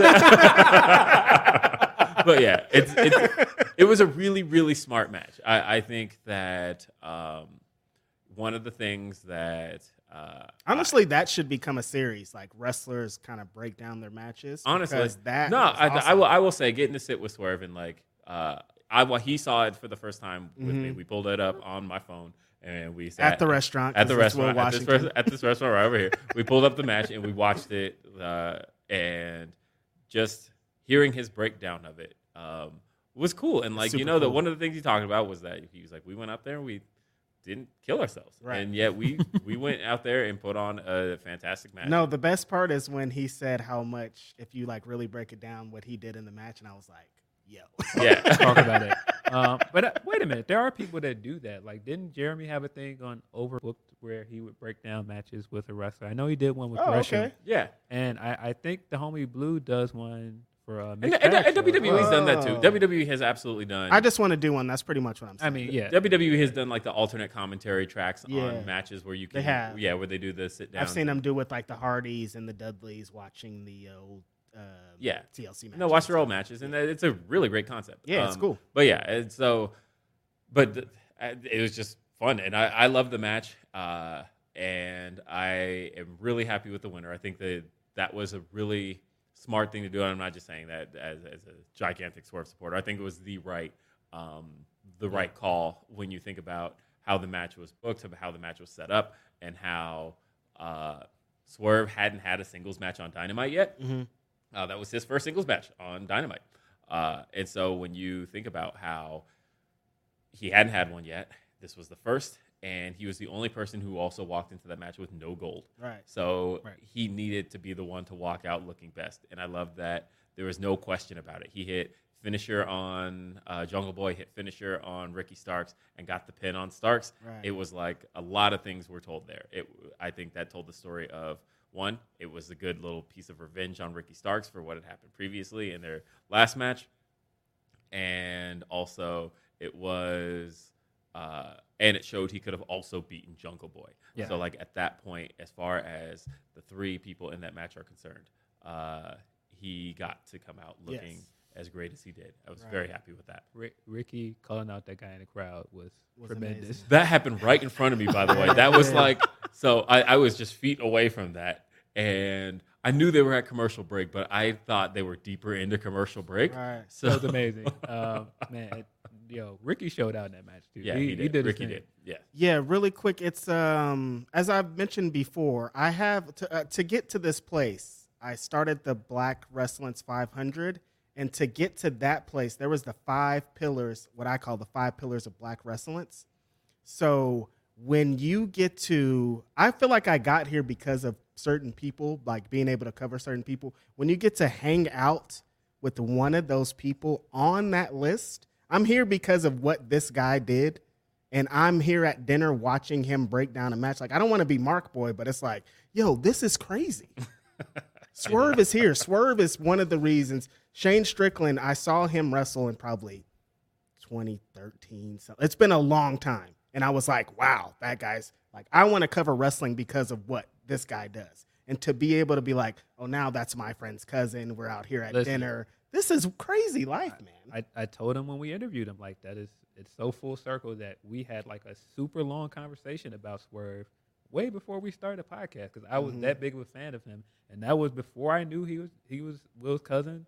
[SPEAKER 3] a, but yeah, it's, it's it was a really really smart match. I, I think that um, one of the things that uh,
[SPEAKER 1] Honestly, that should become a series. Like wrestlers kind of break down their matches.
[SPEAKER 3] honestly
[SPEAKER 1] because that
[SPEAKER 3] no,
[SPEAKER 1] was
[SPEAKER 3] I, I
[SPEAKER 1] awesome.
[SPEAKER 3] will I will say getting to sit with Swerve and like uh, I well, he saw it for the first time with me.
[SPEAKER 1] Mhm.
[SPEAKER 3] We pulled it up on my phone and we sat
[SPEAKER 1] at the restaurant.
[SPEAKER 3] at the
[SPEAKER 1] 'cause it's Will
[SPEAKER 3] restaurant at this,
[SPEAKER 1] Washington.
[SPEAKER 3] res- at this restaurant right over here. We pulled up the match and we watched it, uh, and just hearing his breakdown of it um, was cool. And like you
[SPEAKER 1] Super
[SPEAKER 3] know, the
[SPEAKER 1] cool.
[SPEAKER 3] one of the things he talked about was that he was like, we went out there and we didn't kill ourselves,
[SPEAKER 1] Right.
[SPEAKER 3] and yet we we went out there and put on a fantastic match.
[SPEAKER 1] No, the best part is when he said how much, if you like really break it down, what he did in the match, and I was like, yo,
[SPEAKER 3] yeah,
[SPEAKER 4] talk about it. Um, but uh, wait a minute, there are people that do that. Like, didn't Jeremy have a thing on Overbooked where he would break down matches with a wrestler? I know he did one with
[SPEAKER 1] Oh,
[SPEAKER 4] Gresham,
[SPEAKER 1] okay.
[SPEAKER 3] yeah. and,
[SPEAKER 4] and I, I think the homie Blue does one for uh,
[SPEAKER 3] and,
[SPEAKER 4] mixed
[SPEAKER 3] and,
[SPEAKER 4] match,
[SPEAKER 3] and
[SPEAKER 4] though.
[SPEAKER 3] WWE's done that too.
[SPEAKER 1] Whoa.
[SPEAKER 3] WWE has absolutely done.
[SPEAKER 1] I just want to do one. That's pretty much what I'm
[SPEAKER 4] I
[SPEAKER 1] saying.
[SPEAKER 4] mean, yeah,
[SPEAKER 3] WWE has done like the alternate commentary tracks
[SPEAKER 1] Yeah.
[SPEAKER 3] on matches where you can,
[SPEAKER 1] They have.
[SPEAKER 3] yeah, where they do the sit down.
[SPEAKER 1] I've seen them do with like the Hardys and the Dudleys watching the old uh,
[SPEAKER 3] Yeah.
[SPEAKER 1] TLC matches.
[SPEAKER 3] No, watch their old matches, and that- it's a really great concept. Um,
[SPEAKER 1] Yeah, it's cool.
[SPEAKER 3] But yeah, and so, but th- I- it was just fun, and I, I love the match, uh, and I am really happy with the winner. I think that that was a really smart thing to do, and I'm not just saying that as, as a gigantic Swerve supporter. I think it was the right, um, the right call when you think about how the match was booked, about how the match was set up, and how. Uh, Swerve hadn't had a singles match on Dynamite yet. Uh, that was his first singles match on Dynamite. Uh, and so when you think about how he hadn't had one yet, this was the first, and he was the only person who also walked into that match with no gold.
[SPEAKER 1] Right.
[SPEAKER 3] So
[SPEAKER 1] Right.
[SPEAKER 3] he needed to be the one to walk out looking best. And I love that there was no question about it. He hit finisher on uh, Jungle Boy, hit finisher on Ricky Starks, and got the pin on Starks.
[SPEAKER 1] Right.
[SPEAKER 3] It was like a lot of things were told there. It, I think that told the story of one, it was a good little piece of revenge on Ricky Starks for what had happened previously in their last match and also it was uh, and it showed he could have also beaten Jungle Boy.
[SPEAKER 4] Yeah.
[SPEAKER 3] So like at that point, as far as the three people in that match are concerned, uh, he got to come out looking
[SPEAKER 1] Yes.
[SPEAKER 3] as great as he did. I was
[SPEAKER 1] Right.
[SPEAKER 3] very happy with that.
[SPEAKER 4] Ri- Ricky calling out that guy in the crowd was,
[SPEAKER 1] Was
[SPEAKER 4] tremendous.
[SPEAKER 1] amazing.
[SPEAKER 3] That happened right in front of me, by the way. That was like so I, I was just feet away from that, and I knew they were at commercial break, but I thought they were deeper into commercial break.
[SPEAKER 1] Right.
[SPEAKER 3] So
[SPEAKER 4] That was amazing. um, man, it, yo, Ricky showed out in that match too.
[SPEAKER 3] yeah, he, did.
[SPEAKER 4] his
[SPEAKER 3] Ricky
[SPEAKER 4] thing.
[SPEAKER 3] did. Yeah.
[SPEAKER 1] Yeah, really quick. It's um as I've mentioned before, I have to uh, to get to this place. I started the Black Wrestling's 500, and to get to that place, there was the five pillars, what I call the five pillars of Black Wrestling's. So when you get to, I feel like I got here because of certain people, like being able to cover certain people. When you get to hang out with one of those people on that list, I'm here because of what this guy did. And I'm here at dinner watching him break down a match. Like, I don't want to be Mark Boy, but it's like, yo, this is crazy. Swerve is here. Swerve is one of the reasons. Shane Strickland, I saw him wrestle in probably 2013. So it's been a long time. And I was like, wow, that guy's like, I want to cover wrestling because of what this guy does. And to be able to be like, oh, now that's my friend's cousin. We're out here at
[SPEAKER 4] Listen.
[SPEAKER 1] dinner. This is crazy life, man.
[SPEAKER 4] I, I told him when we interviewed him, like that is it's so full circle that we had like a super long conversation about Swerve way before we started the podcast because I was
[SPEAKER 1] Mhm.
[SPEAKER 4] that big of a fan of him, and that was before I knew he was he was Will's cousin.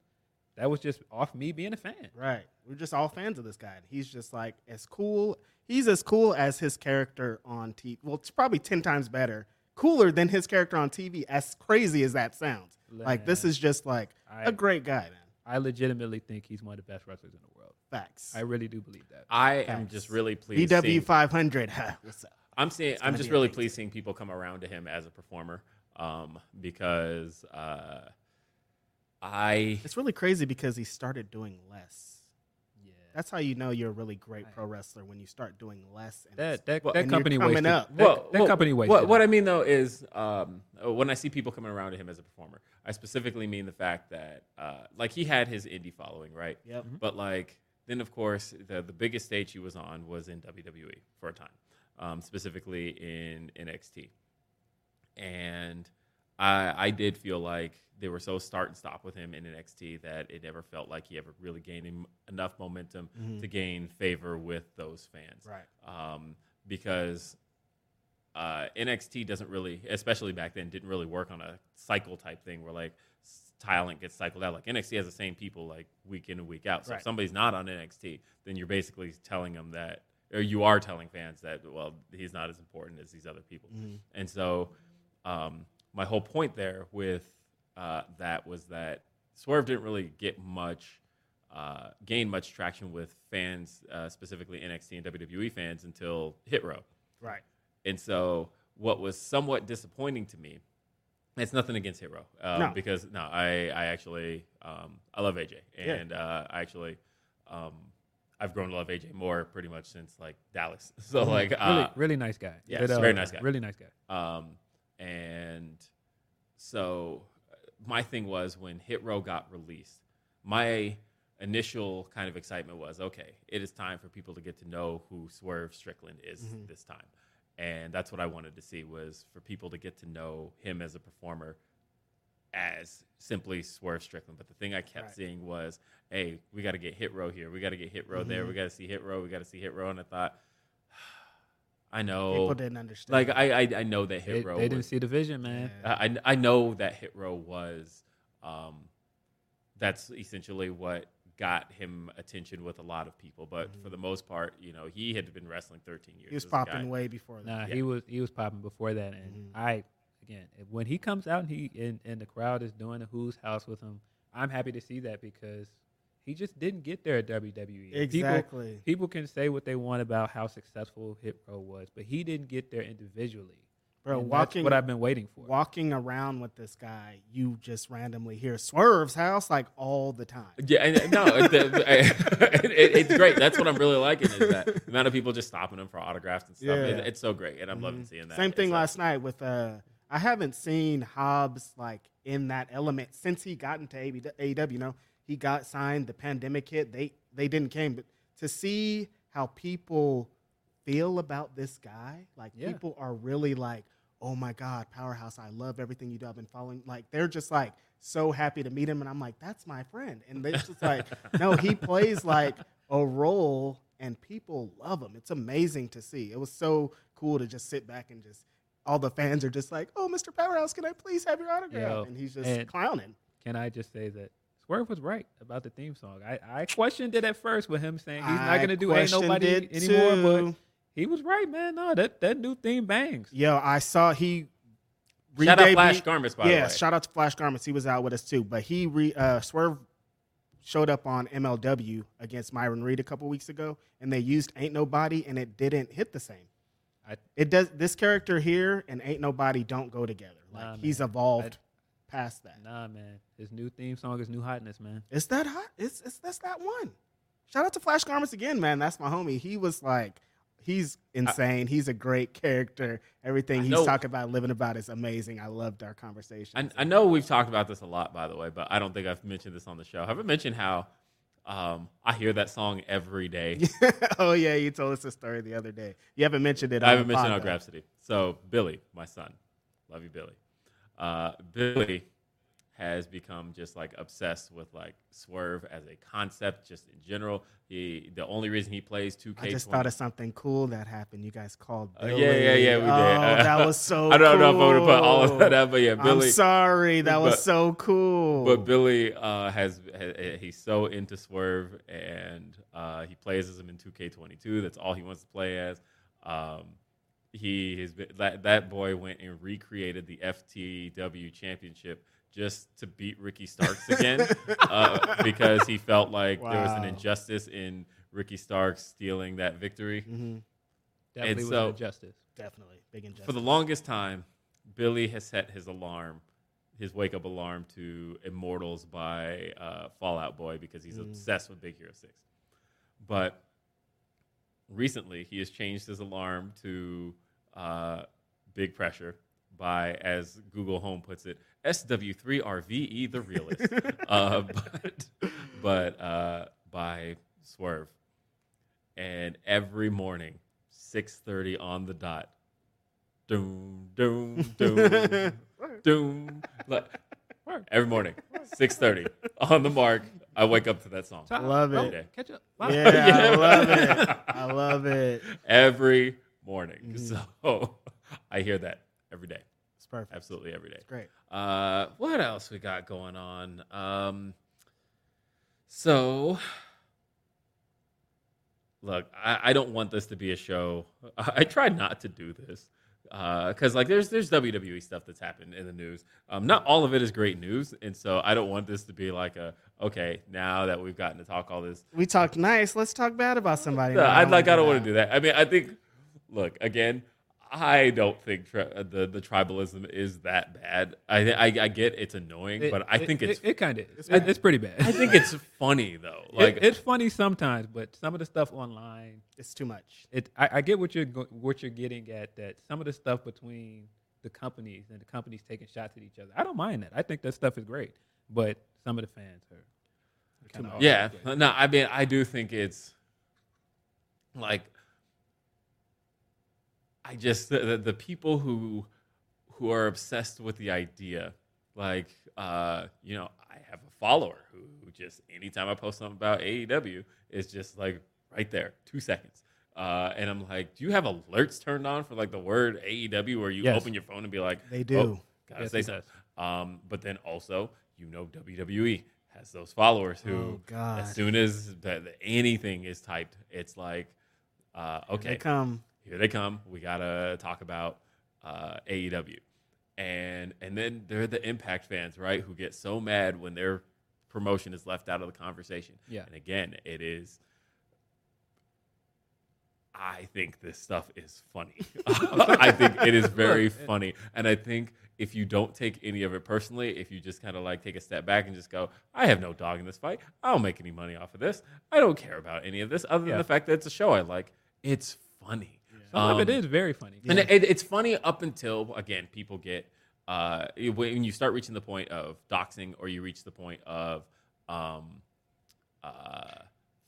[SPEAKER 4] That was just off me being a fan.
[SPEAKER 1] right. We're just all fans of this guy. And he's just like as cool. He's as cool as his character on TV. Well, it's probably 10 times better. Cooler than his character on TV, as crazy as that sounds. Like, this
[SPEAKER 4] Man,
[SPEAKER 1] is just like
[SPEAKER 4] I,
[SPEAKER 1] a great guy, man.
[SPEAKER 4] I legitimately think he's one of the best wrestlers in the world.
[SPEAKER 1] Facts.
[SPEAKER 4] I really do believe that.
[SPEAKER 3] I am
[SPEAKER 1] Facts.
[SPEAKER 3] just really pleased. seeing-
[SPEAKER 1] BW 500. huh, What's up?
[SPEAKER 3] I'm seeing. I'm
[SPEAKER 1] gonna
[SPEAKER 3] just
[SPEAKER 1] be
[SPEAKER 3] really
[SPEAKER 1] amazing.
[SPEAKER 3] pleased seeing people come around to him as a performer, um, because uh, I
[SPEAKER 1] It's really crazy because he started doing less.
[SPEAKER 4] yeah,
[SPEAKER 1] That's how you know you're a really great pro wrestler when you start doing less. And
[SPEAKER 4] that that,
[SPEAKER 3] Well,
[SPEAKER 4] that
[SPEAKER 1] and you're
[SPEAKER 4] company
[SPEAKER 1] coming
[SPEAKER 4] wasted.
[SPEAKER 1] up.
[SPEAKER 4] That, that company wasted.
[SPEAKER 3] What, what I mean though is um, uh, when I see people coming around to him as a performer, I specifically mean the fact that uh, like he had his indie following,
[SPEAKER 4] Mm-hmm.
[SPEAKER 3] right?
[SPEAKER 1] Yep.
[SPEAKER 3] But like then of course the the biggest stage he was on was in WWE for a time, um, specifically in NXT, and I I did feel like they were so start and stop with him in NXT that it never felt like he ever really gained em- enough momentum
[SPEAKER 1] Mm-hmm.
[SPEAKER 4] Mm-hmm.
[SPEAKER 3] to gain favor with those fans
[SPEAKER 1] Right.
[SPEAKER 3] um, because uh, NXT doesn't really, especially back then, didn't really work on a cycle type thing where like s- talent gets cycled out. Like NXT has the same people like week in and week out. So
[SPEAKER 1] Right.
[SPEAKER 3] if somebody's not on NXT, then you're basically telling them that, or you are telling fans that, well, he's not as important as these other people.
[SPEAKER 1] Mm-hmm.
[SPEAKER 3] And so um, my whole point there with uh, that was that Swerve didn't really get much uh, gain much traction with fans, uh, specifically NXT and WWE fans, until Hit Row.
[SPEAKER 1] Right.
[SPEAKER 3] And so, what was somewhat disappointing to me, it's nothing against Hit Row, um,
[SPEAKER 1] No.
[SPEAKER 3] because no, I, I actually um, I love AJ, and uh, I actually um, I've grown to love AJ more pretty much since like Dallas. So
[SPEAKER 1] Mm-hmm.
[SPEAKER 3] like
[SPEAKER 4] really,
[SPEAKER 3] uh,
[SPEAKER 4] really nice guy.
[SPEAKER 3] yeah,
[SPEAKER 4] Good,
[SPEAKER 3] he's a very nice guy.
[SPEAKER 4] Really nice guy.
[SPEAKER 3] um, and so uh, my thing was when Hit Row got released, my initial kind of excitement was okay, it is time for people to get to know who Swerve Strickland is this time. And that's what I wanted to see was for people to get to know him as a performer as simply Swerve Strickland. But the thing I kept
[SPEAKER 1] Right.
[SPEAKER 3] seeing was, hey, we got to get Hit Row here. We got to get Hit Row there. We got to see Hit Row. We got to see Hit Row. And I thought, I know
[SPEAKER 1] People didn't understand.
[SPEAKER 3] like I, I, I know that
[SPEAKER 4] They,
[SPEAKER 3] Hit Row.
[SPEAKER 4] they didn't
[SPEAKER 3] was,
[SPEAKER 4] see the vision, man.
[SPEAKER 1] Yeah.
[SPEAKER 3] I, I know that Hit Row was. Um, that's essentially what got him attention with a lot of people. But for the most part, you know, he had been wrestling 13 years.
[SPEAKER 1] Mm-hmm. he was
[SPEAKER 3] as a guy.
[SPEAKER 1] popping way before that.
[SPEAKER 4] Nah,
[SPEAKER 3] Yeah. Mm-hmm.
[SPEAKER 4] he was he was popping before that, and I again when he comes out and he and, and the crowd is doing the Who's House with him, I'm happy to see that because he just didn't get there at WWE. People,
[SPEAKER 1] Exactly.
[SPEAKER 4] people can say what they want about how successful Hit Row was, but he didn't get there individually.
[SPEAKER 1] Bro,
[SPEAKER 4] And
[SPEAKER 1] walking
[SPEAKER 4] that's what I've been waiting for.
[SPEAKER 1] walking around with this guy, you just randomly hear Swerve's house like all the time.
[SPEAKER 3] Yeah, and, and no, the, the- I- it, it's great. That's what I'm really liking is that the amount of people just stopping him for autographs and stuff.
[SPEAKER 1] Yeah. Mm-hmm.
[SPEAKER 3] It- it's so great, and I'm loving seeing that.
[SPEAKER 1] Same thing
[SPEAKER 3] It's, uh,
[SPEAKER 1] last night with uh I haven't seen Hobbs like in that element since he got into AEW. AEW, E You know, he got signed. The pandemic hit. They they didn't came, but to see how people feel about this guy, like
[SPEAKER 4] Yeah.
[SPEAKER 1] people are really like, oh my god, powerhouse! I love everything you do. I've been following. Like they're just like so happy to meet him, and I'm like, that's my friend. And they're just like, no, he plays like a role, and people love him. It's amazing to see. It was so cool to just sit back and just all the fans are just like, "Oh, Mr. Powerhouse, can I please have your autograph?"
[SPEAKER 4] Yo,
[SPEAKER 1] and he's just
[SPEAKER 4] and-
[SPEAKER 1] clowning.
[SPEAKER 4] Can I just say that Swerve was right about the theme song? I, I questioned it at first with him saying he's not
[SPEAKER 1] I
[SPEAKER 4] going to do Ain't
[SPEAKER 1] questioned
[SPEAKER 4] Nobody
[SPEAKER 1] it
[SPEAKER 4] anymore,
[SPEAKER 1] too.
[SPEAKER 4] but he was right, man. No, that, that new theme bangs.
[SPEAKER 1] Yo, I saw he.
[SPEAKER 3] Shout out
[SPEAKER 1] re-debuted-
[SPEAKER 3] Flash Garments, by
[SPEAKER 1] yeah,
[SPEAKER 3] the way.
[SPEAKER 1] shout out to Flash Garments. He was out with us too, but he re, uh, Swerve showed up on MLW against Myron Reed a couple weeks ago, and they used "Ain't Nobody" and it didn't hit the same.
[SPEAKER 4] I-
[SPEAKER 1] it does. This character here and "Ain't Nobody" don't go together. Like
[SPEAKER 4] Nah,
[SPEAKER 1] he's
[SPEAKER 4] man.
[SPEAKER 1] evolved past that.
[SPEAKER 4] Nah, man. His new theme song is New Hotness, man.
[SPEAKER 1] It's that hot. It's, it's that's that one. Shout out to Flash Garments again, man. That's my homie. He was like, he's insane. he's a great character. Everything
[SPEAKER 3] I
[SPEAKER 1] he's
[SPEAKER 3] know-
[SPEAKER 1] talking about, living about, is amazing. I loved our conversation.
[SPEAKER 3] I, I know we've talked about this a lot, by the way, but I don't think I've mentioned this on the show. Have I mentioned how um, I hear that song every day?
[SPEAKER 1] oh yeah, you told us a story the other day. You haven't mentioned it.
[SPEAKER 3] I haven't
[SPEAKER 1] on the
[SPEAKER 3] mentioned
[SPEAKER 1] pod,
[SPEAKER 3] how
[SPEAKER 1] though.
[SPEAKER 3] Grapsity. So Billy, my son, love you, Billy. Uh, Billy has become just like obsessed with like Swerve as a concept, just in general. He the only reason he plays two K.
[SPEAKER 1] I just thought of something cool that happened. You guys called.
[SPEAKER 3] yeah,
[SPEAKER 1] Billy.
[SPEAKER 3] Uh, yeah, yeah, we did.
[SPEAKER 1] oh, that was so.
[SPEAKER 3] I don't know if I'm gonna put all of that
[SPEAKER 1] cool.
[SPEAKER 3] up, but yeah, Billy.
[SPEAKER 1] I'm sorry, that was
[SPEAKER 3] but-
[SPEAKER 1] so cool.
[SPEAKER 3] But Billy uh, has, ha- he's so into Swerve, and uh, he plays as him in 2K22. That's all he wants to play as. Um, he has been, that that boy went and recreated the FTW Championship just to beat Ricky Starks again uh, because he felt like there was an
[SPEAKER 1] Wow.
[SPEAKER 3] injustice in Ricky Starks stealing that victory.
[SPEAKER 1] Mhm,
[SPEAKER 4] Definitely was
[SPEAKER 3] so-
[SPEAKER 4] an injustice.
[SPEAKER 1] definitely big injustice.
[SPEAKER 3] For the longest time, Billy has set his alarm, his wake up alarm to Immortals by uh, Fallout Boy because he's
[SPEAKER 1] Mm.
[SPEAKER 3] obsessed with Big Hero 6. But recently, he has changed his alarm to uh, Big Pressure by, as Google Home puts it, SW3RVE, E, the realist. uh, but but uh, by Swerve. And every morning, 6.30 on the dot, doom, doom, doom, doom. Like, every morning, 6.30 on the mark, I wake up to that song.
[SPEAKER 4] So I-
[SPEAKER 1] Love
[SPEAKER 4] bro,
[SPEAKER 1] it.
[SPEAKER 4] Catch up.
[SPEAKER 1] yeah, I
[SPEAKER 3] Yeah.
[SPEAKER 1] love it. I love it.
[SPEAKER 3] Every morning.
[SPEAKER 1] Mhm.
[SPEAKER 3] So I hear that every day,
[SPEAKER 1] It's perfect.
[SPEAKER 3] absolutely every day.
[SPEAKER 1] It's great.
[SPEAKER 3] Uh, what else we got going on? Um, so, look, I, I don't want this to be a show. I, I try not to do this because, like, there's there's WWE stuff that's happened in the news. Um, not all of it is great news, and so I don't want this to be like a okay. Now that we've gotten to talk all this,
[SPEAKER 1] We talked nice. Let's talk bad about somebody.
[SPEAKER 3] no,
[SPEAKER 1] now.
[SPEAKER 3] I'd like. I don't want
[SPEAKER 1] that.
[SPEAKER 3] to do that. I mean, I think. Look again. I don't think tri- uh, the the tribalism is that bad. I I, I get it's annoying, but I think it's
[SPEAKER 4] it, it kind of is. It- it's pretty bad.
[SPEAKER 3] I think it's funny though. Like
[SPEAKER 4] it, it's funny sometimes, but some of the stuff online,
[SPEAKER 1] It's too much.
[SPEAKER 4] it I, I get what you're go, what you're getting at. That some of the stuff between the companies and the companies taking shots at each other, I don't mind that. I think that stuff is great, but some of the fans are kind of
[SPEAKER 3] yeah, no. I mean, I do think it's like I just the, the, the people who who are obsessed with the idea, like uh, you know, I have a follower who, who just anytime I post something about AEW is just like right there, two seconds. Uh, and I'm like, do you have alerts turned on for like the word AEW where you
[SPEAKER 4] Yes.
[SPEAKER 3] open your phone and be like,
[SPEAKER 1] They do.
[SPEAKER 3] "Oh, gotta
[SPEAKER 4] Yes,
[SPEAKER 3] say
[SPEAKER 4] it
[SPEAKER 3] something. Um, but then also, you know, WWE has those followers who,
[SPEAKER 1] Oh, God.
[SPEAKER 3] as soon as the, the- anything is typed, it's like, uh, okay,
[SPEAKER 1] They come.
[SPEAKER 3] here they come. We gotta talk about uh, AEW, and and then they're the Impact fans, right? Who get so mad when their promotion is left out of the conversation.
[SPEAKER 4] Yeah.
[SPEAKER 3] And again, it is. I think this stuff is funny. I think it is very funny, and I think if you don't take any of it personally, if you just kind of like take a step back and just go, "I have no dog in this fight. I don't make any money off of this. I don't care about any of this, other than
[SPEAKER 4] Yeah.
[SPEAKER 3] the fact that it's a show I like." It's funny.
[SPEAKER 4] Some of it
[SPEAKER 3] Um,
[SPEAKER 4] is very funny.
[SPEAKER 3] and it, it's funny up until again people get uh, when you start reaching the point of doxing or you reach the point of um, uh,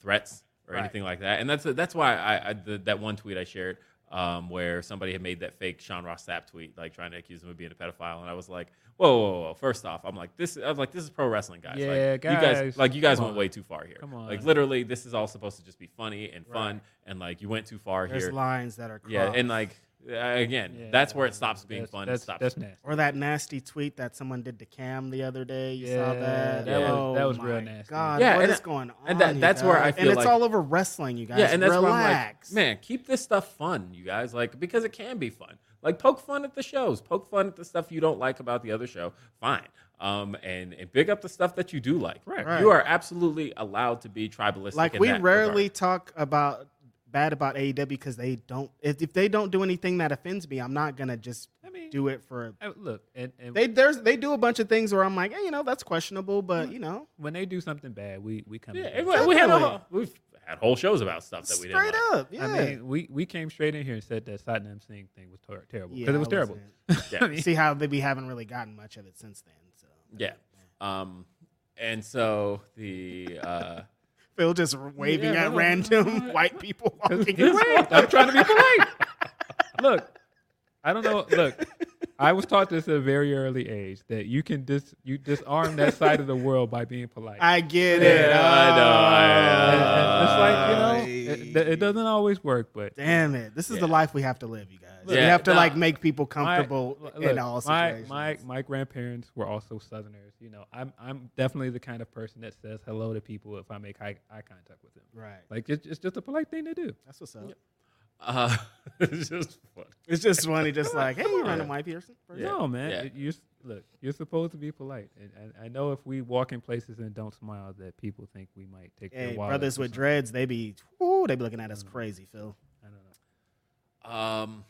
[SPEAKER 3] threats or
[SPEAKER 1] Right.
[SPEAKER 3] anything like that. And that's that's why I, I the, that one tweet I shared um, where somebody had made that fake Sean Ross Sapp tweet, like trying to accuse him of being a pedophile, and I was like, whoa, whoa, whoa, whoa. first off, I'm like this, I was like this is pro wrestling, guys.
[SPEAKER 4] Yeah,
[SPEAKER 3] like, you guys,
[SPEAKER 4] guys,
[SPEAKER 3] like you guys
[SPEAKER 4] come
[SPEAKER 3] went
[SPEAKER 4] on.
[SPEAKER 3] way too far here.
[SPEAKER 4] Come
[SPEAKER 3] like
[SPEAKER 4] on.
[SPEAKER 3] literally, this is all supposed to just be funny and fun, and like you went too far
[SPEAKER 1] There's
[SPEAKER 3] here.
[SPEAKER 1] lines that are crossed.
[SPEAKER 3] Yeah, and like Uh, Again,
[SPEAKER 4] Yeah,
[SPEAKER 3] that's where it stops being
[SPEAKER 4] that's-
[SPEAKER 3] fun. it
[SPEAKER 4] That's,
[SPEAKER 3] stops.
[SPEAKER 4] that's nasty.
[SPEAKER 1] Or that nasty tweet that someone did to Cam the other day. You saw
[SPEAKER 4] Yeah,
[SPEAKER 1] that?
[SPEAKER 4] that
[SPEAKER 3] was-
[SPEAKER 1] oh,
[SPEAKER 4] that was
[SPEAKER 1] my
[SPEAKER 4] real nasty.
[SPEAKER 1] God,
[SPEAKER 3] Yeah,
[SPEAKER 1] what
[SPEAKER 3] and
[SPEAKER 1] is
[SPEAKER 3] that-
[SPEAKER 1] going on?
[SPEAKER 3] and that-
[SPEAKER 1] here,
[SPEAKER 3] that's where I
[SPEAKER 1] guys?
[SPEAKER 3] feel
[SPEAKER 1] And it's
[SPEAKER 3] like-
[SPEAKER 1] all over wrestling, you guys.
[SPEAKER 3] yeah, and that's
[SPEAKER 1] Relax.
[SPEAKER 3] where I'm like, man, keep this stuff fun, you guys. Like because it can be fun. Like poke fun at the shows, poke fun at the stuff you don't like about the other show. Fine. Um, and, and big up the stuff that you do like.
[SPEAKER 1] Right.
[SPEAKER 3] You are absolutely allowed to be tribalistic.
[SPEAKER 1] like
[SPEAKER 3] in
[SPEAKER 1] we
[SPEAKER 3] that
[SPEAKER 1] rarely
[SPEAKER 3] regard.
[SPEAKER 1] talk about bad about AEW because they don't. If, if they don't do anything that offends me, I'm not gonna just
[SPEAKER 4] I mean,
[SPEAKER 1] do it for.
[SPEAKER 4] I- look, and, and
[SPEAKER 1] They there's they do a bunch of things where I'm like, hey, you know, that's questionable, but you know,
[SPEAKER 4] when they do something bad, we we come.
[SPEAKER 3] Yeah,
[SPEAKER 4] in.
[SPEAKER 3] and we had a
[SPEAKER 1] Definitely.
[SPEAKER 3] whole, we've had whole shows about stuff that we didn't.
[SPEAKER 1] straight
[SPEAKER 3] like.
[SPEAKER 1] up, yeah.
[SPEAKER 4] I mean, we, we came straight in here and said that Satnam Singh thing was ter- terrible because
[SPEAKER 1] Yeah,
[SPEAKER 4] it was
[SPEAKER 1] I
[SPEAKER 4] terrible.
[SPEAKER 3] Yeah.
[SPEAKER 4] I mean,
[SPEAKER 1] See how they, we haven't really gotten much of it since then. So
[SPEAKER 3] Yeah. Um, and so the uh,
[SPEAKER 1] Phil just waving
[SPEAKER 3] Yeah,
[SPEAKER 1] at
[SPEAKER 3] no.
[SPEAKER 1] random white people walking.
[SPEAKER 3] Right. I'm trying to be polite.
[SPEAKER 4] look, I don't know. Look, I was taught this at a very early age that you can dis you disarm that side of the world by being polite.
[SPEAKER 1] I get it.
[SPEAKER 3] Yeah, I know, I, uh,
[SPEAKER 4] And-
[SPEAKER 1] Oh.
[SPEAKER 4] and it's like you know, it,
[SPEAKER 1] Ay.
[SPEAKER 4] it doesn't always work, but
[SPEAKER 1] Damn it! This is
[SPEAKER 3] Yeah.
[SPEAKER 1] the life we have to live, you guys. we
[SPEAKER 3] Yeah,
[SPEAKER 1] have to
[SPEAKER 3] nah.
[SPEAKER 1] like make people
[SPEAKER 4] my-
[SPEAKER 1] comfortable
[SPEAKER 4] look,
[SPEAKER 1] in all
[SPEAKER 4] my,
[SPEAKER 1] situations.
[SPEAKER 4] my my grandparents were also Southerners. You know, I'm I'm definitely the kind of person that says hello to people if I make eye, eye contact with them.
[SPEAKER 1] right.
[SPEAKER 4] Like it's, it's just a polite thing to do.
[SPEAKER 1] That's what's up.
[SPEAKER 3] uh, it's just fun.
[SPEAKER 1] It's just funny, just like, hey, you random white person. person.
[SPEAKER 4] No, man.
[SPEAKER 3] yeah.
[SPEAKER 4] It- you s- look. You're supposed to be polite, and, and I know if we walk in places and don't smile, that people think we might take
[SPEAKER 1] Hey,
[SPEAKER 4] their wallet.
[SPEAKER 1] brothers
[SPEAKER 4] or
[SPEAKER 1] with
[SPEAKER 4] something.
[SPEAKER 1] dreads, they be, ooh, they be looking at us
[SPEAKER 3] Mm.
[SPEAKER 1] crazy, Phil.
[SPEAKER 4] I don't know.
[SPEAKER 3] Um,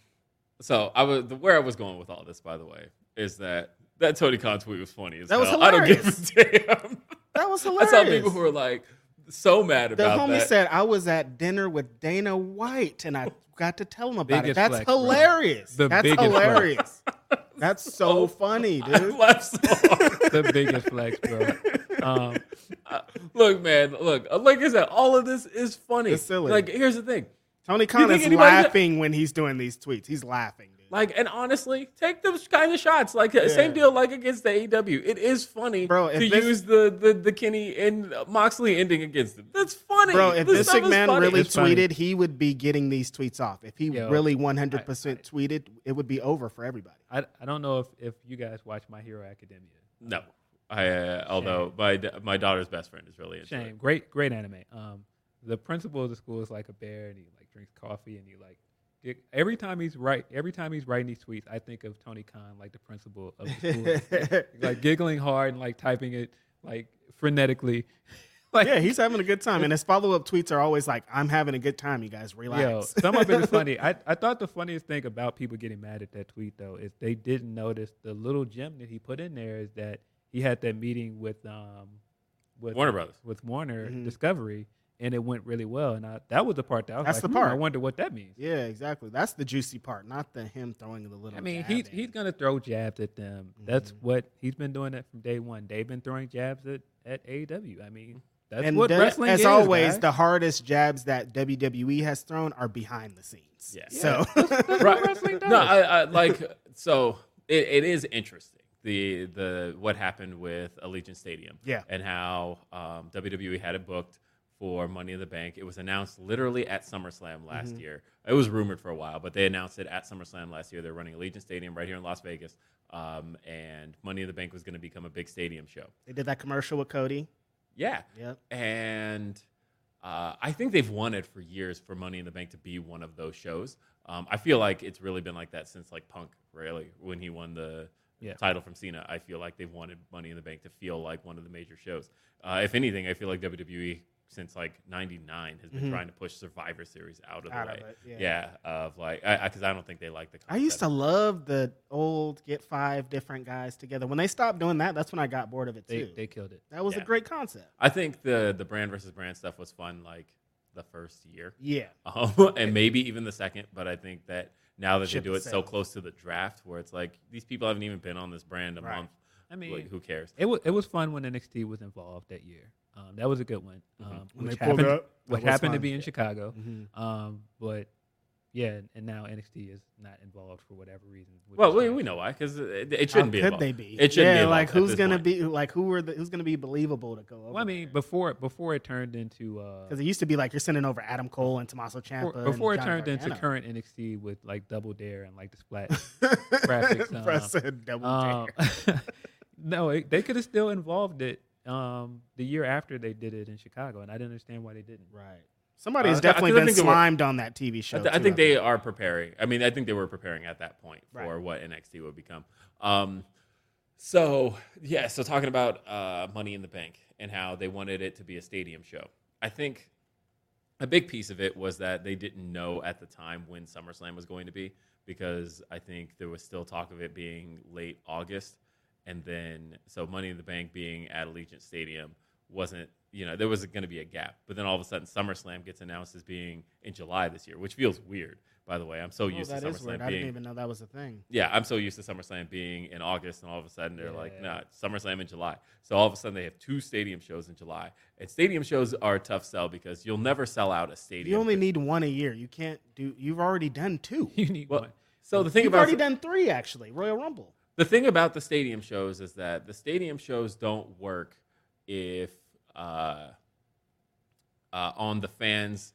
[SPEAKER 3] so I was the where I was going with all this, by the way, is that that Tony Khan tweet was funny as
[SPEAKER 1] That was
[SPEAKER 3] hell. I don't give
[SPEAKER 1] hilarious.
[SPEAKER 3] a damn.
[SPEAKER 1] That was
[SPEAKER 3] I
[SPEAKER 1] hilarious.
[SPEAKER 3] saw people who were like so mad
[SPEAKER 1] the
[SPEAKER 3] about
[SPEAKER 1] homie
[SPEAKER 3] that.
[SPEAKER 1] said, I was at dinner with Dana White, and I got to tell him about it.
[SPEAKER 4] Biggest
[SPEAKER 1] That's
[SPEAKER 4] flex, bro.
[SPEAKER 1] hilarious.
[SPEAKER 4] The
[SPEAKER 1] That's
[SPEAKER 4] biggest flex.
[SPEAKER 1] hilarious.
[SPEAKER 3] Oh
[SPEAKER 1] That's so funny,
[SPEAKER 3] I
[SPEAKER 1] dude.
[SPEAKER 3] laughed so hard.
[SPEAKER 4] the biggest flex, bro. Um,
[SPEAKER 3] Uh, look, man, look. uh, Like I said, all of this is funny.
[SPEAKER 1] It's silly.
[SPEAKER 3] Like here's the thing.
[SPEAKER 1] Tony Khan
[SPEAKER 3] think
[SPEAKER 1] is
[SPEAKER 3] anybody-
[SPEAKER 1] laughing when he's doing these tweets. He's laughing, dude.
[SPEAKER 3] Like and honestly, take those kind of shots. Like uh, same deal, like against the AEW. It is funny,
[SPEAKER 1] Bro, if
[SPEAKER 3] to
[SPEAKER 1] this-
[SPEAKER 3] use the, the the Kenny and Moxley ending against them. That's funny,
[SPEAKER 1] Bro, if this
[SPEAKER 3] stuff is
[SPEAKER 1] man
[SPEAKER 3] funny.
[SPEAKER 1] really
[SPEAKER 4] It's funny.
[SPEAKER 1] tweeted, he would be getting these tweets off. If he
[SPEAKER 4] Yo,
[SPEAKER 1] really 100% tweeted, it would be over for everybody.
[SPEAKER 4] I, I don't know if, if you guys watch My Hero Academia.
[SPEAKER 3] No, I uh, although my da- my daughter's best friend is really into
[SPEAKER 4] Shame,
[SPEAKER 3] it.
[SPEAKER 4] great great anime. Um, the principal of the school is like a bear, and he like drinks coffee, and he like dick- every time he's right every time he's writing these tweets, I think of Tony Khan, like the principal of the school. like giggling hard and like typing it like frenetically. like
[SPEAKER 1] yeah, he's having a good time. And his follow up tweets are always like, I'm having a good time, you guys.
[SPEAKER 4] yo,
[SPEAKER 1] Relax.
[SPEAKER 4] some of it is funny. I, I thought the funniest thing about people getting mad at that tweet though is they didn't notice the little gem that he put in there is that he had that meeting with um with
[SPEAKER 3] Warner Brothers.
[SPEAKER 4] with Warner
[SPEAKER 1] Mhm.
[SPEAKER 4] Discovery and it went really well and I, that was the part that I was
[SPEAKER 1] That's
[SPEAKER 4] like,
[SPEAKER 1] the
[SPEAKER 4] "Hmm, I
[SPEAKER 1] part."
[SPEAKER 4] wonder what that means.
[SPEAKER 1] yeah, exactly. That's the juicy part, not the him throwing the little.
[SPEAKER 4] I mean,
[SPEAKER 1] jab Mm-hmm.
[SPEAKER 4] he's
[SPEAKER 1] in.
[SPEAKER 4] he's gonna throw jabs at them. That's what he's been doing that from day one. They've been throwing jabs at at AEW. I mean, that's
[SPEAKER 1] and
[SPEAKER 4] what
[SPEAKER 1] the-
[SPEAKER 4] wrestling
[SPEAKER 1] as
[SPEAKER 4] is,
[SPEAKER 1] always,
[SPEAKER 4] guys.
[SPEAKER 1] the hardest jabs that WWE has thrown are behind the scenes.
[SPEAKER 3] Yeah.
[SPEAKER 1] So
[SPEAKER 3] right. No, I, I like so it, it is interesting the the what happened with Allegiant Stadium.
[SPEAKER 1] Yeah.
[SPEAKER 3] and how um, WWE had it booked for Money in the Bank. It was announced literally at SummerSlam last year. It was rumored for a while, but they announced it at SummerSlam last year. They're running Allegiant Stadium right here in Las Vegas, um, and Money in the Bank was going to become a big stadium show.
[SPEAKER 1] they did that commercial with Cody.
[SPEAKER 3] Yeah,
[SPEAKER 1] Yep.
[SPEAKER 3] and uh, I think they've wanted for years for Money in the Bank to be one of those shows. Um, I feel like it's really been like that since like Punk, really, when he won the
[SPEAKER 4] Yeah.
[SPEAKER 3] title from Cena. I feel like they've wanted Money in the Bank to feel like one of the major shows. Uh, if anything, I feel like WWE since like '99 has been trying to push Survivor Series out of
[SPEAKER 1] Out
[SPEAKER 3] the
[SPEAKER 1] of
[SPEAKER 3] way.
[SPEAKER 1] Mm-hmm. it, yeah.
[SPEAKER 3] of like because I, 'cause I don't think they like the.
[SPEAKER 1] I used
[SPEAKER 3] concept.
[SPEAKER 1] to love the old get five different guys together. When they stopped doing that, that's when I got bored of it
[SPEAKER 4] they,
[SPEAKER 1] too.
[SPEAKER 4] they killed it.
[SPEAKER 1] that was
[SPEAKER 3] Yeah.
[SPEAKER 1] a great concept.
[SPEAKER 3] I think the the brand versus brand stuff was fun like the first year.
[SPEAKER 1] Yeah.
[SPEAKER 3] um, and maybe even the second. But I think that now that
[SPEAKER 1] Ship
[SPEAKER 3] they do
[SPEAKER 1] the
[SPEAKER 3] it so
[SPEAKER 1] sales.
[SPEAKER 3] close to the draft, where it's like these people haven't even been on this brand a
[SPEAKER 1] Right.
[SPEAKER 3] month.
[SPEAKER 4] I mean,
[SPEAKER 3] like, who cares?
[SPEAKER 4] it was it was fun when NXT was involved that year. Um, that was a good one. Um,
[SPEAKER 1] Mm-hmm. When
[SPEAKER 4] which
[SPEAKER 1] they pulled
[SPEAKER 4] happened,
[SPEAKER 1] up, that
[SPEAKER 4] which
[SPEAKER 1] was
[SPEAKER 4] happened to
[SPEAKER 1] fun.
[SPEAKER 4] be in Chicago.
[SPEAKER 1] Mhm.
[SPEAKER 4] Um, but yeah, and now NXT is not involved for whatever reason. which
[SPEAKER 3] Well,
[SPEAKER 4] is
[SPEAKER 3] we,
[SPEAKER 4] fine.
[SPEAKER 3] we know why because it, it shouldn't
[SPEAKER 1] How
[SPEAKER 3] be.
[SPEAKER 1] could
[SPEAKER 3] involved.
[SPEAKER 1] they be?
[SPEAKER 3] It shouldn't
[SPEAKER 1] yeah,
[SPEAKER 3] be.
[SPEAKER 1] like
[SPEAKER 3] involved at
[SPEAKER 1] who's
[SPEAKER 3] this
[SPEAKER 1] gonna
[SPEAKER 3] point.
[SPEAKER 1] be like who are the, who's gonna be believable to go over?
[SPEAKER 4] Well, I mean, before before it turned into uh,
[SPEAKER 1] because it used to be like you're sending over Adam Cole and Tommaso
[SPEAKER 4] before,
[SPEAKER 1] Ciampa.
[SPEAKER 4] before it
[SPEAKER 1] and Johnny
[SPEAKER 4] turned into
[SPEAKER 1] Gargano.
[SPEAKER 4] current NXT with like Double Dare and like the Splat. graphics, uh,
[SPEAKER 1] Press said double
[SPEAKER 4] um,
[SPEAKER 1] dare.
[SPEAKER 4] no, it, they could have still involved it um, the year after they did it in Chicago, and I didn't understand why they didn't.
[SPEAKER 1] Right. Somebody has
[SPEAKER 3] Uh, I- I
[SPEAKER 1] definitely
[SPEAKER 3] think
[SPEAKER 1] been
[SPEAKER 3] they were-
[SPEAKER 1] slimed on that TV show.
[SPEAKER 3] I, th- I
[SPEAKER 1] too,
[SPEAKER 3] think they
[SPEAKER 1] believe.
[SPEAKER 3] are preparing. I mean, I think they were preparing at that point for
[SPEAKER 1] Right.
[SPEAKER 3] what NXT would become. Um, so yeah, so talking about uh, Money in the Bank and how they wanted it to be a stadium show, I think a big piece of it was that they didn't know at the time when SummerSlam was going to be because I think there was still talk of it being late August, and then so Money in the Bank being at Allegiant Stadium wasn't. You know, there was going to be a gap, but then all of a sudden, SummerSlam gets announced as being in July this year, which feels weird. By the way, I'm so
[SPEAKER 1] Oh,
[SPEAKER 3] used to
[SPEAKER 1] that is weird.
[SPEAKER 3] SummerSlam
[SPEAKER 1] I didn't
[SPEAKER 3] being
[SPEAKER 1] even know that was a thing.
[SPEAKER 3] yeah, I'm so used to SummerSlam being in August, and all of a sudden they're like,
[SPEAKER 4] Yeah.
[SPEAKER 3] nah, it's SummerSlam in July. So all of a sudden they have two stadium shows in July, and stadium shows are a tough sell because you'll never sell out a stadium.
[SPEAKER 1] You only need one a year. You can't do. You've already done two.
[SPEAKER 4] You need
[SPEAKER 3] Well,
[SPEAKER 4] one.
[SPEAKER 3] so the thing
[SPEAKER 1] You've
[SPEAKER 3] about
[SPEAKER 1] already done three actually. Royal Rumble.
[SPEAKER 3] the thing about the stadium shows is that the stadium shows don't work if uh, uh, on the fans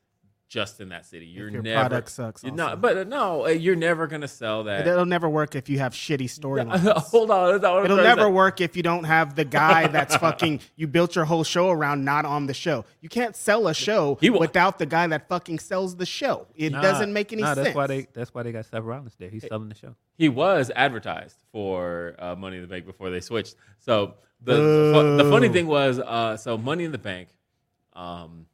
[SPEAKER 3] just in that city. You're
[SPEAKER 1] your
[SPEAKER 3] never
[SPEAKER 1] product sucks
[SPEAKER 3] You're not,
[SPEAKER 1] also.
[SPEAKER 3] but uh, no, uh, you're never gonna sell that.
[SPEAKER 1] It'll never work if you have shitty storylines.
[SPEAKER 3] Hold on, that's not what I'm
[SPEAKER 1] It'll
[SPEAKER 3] trying to say.
[SPEAKER 1] never work if you don't have the guy that's fucking. You built your whole show around not on the show. You can't sell a show
[SPEAKER 3] He wa-
[SPEAKER 1] without the guy that fucking sells the show. It
[SPEAKER 4] Nah,
[SPEAKER 1] doesn't make any
[SPEAKER 4] nah,
[SPEAKER 1] sense.
[SPEAKER 4] That's why they that's why they got Seth Rollins there. He's selling the show.
[SPEAKER 3] he was advertised for uh, Money in the Bank before they switched. So the the, fu- the funny
[SPEAKER 1] Boo.
[SPEAKER 3] thing was, uh, so Money in the Bank, um,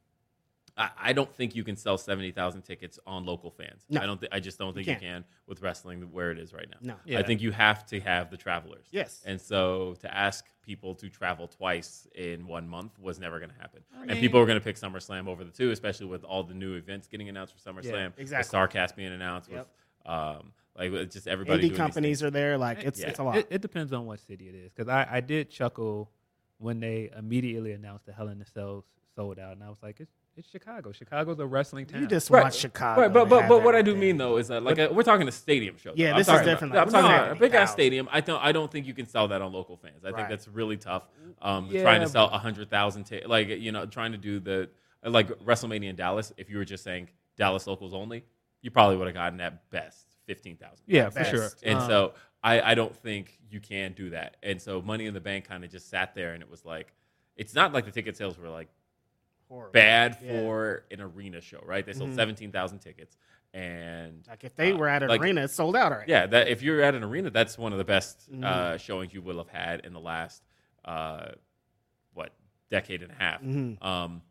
[SPEAKER 3] I, I don't think you can sell seventy thousand tickets on local fans.
[SPEAKER 1] No.
[SPEAKER 3] I don't. Th- I just don't think you,
[SPEAKER 1] can't.
[SPEAKER 3] can with wrestling where it is right now.
[SPEAKER 1] No.
[SPEAKER 3] I
[SPEAKER 4] Yeah.
[SPEAKER 3] think you have to have the travelers.
[SPEAKER 1] Yes.
[SPEAKER 3] And so to ask people to travel twice in one month was never going to happen. and
[SPEAKER 4] mean-
[SPEAKER 3] people were going to pick SummerSlam over the two, especially with all the new events getting announced for SummerSlam.
[SPEAKER 1] exactly.
[SPEAKER 3] The StarCast being announced
[SPEAKER 1] Yep.
[SPEAKER 3] with um, like with just everybody.
[SPEAKER 1] Indie
[SPEAKER 3] doing these
[SPEAKER 1] companies
[SPEAKER 3] things.
[SPEAKER 1] are there. Like it's
[SPEAKER 3] Yeah.
[SPEAKER 1] it's a lot.
[SPEAKER 4] It, it depends on what city it is. Because I, I did chuckle when they immediately announced that Hell in a Cell sold out, and I was like, it's, it's Chicago. Chicago's a wrestling town.
[SPEAKER 1] you just
[SPEAKER 3] Right.
[SPEAKER 1] watch Chicago.
[SPEAKER 3] Right, but
[SPEAKER 1] and
[SPEAKER 3] but,
[SPEAKER 1] have
[SPEAKER 3] but what I do
[SPEAKER 1] everything.
[SPEAKER 3] mean though is that like uh we're talking a stadium show. though.
[SPEAKER 1] Yeah,
[SPEAKER 3] I'm
[SPEAKER 1] this is
[SPEAKER 3] talking about-
[SPEAKER 1] different,
[SPEAKER 3] yeah,
[SPEAKER 1] like,
[SPEAKER 3] I'm talking about a
[SPEAKER 1] 70,000.
[SPEAKER 3] big ass stadium. I don't I don't think you can sell that on local fans. I
[SPEAKER 1] Right.
[SPEAKER 3] think that's really tough. Um,
[SPEAKER 4] Yeah,
[SPEAKER 3] trying to sell hundred thousand, ta- like you know, trying to do the like WrestleMania in Dallas. If you were just saying Dallas locals only, you probably would have gotten at best fifteen thousand.
[SPEAKER 4] yeah, for
[SPEAKER 1] Best.
[SPEAKER 4] sure.
[SPEAKER 3] And
[SPEAKER 4] Um,
[SPEAKER 3] so I, I don't think you can do that. And so Money in the Bank kind of just sat there and it was like, it's not like the ticket sales were like
[SPEAKER 1] Horrible.
[SPEAKER 3] bad
[SPEAKER 1] Yeah.
[SPEAKER 3] for an arena show, right? They sold 17,000 tickets. And
[SPEAKER 1] Like if they
[SPEAKER 3] uh,
[SPEAKER 1] were at an
[SPEAKER 3] like-
[SPEAKER 1] arena, it's sold out already.
[SPEAKER 3] yeah, that if you're at an arena, that's one of the best uh, showings you will have had in the last, uh, what, decade and a half.
[SPEAKER 1] Mm-hmm.
[SPEAKER 3] Um,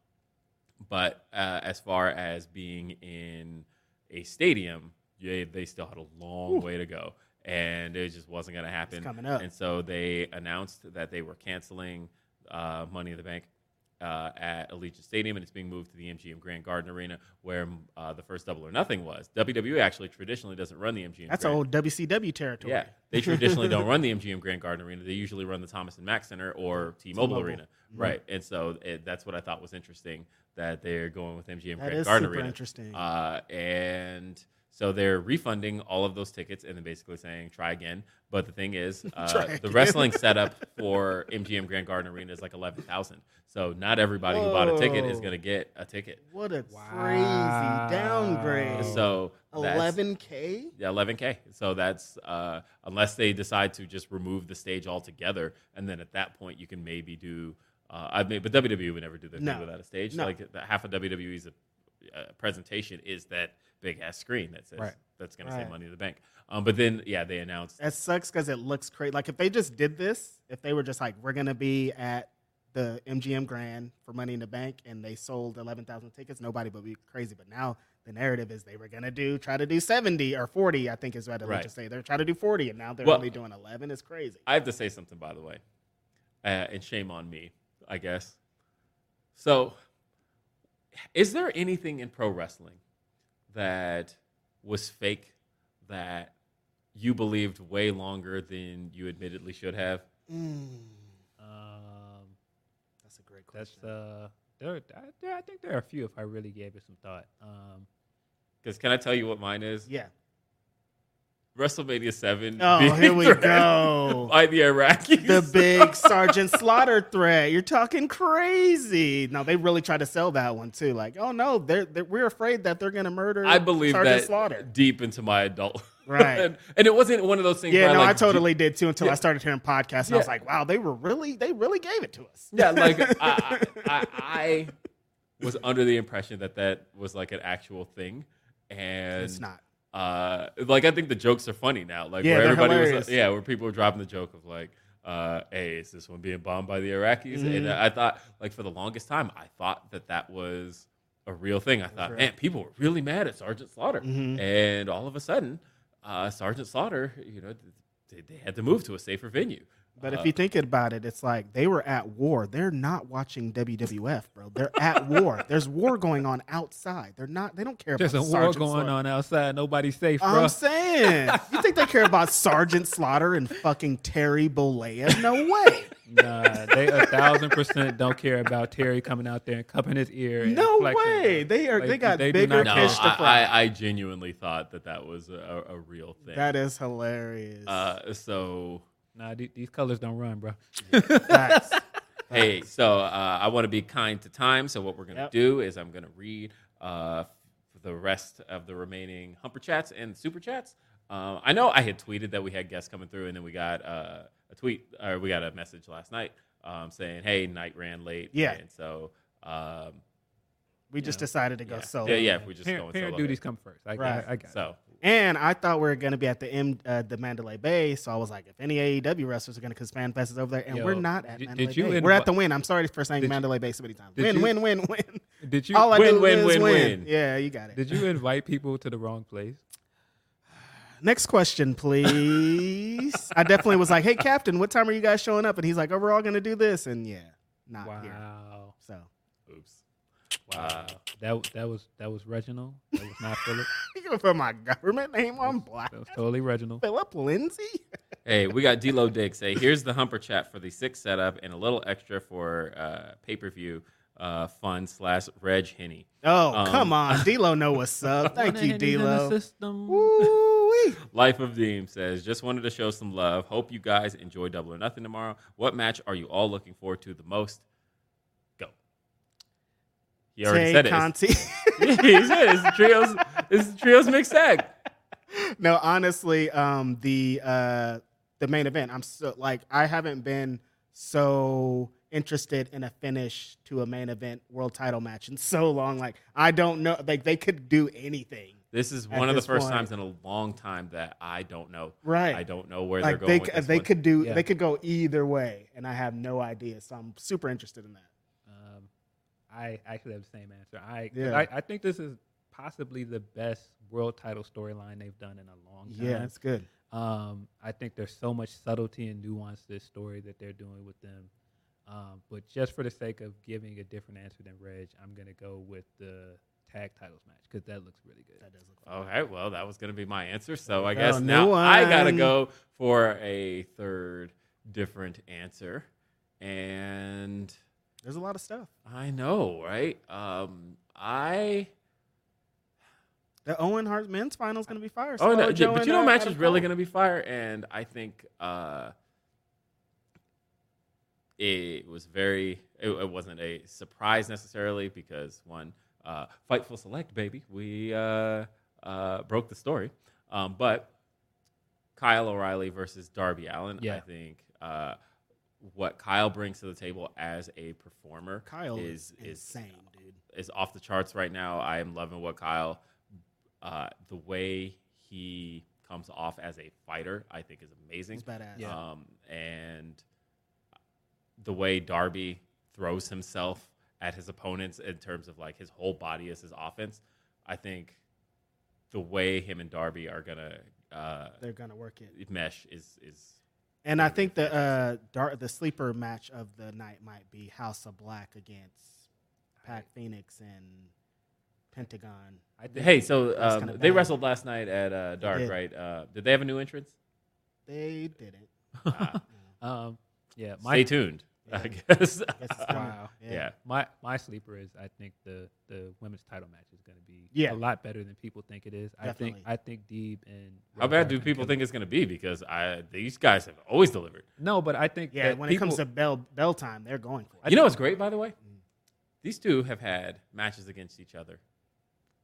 [SPEAKER 3] but uh, as far as being in a stadium, yeah, they still had a long way to go, and it just wasn't going to happen.
[SPEAKER 1] coming up.
[SPEAKER 3] And so they announced that they were canceling uh, Money in the Bank uh, at Allegiant Stadium, and it's being moved to the MGM Grand Garden Arena, where uh, the first Double or Nothing was. WWE actually traditionally doesn't run the MGM.
[SPEAKER 1] That's
[SPEAKER 3] Grand.
[SPEAKER 1] old WCW territory.
[SPEAKER 3] Yeah, they traditionally don't run the MGM Grand Garden Arena. They usually run the Thomas and Mack Center or T-Mobile,
[SPEAKER 1] T-Mobile. Mm-hmm.
[SPEAKER 3] Arena, right? And so it, that's what I thought was interesting that they're going with
[SPEAKER 1] That
[SPEAKER 3] MGM Grand
[SPEAKER 1] is
[SPEAKER 3] Garden
[SPEAKER 1] super
[SPEAKER 3] Arena.
[SPEAKER 1] interesting.
[SPEAKER 3] Uh, and so they're refunding all of those tickets and then basically saying try again. But the thing is,
[SPEAKER 1] Try
[SPEAKER 3] uh, the
[SPEAKER 1] again.
[SPEAKER 3] wrestling setup for MGM Grand Garden Arena is like eleven thousand. So not everybody who bought a ticket is
[SPEAKER 1] Whoa.
[SPEAKER 3] going to get a ticket.
[SPEAKER 1] What a
[SPEAKER 4] Wow.
[SPEAKER 1] crazy downgrade.
[SPEAKER 3] So that's-
[SPEAKER 1] 11K?
[SPEAKER 3] Yeah, 11K. So that's uh, unless they decide to just remove the stage altogether, and then at that point you can maybe do. Uh, I mean, but WWE would never do that
[SPEAKER 1] No.
[SPEAKER 3] without a stage.
[SPEAKER 1] No.
[SPEAKER 3] Like the, half of WWE's uh, uh, presentation is that big ass screen that says
[SPEAKER 4] Right.
[SPEAKER 3] that's going to
[SPEAKER 1] Right.
[SPEAKER 3] say Money in the Bank. Um, but then yeah, they announced
[SPEAKER 1] That sucks because it looks crazy. Like if they just did this, if they were just like, we're gonna be at the MGM Grand for Money in the Bank, and they sold eleven thousand tickets, nobody would be crazy. But now the narrative is they were gonna do try to do seventy or forty. I think is what they
[SPEAKER 3] Right.
[SPEAKER 1] just say. They're trying to do forty, and now they're
[SPEAKER 3] Well-
[SPEAKER 1] only doing eleven. It's crazy.
[SPEAKER 3] I have to say something, by the way, uh, and shame on me, I guess. So, is there anything in pro wrestling that was fake that you believed way longer than you admittedly should have?
[SPEAKER 4] um,
[SPEAKER 1] That's a great
[SPEAKER 4] that's
[SPEAKER 1] question.
[SPEAKER 4] uh, there, I, there- I think there are a few if I really gave it some thought. Um,
[SPEAKER 3] Because can I tell you what mine is?
[SPEAKER 1] Yeah.
[SPEAKER 3] WrestleMania Seven.
[SPEAKER 1] Oh,
[SPEAKER 3] being
[SPEAKER 1] here we
[SPEAKER 3] threatened
[SPEAKER 1] go.
[SPEAKER 3] By the Iraqis.
[SPEAKER 1] The big Sergeant Slaughter threat. You're talking crazy. No, they really tried to sell that one too. Like, oh no, they're, they're we're afraid that they're gonna murder.
[SPEAKER 3] I believe
[SPEAKER 1] Sergeant
[SPEAKER 3] that
[SPEAKER 1] Slaughter.
[SPEAKER 3] deep into my adult.
[SPEAKER 1] Right.
[SPEAKER 3] and, and it wasn't one of those things.
[SPEAKER 1] Yeah,
[SPEAKER 3] where
[SPEAKER 1] no,
[SPEAKER 3] I, like,
[SPEAKER 1] I totally did too until
[SPEAKER 3] Yeah.
[SPEAKER 1] I started hearing podcasts and I was
[SPEAKER 3] Yeah.
[SPEAKER 1] like, wow, they were really they really gave it to us.
[SPEAKER 3] Yeah, like I, I, I, I was under the impression that that was like an actual thing, and
[SPEAKER 1] It's not.
[SPEAKER 3] Uh, like I think the jokes are funny now. Like
[SPEAKER 1] Yeah,
[SPEAKER 3] where
[SPEAKER 1] they're
[SPEAKER 3] everybody was, uh,
[SPEAKER 1] hilarious.
[SPEAKER 3] yeah, where people were dropping the joke of like, uh, hey, is this one being bombed by the Iraqis? And
[SPEAKER 1] Mm-hmm.
[SPEAKER 3] I thought, like for the longest time, I thought that that was a real thing. I thought, man, people were really mad at Sergeant Slaughter,
[SPEAKER 1] Mm-hmm.
[SPEAKER 3] and all of a sudden, uh, Sergeant Slaughter, you know, they, they had to move to a safer venue.
[SPEAKER 1] But
[SPEAKER 3] uh,
[SPEAKER 1] if you think about it, it's like they were at war. They're not watching WWF, bro. They're at war. There's war going on outside. They're not. They don't care
[SPEAKER 4] There's a
[SPEAKER 1] about.
[SPEAKER 4] war
[SPEAKER 1] Sergeant Um,
[SPEAKER 4] going
[SPEAKER 1] Slaughter.
[SPEAKER 4] on outside. Nobody's safe, bro.
[SPEAKER 1] I'm saying. You think they care about Sergeant Slaughter and fucking Terry Bollea? No way.
[SPEAKER 4] nah, they a thousand percent don't care about Terry coming out there and cupping his ear. and
[SPEAKER 1] No
[SPEAKER 4] flexing,
[SPEAKER 1] way.
[SPEAKER 4] bro.
[SPEAKER 1] They are- they got
[SPEAKER 4] do
[SPEAKER 1] bigger
[SPEAKER 3] No,
[SPEAKER 4] not care.
[SPEAKER 1] fish to
[SPEAKER 3] I,
[SPEAKER 1] fry.
[SPEAKER 3] I, I genuinely thought that that was a, a real thing.
[SPEAKER 1] That is hilarious.
[SPEAKER 3] uh, so
[SPEAKER 4] Nah, the- these colors don't run, bro.
[SPEAKER 1] Facts.
[SPEAKER 3] hey, so uh, I want to be kind to time. So what we're gonna
[SPEAKER 1] Yep.
[SPEAKER 3] do is I'm gonna read uh, the rest of the remaining Humper chats and super chats. Um, I know I had tweeted that we had guests coming through, and then we got uh, a tweet or we got a message last night um, saying, "Hey, night ran late."
[SPEAKER 1] Yeah.
[SPEAKER 3] and so. Um,
[SPEAKER 1] we just decided to go
[SPEAKER 3] yeah.
[SPEAKER 1] solo.
[SPEAKER 3] yeah, yeah, if we just
[SPEAKER 4] parent
[SPEAKER 3] going
[SPEAKER 4] parent
[SPEAKER 3] solo.
[SPEAKER 4] duties come first. I, got
[SPEAKER 1] Right.
[SPEAKER 4] I, I got it.
[SPEAKER 3] So
[SPEAKER 1] And I thought we were going to be at the M, uh, the Mandalay Bay, so I was like, if any AEW wrestlers are going to, because Fan Fest is over there, and
[SPEAKER 4] Yo,
[SPEAKER 1] we're not at
[SPEAKER 4] did-
[SPEAKER 1] Mandalay
[SPEAKER 4] did you
[SPEAKER 1] Bay.
[SPEAKER 4] invi-
[SPEAKER 1] we're at the Win. I'm sorry for saying
[SPEAKER 4] Did you-
[SPEAKER 1] Mandalay Bay so many times.
[SPEAKER 4] did
[SPEAKER 1] Win,
[SPEAKER 4] you-
[SPEAKER 1] win, win, win.
[SPEAKER 4] Did you
[SPEAKER 1] All I
[SPEAKER 3] Win,
[SPEAKER 1] do
[SPEAKER 3] win,
[SPEAKER 1] is
[SPEAKER 3] win,
[SPEAKER 1] win,
[SPEAKER 3] win.
[SPEAKER 1] Yeah, you got it.
[SPEAKER 4] did you invite people to the wrong place?
[SPEAKER 1] Next question, please. I definitely was like, hey, Captain, what time are you guys showing up? And he's like, oh, we're all going to do this, and yeah, not
[SPEAKER 4] Wow.
[SPEAKER 1] here. So
[SPEAKER 3] oops. Wow.
[SPEAKER 4] That that was that was Reginald. That was not Philip.
[SPEAKER 1] you gonna put my government name on black?
[SPEAKER 4] That was totally Reginald.
[SPEAKER 1] Philip Lindsay.
[SPEAKER 3] Hey, we got D'Lo Dix. Hey, here's the Humper chat for the sixth setup and a little extra for uh, pay per view uh, fun slash Reg Henny.
[SPEAKER 1] Oh
[SPEAKER 3] Um,
[SPEAKER 1] come on, D'Lo know what's up. Thank you, D'Lo.
[SPEAKER 4] System.
[SPEAKER 1] Woo-wee.
[SPEAKER 3] Life of Deem says, just wanted to show some love. Hope you guys enjoy Double or Nothing tomorrow. What match are you all looking forward to the most? Go. He already
[SPEAKER 1] Tay
[SPEAKER 3] said it. It's-
[SPEAKER 1] Conti.
[SPEAKER 3] he said it. It's the trios. It's the trios mixed tag.
[SPEAKER 1] no, honestly, um, the uh, the main event. I'm so like I haven't been so interested in a finish to a main event world title match in so long. Like I don't know. Like they could do anything.
[SPEAKER 3] This is
[SPEAKER 1] At
[SPEAKER 3] one of the
[SPEAKER 1] this
[SPEAKER 3] first
[SPEAKER 1] point.
[SPEAKER 3] times in a long time that I don't know.
[SPEAKER 1] Right.
[SPEAKER 3] I don't know where
[SPEAKER 1] Like
[SPEAKER 3] they're
[SPEAKER 1] they
[SPEAKER 3] going. with
[SPEAKER 1] c-
[SPEAKER 3] this
[SPEAKER 1] they
[SPEAKER 3] one.
[SPEAKER 1] could do
[SPEAKER 4] Yeah.
[SPEAKER 1] they could go either way, and I have no idea. So I'm super interested in that.
[SPEAKER 4] Um, I actually have the same answer. I, 'cause
[SPEAKER 1] Yeah.
[SPEAKER 4] I I think this is possibly the best world title storyline they've done in a long time.
[SPEAKER 1] Yeah, it's good.
[SPEAKER 4] Um, I think there's so much subtlety and nuance to this story that they're doing with them. Um, but just for the sake of giving a different answer than Reg, I'm gonna go with the tag titles match because that looks really good.
[SPEAKER 1] That does look fun.
[SPEAKER 3] All right. Well, that was going to be my answer. So I
[SPEAKER 1] go,
[SPEAKER 3] guess
[SPEAKER 1] new
[SPEAKER 3] now I got to
[SPEAKER 1] one.
[SPEAKER 3] go for a third different answer. And
[SPEAKER 1] There's a lot of stuff.
[SPEAKER 3] I know, right? Um, I.
[SPEAKER 1] The Owen Hart men's finals going to be fire.
[SPEAKER 3] Oh, no,
[SPEAKER 1] Samoa
[SPEAKER 3] yeah,
[SPEAKER 1] Joe
[SPEAKER 3] but
[SPEAKER 1] and,
[SPEAKER 3] you know,
[SPEAKER 1] uh,
[SPEAKER 3] match
[SPEAKER 1] Adam
[SPEAKER 3] is really
[SPEAKER 1] Cole.
[SPEAKER 3] going to be fire. And I think uh, it was very, it, it wasn't a surprise necessarily because one, uh, Fightful Select, baby, we uh, uh, broke the story. Um, but Kyle O'Reilly versus Darby Allen, I
[SPEAKER 4] Yeah.
[SPEAKER 3] think. Uh, what Kyle brings to the table as a performer
[SPEAKER 1] Kyle
[SPEAKER 3] is
[SPEAKER 1] is,
[SPEAKER 3] is
[SPEAKER 1] insane, dude.
[SPEAKER 3] is off the charts right now. I am loving what Kyle, uh, the way he comes off as a fighter, I think is amazing.
[SPEAKER 1] He's badass.
[SPEAKER 4] Yeah.
[SPEAKER 3] Um, and the way Darby throws himself at his opponents in terms of like his whole body is his offense, I think the way him and Darby are gonna uh,
[SPEAKER 1] They're going to work it.
[SPEAKER 3] mesh is is
[SPEAKER 1] And I think the uh, dar- the sleeper match of the night might be House of Black against Pac Phoenix and Pentagon.
[SPEAKER 4] I think
[SPEAKER 3] hey. So
[SPEAKER 1] That's
[SPEAKER 3] um,
[SPEAKER 1] kinda
[SPEAKER 3] they
[SPEAKER 1] bad.
[SPEAKER 3] wrestled last night at uh, Dark,
[SPEAKER 1] did.
[SPEAKER 3] right? Uh, did they have a new entrance?
[SPEAKER 1] They didn't.
[SPEAKER 3] Ah,
[SPEAKER 4] Um, yeah,
[SPEAKER 3] stay
[SPEAKER 4] my
[SPEAKER 3] tuned. I guess.
[SPEAKER 1] Guess it's coming.
[SPEAKER 4] Wow.
[SPEAKER 1] Yeah.
[SPEAKER 3] yeah.
[SPEAKER 4] My my sleeper is I think the the women's title match is going to be
[SPEAKER 1] Yeah.
[SPEAKER 4] a lot better than people think it is. I
[SPEAKER 1] Definitely.
[SPEAKER 4] think I think Deeb and
[SPEAKER 3] How bad do people think it's going to be? Because I these guys have always delivered.
[SPEAKER 4] No, but I think
[SPEAKER 1] Yeah,
[SPEAKER 4] that
[SPEAKER 1] when
[SPEAKER 4] people,
[SPEAKER 1] it comes to bell bell time, they're going for it. Mm,
[SPEAKER 3] you know what's great, by the way? These two have had matches against each other,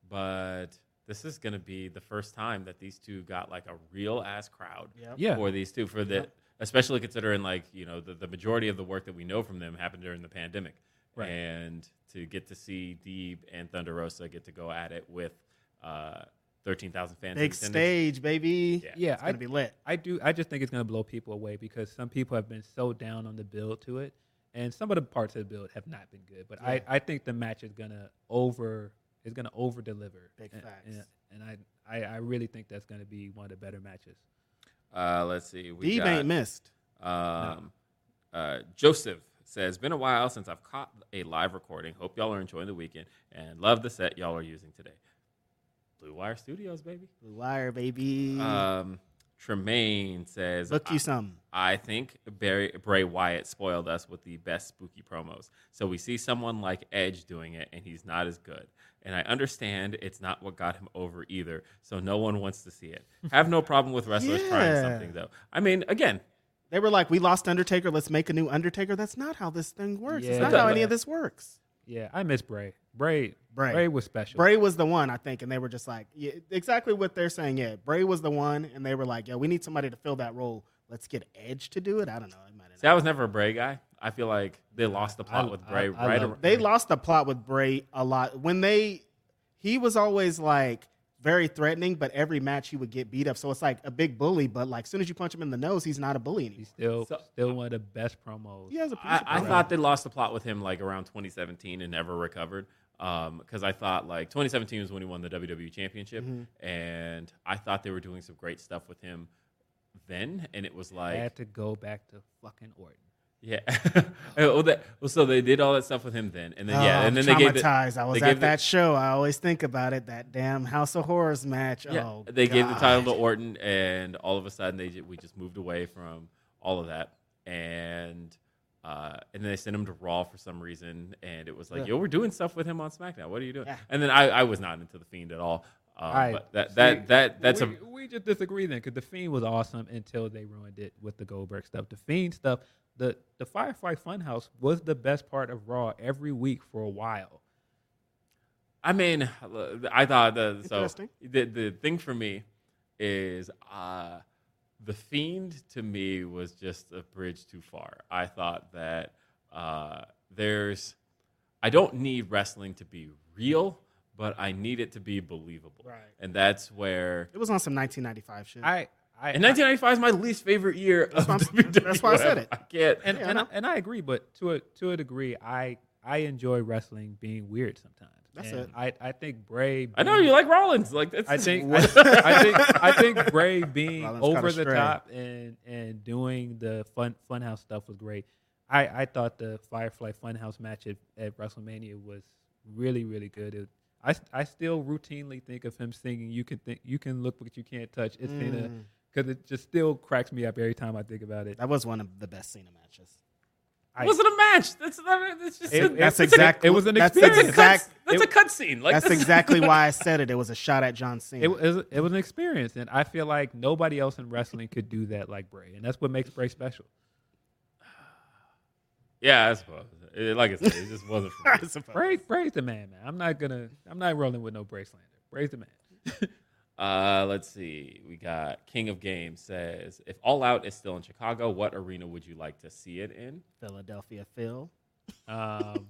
[SPEAKER 3] but this is going to be the first time that these two got like a real ass crowd
[SPEAKER 1] Yep.
[SPEAKER 4] yeah,
[SPEAKER 3] for these two for the especially considering like you know the, the majority of the work that we know from them happened during the pandemic
[SPEAKER 4] Right.
[SPEAKER 3] and to get to see Deeb and Thunder Rosa get to go at it with uh, 13,000 fans in
[SPEAKER 1] Big
[SPEAKER 3] attendance.
[SPEAKER 1] stage, baby.
[SPEAKER 3] Yeah.
[SPEAKER 4] yeah.
[SPEAKER 1] It's
[SPEAKER 4] I
[SPEAKER 1] gonna be lit.
[SPEAKER 4] I do. I just think it's going to blow people away because some people have been so down on the build to it, and some of the parts of the build have not been good. But I, I think the match is going to over is going to over deliver.
[SPEAKER 1] Big
[SPEAKER 4] and,
[SPEAKER 1] facts.
[SPEAKER 4] And, and I, I I really think that's going to be one of the better matches.
[SPEAKER 3] Uh, let's see. We
[SPEAKER 1] Deeb
[SPEAKER 3] got-
[SPEAKER 1] ain't missed.
[SPEAKER 3] Um, uh, Joseph says, "Been a while since I've caught a live recording. Hope y'all are enjoying the weekend and love the set y'all are using today." Blue Wire Studios, baby.
[SPEAKER 1] Blue wire, baby.
[SPEAKER 4] Uh,
[SPEAKER 3] Um, Tremaine says,
[SPEAKER 1] Mm. Look
[SPEAKER 3] "I-
[SPEAKER 1] you some.
[SPEAKER 3] I think Barry, Bray Wyatt spoiled us with the best spooky promos. So we see someone like Edge doing it, and he's not as good. And I understand it's not what got him over either. So no one wants to see it. Have no problem with wrestlers trying
[SPEAKER 1] Yeah.
[SPEAKER 3] something, though. I mean, again,
[SPEAKER 1] They were like, "We lost Undertaker. Let's make a new Undertaker." That's not how this thing works.
[SPEAKER 4] Yeah.
[SPEAKER 1] It's not how any of this works.
[SPEAKER 4] Yeah, I miss Bray. Bray
[SPEAKER 1] Bray.
[SPEAKER 4] was special.
[SPEAKER 1] Bray was the one, I think, and they were just like, yeah, exactly what they're saying. Yeah, Bray was the one, and they were like, "Yo, we need somebody to fill that role. Let's get Edge to do it." I don't know. It might have
[SPEAKER 3] See, I was never a Bray guy. I feel like they lost the plot
[SPEAKER 4] I-
[SPEAKER 3] with Bray.
[SPEAKER 4] I- I
[SPEAKER 3] right?
[SPEAKER 4] love
[SPEAKER 3] ar-
[SPEAKER 1] they lost the plot with Bray a lot. When they, he was always like very threatening, but every match he would get beat up. So it's like a big bully, but like soon as you punch him in the nose, he's not a bully anymore.
[SPEAKER 4] He's still
[SPEAKER 3] So-
[SPEAKER 1] uh,
[SPEAKER 4] still one of the best promos.
[SPEAKER 1] He has a piece
[SPEAKER 3] I,
[SPEAKER 1] of
[SPEAKER 3] I
[SPEAKER 1] Bray.
[SPEAKER 3] thought they lost the plot with him like around 2017 and never recovered. Because I thought like 2017 was when he won the WWE Championship,
[SPEAKER 4] Mm-hmm.
[SPEAKER 3] and I thought they were doing some great stuff with him then, and it was
[SPEAKER 4] I
[SPEAKER 3] like
[SPEAKER 4] had to go back to fucking Orton.
[SPEAKER 3] Yeah. well, that, well, so they did all that stuff with him then, and then
[SPEAKER 1] Oh,
[SPEAKER 3] yeah,
[SPEAKER 1] I'm
[SPEAKER 3] and then they gave the,
[SPEAKER 1] traumatized. I was
[SPEAKER 3] they
[SPEAKER 1] at
[SPEAKER 3] gave the-
[SPEAKER 1] that show. I always think about it. That damn House of Horrors match.
[SPEAKER 3] yeah,
[SPEAKER 1] oh,
[SPEAKER 3] they gave the
[SPEAKER 1] God.
[SPEAKER 3] title to Orton, and all of a sudden they ju- we just moved away from all of that, and uh, and then they sent him to Raw for some reason, and it was like, yo, we're doing stuff with him on SmackDown. What are you doing?
[SPEAKER 1] Yeah.
[SPEAKER 3] And then I, I was not into the Fiend at all. Um,
[SPEAKER 4] I-
[SPEAKER 3] but that that, that that's
[SPEAKER 4] we,
[SPEAKER 3] a
[SPEAKER 4] we just disagree then because the fiend was awesome until they ruined it with the Goldberg stuff. The fiend stuff, the the Firefly Funhouse was the best part of Raw every week for a while.
[SPEAKER 3] I mean, I thought the so
[SPEAKER 1] Interesting.
[SPEAKER 3] the the thing for me is uh, the fiend to me was just a bridge too far. I thought that uh, there's I don't need wrestling to be real, but I need it to be believable,
[SPEAKER 1] Right.
[SPEAKER 3] and that's where.
[SPEAKER 1] It was on some 1995 shit.
[SPEAKER 4] I I
[SPEAKER 3] And 1995 is my least favorite year. That's,
[SPEAKER 1] why I'm- that's why I said it.
[SPEAKER 3] I can't.
[SPEAKER 4] and
[SPEAKER 1] Yeah, I
[SPEAKER 4] and, I,
[SPEAKER 1] know.
[SPEAKER 4] and I agree, but to a to a degree, I I enjoy wrestling being weird sometimes.
[SPEAKER 1] That's
[SPEAKER 4] And
[SPEAKER 1] it.
[SPEAKER 4] I I think Bray.
[SPEAKER 3] I know
[SPEAKER 4] being-
[SPEAKER 3] you like Rollins. Like that's
[SPEAKER 4] I think I, I think I think Bray being
[SPEAKER 1] Rollins caught
[SPEAKER 4] over
[SPEAKER 1] a
[SPEAKER 4] the
[SPEAKER 1] stray.
[SPEAKER 4] top and and doing the fun funhouse stuff was great. I, I thought the Firefly Funhouse match at, at WrestleMania was really really good. It, I, I still routinely think of him singing "You can think you can look but you can't touch." It's Cena because it just still cracks me up every time I think about it.
[SPEAKER 1] that was one of the best Cena matches.
[SPEAKER 4] I-
[SPEAKER 3] it wasn't a match. That's not, that's just
[SPEAKER 4] It-
[SPEAKER 3] a,
[SPEAKER 1] That's
[SPEAKER 3] it's an-
[SPEAKER 1] exactly.
[SPEAKER 4] it was an
[SPEAKER 1] that's
[SPEAKER 4] experience.
[SPEAKER 1] Exact,
[SPEAKER 3] That's
[SPEAKER 4] that's
[SPEAKER 3] that's
[SPEAKER 4] a
[SPEAKER 3] a cutscene. Like
[SPEAKER 1] that's exactly why I said it. It was a shot at John Cena.
[SPEAKER 4] It, was it was an experience, and I feel like nobody else in wrestling could do that like Bray, and that's what makes Bray special.
[SPEAKER 3] Yeah, I suppose. It, like I said, it just wasn't for me.
[SPEAKER 1] I suppose.
[SPEAKER 4] Bray, Bray's the man, man. I'm not gonna, I'm not rolling with no Bray slander. Bray's the man.
[SPEAKER 3] Uh, let's see. We got King of Games says, if All Out is still in Chicago, what arena would you like to see it in?
[SPEAKER 1] Philadelphia Phil.
[SPEAKER 4] Um,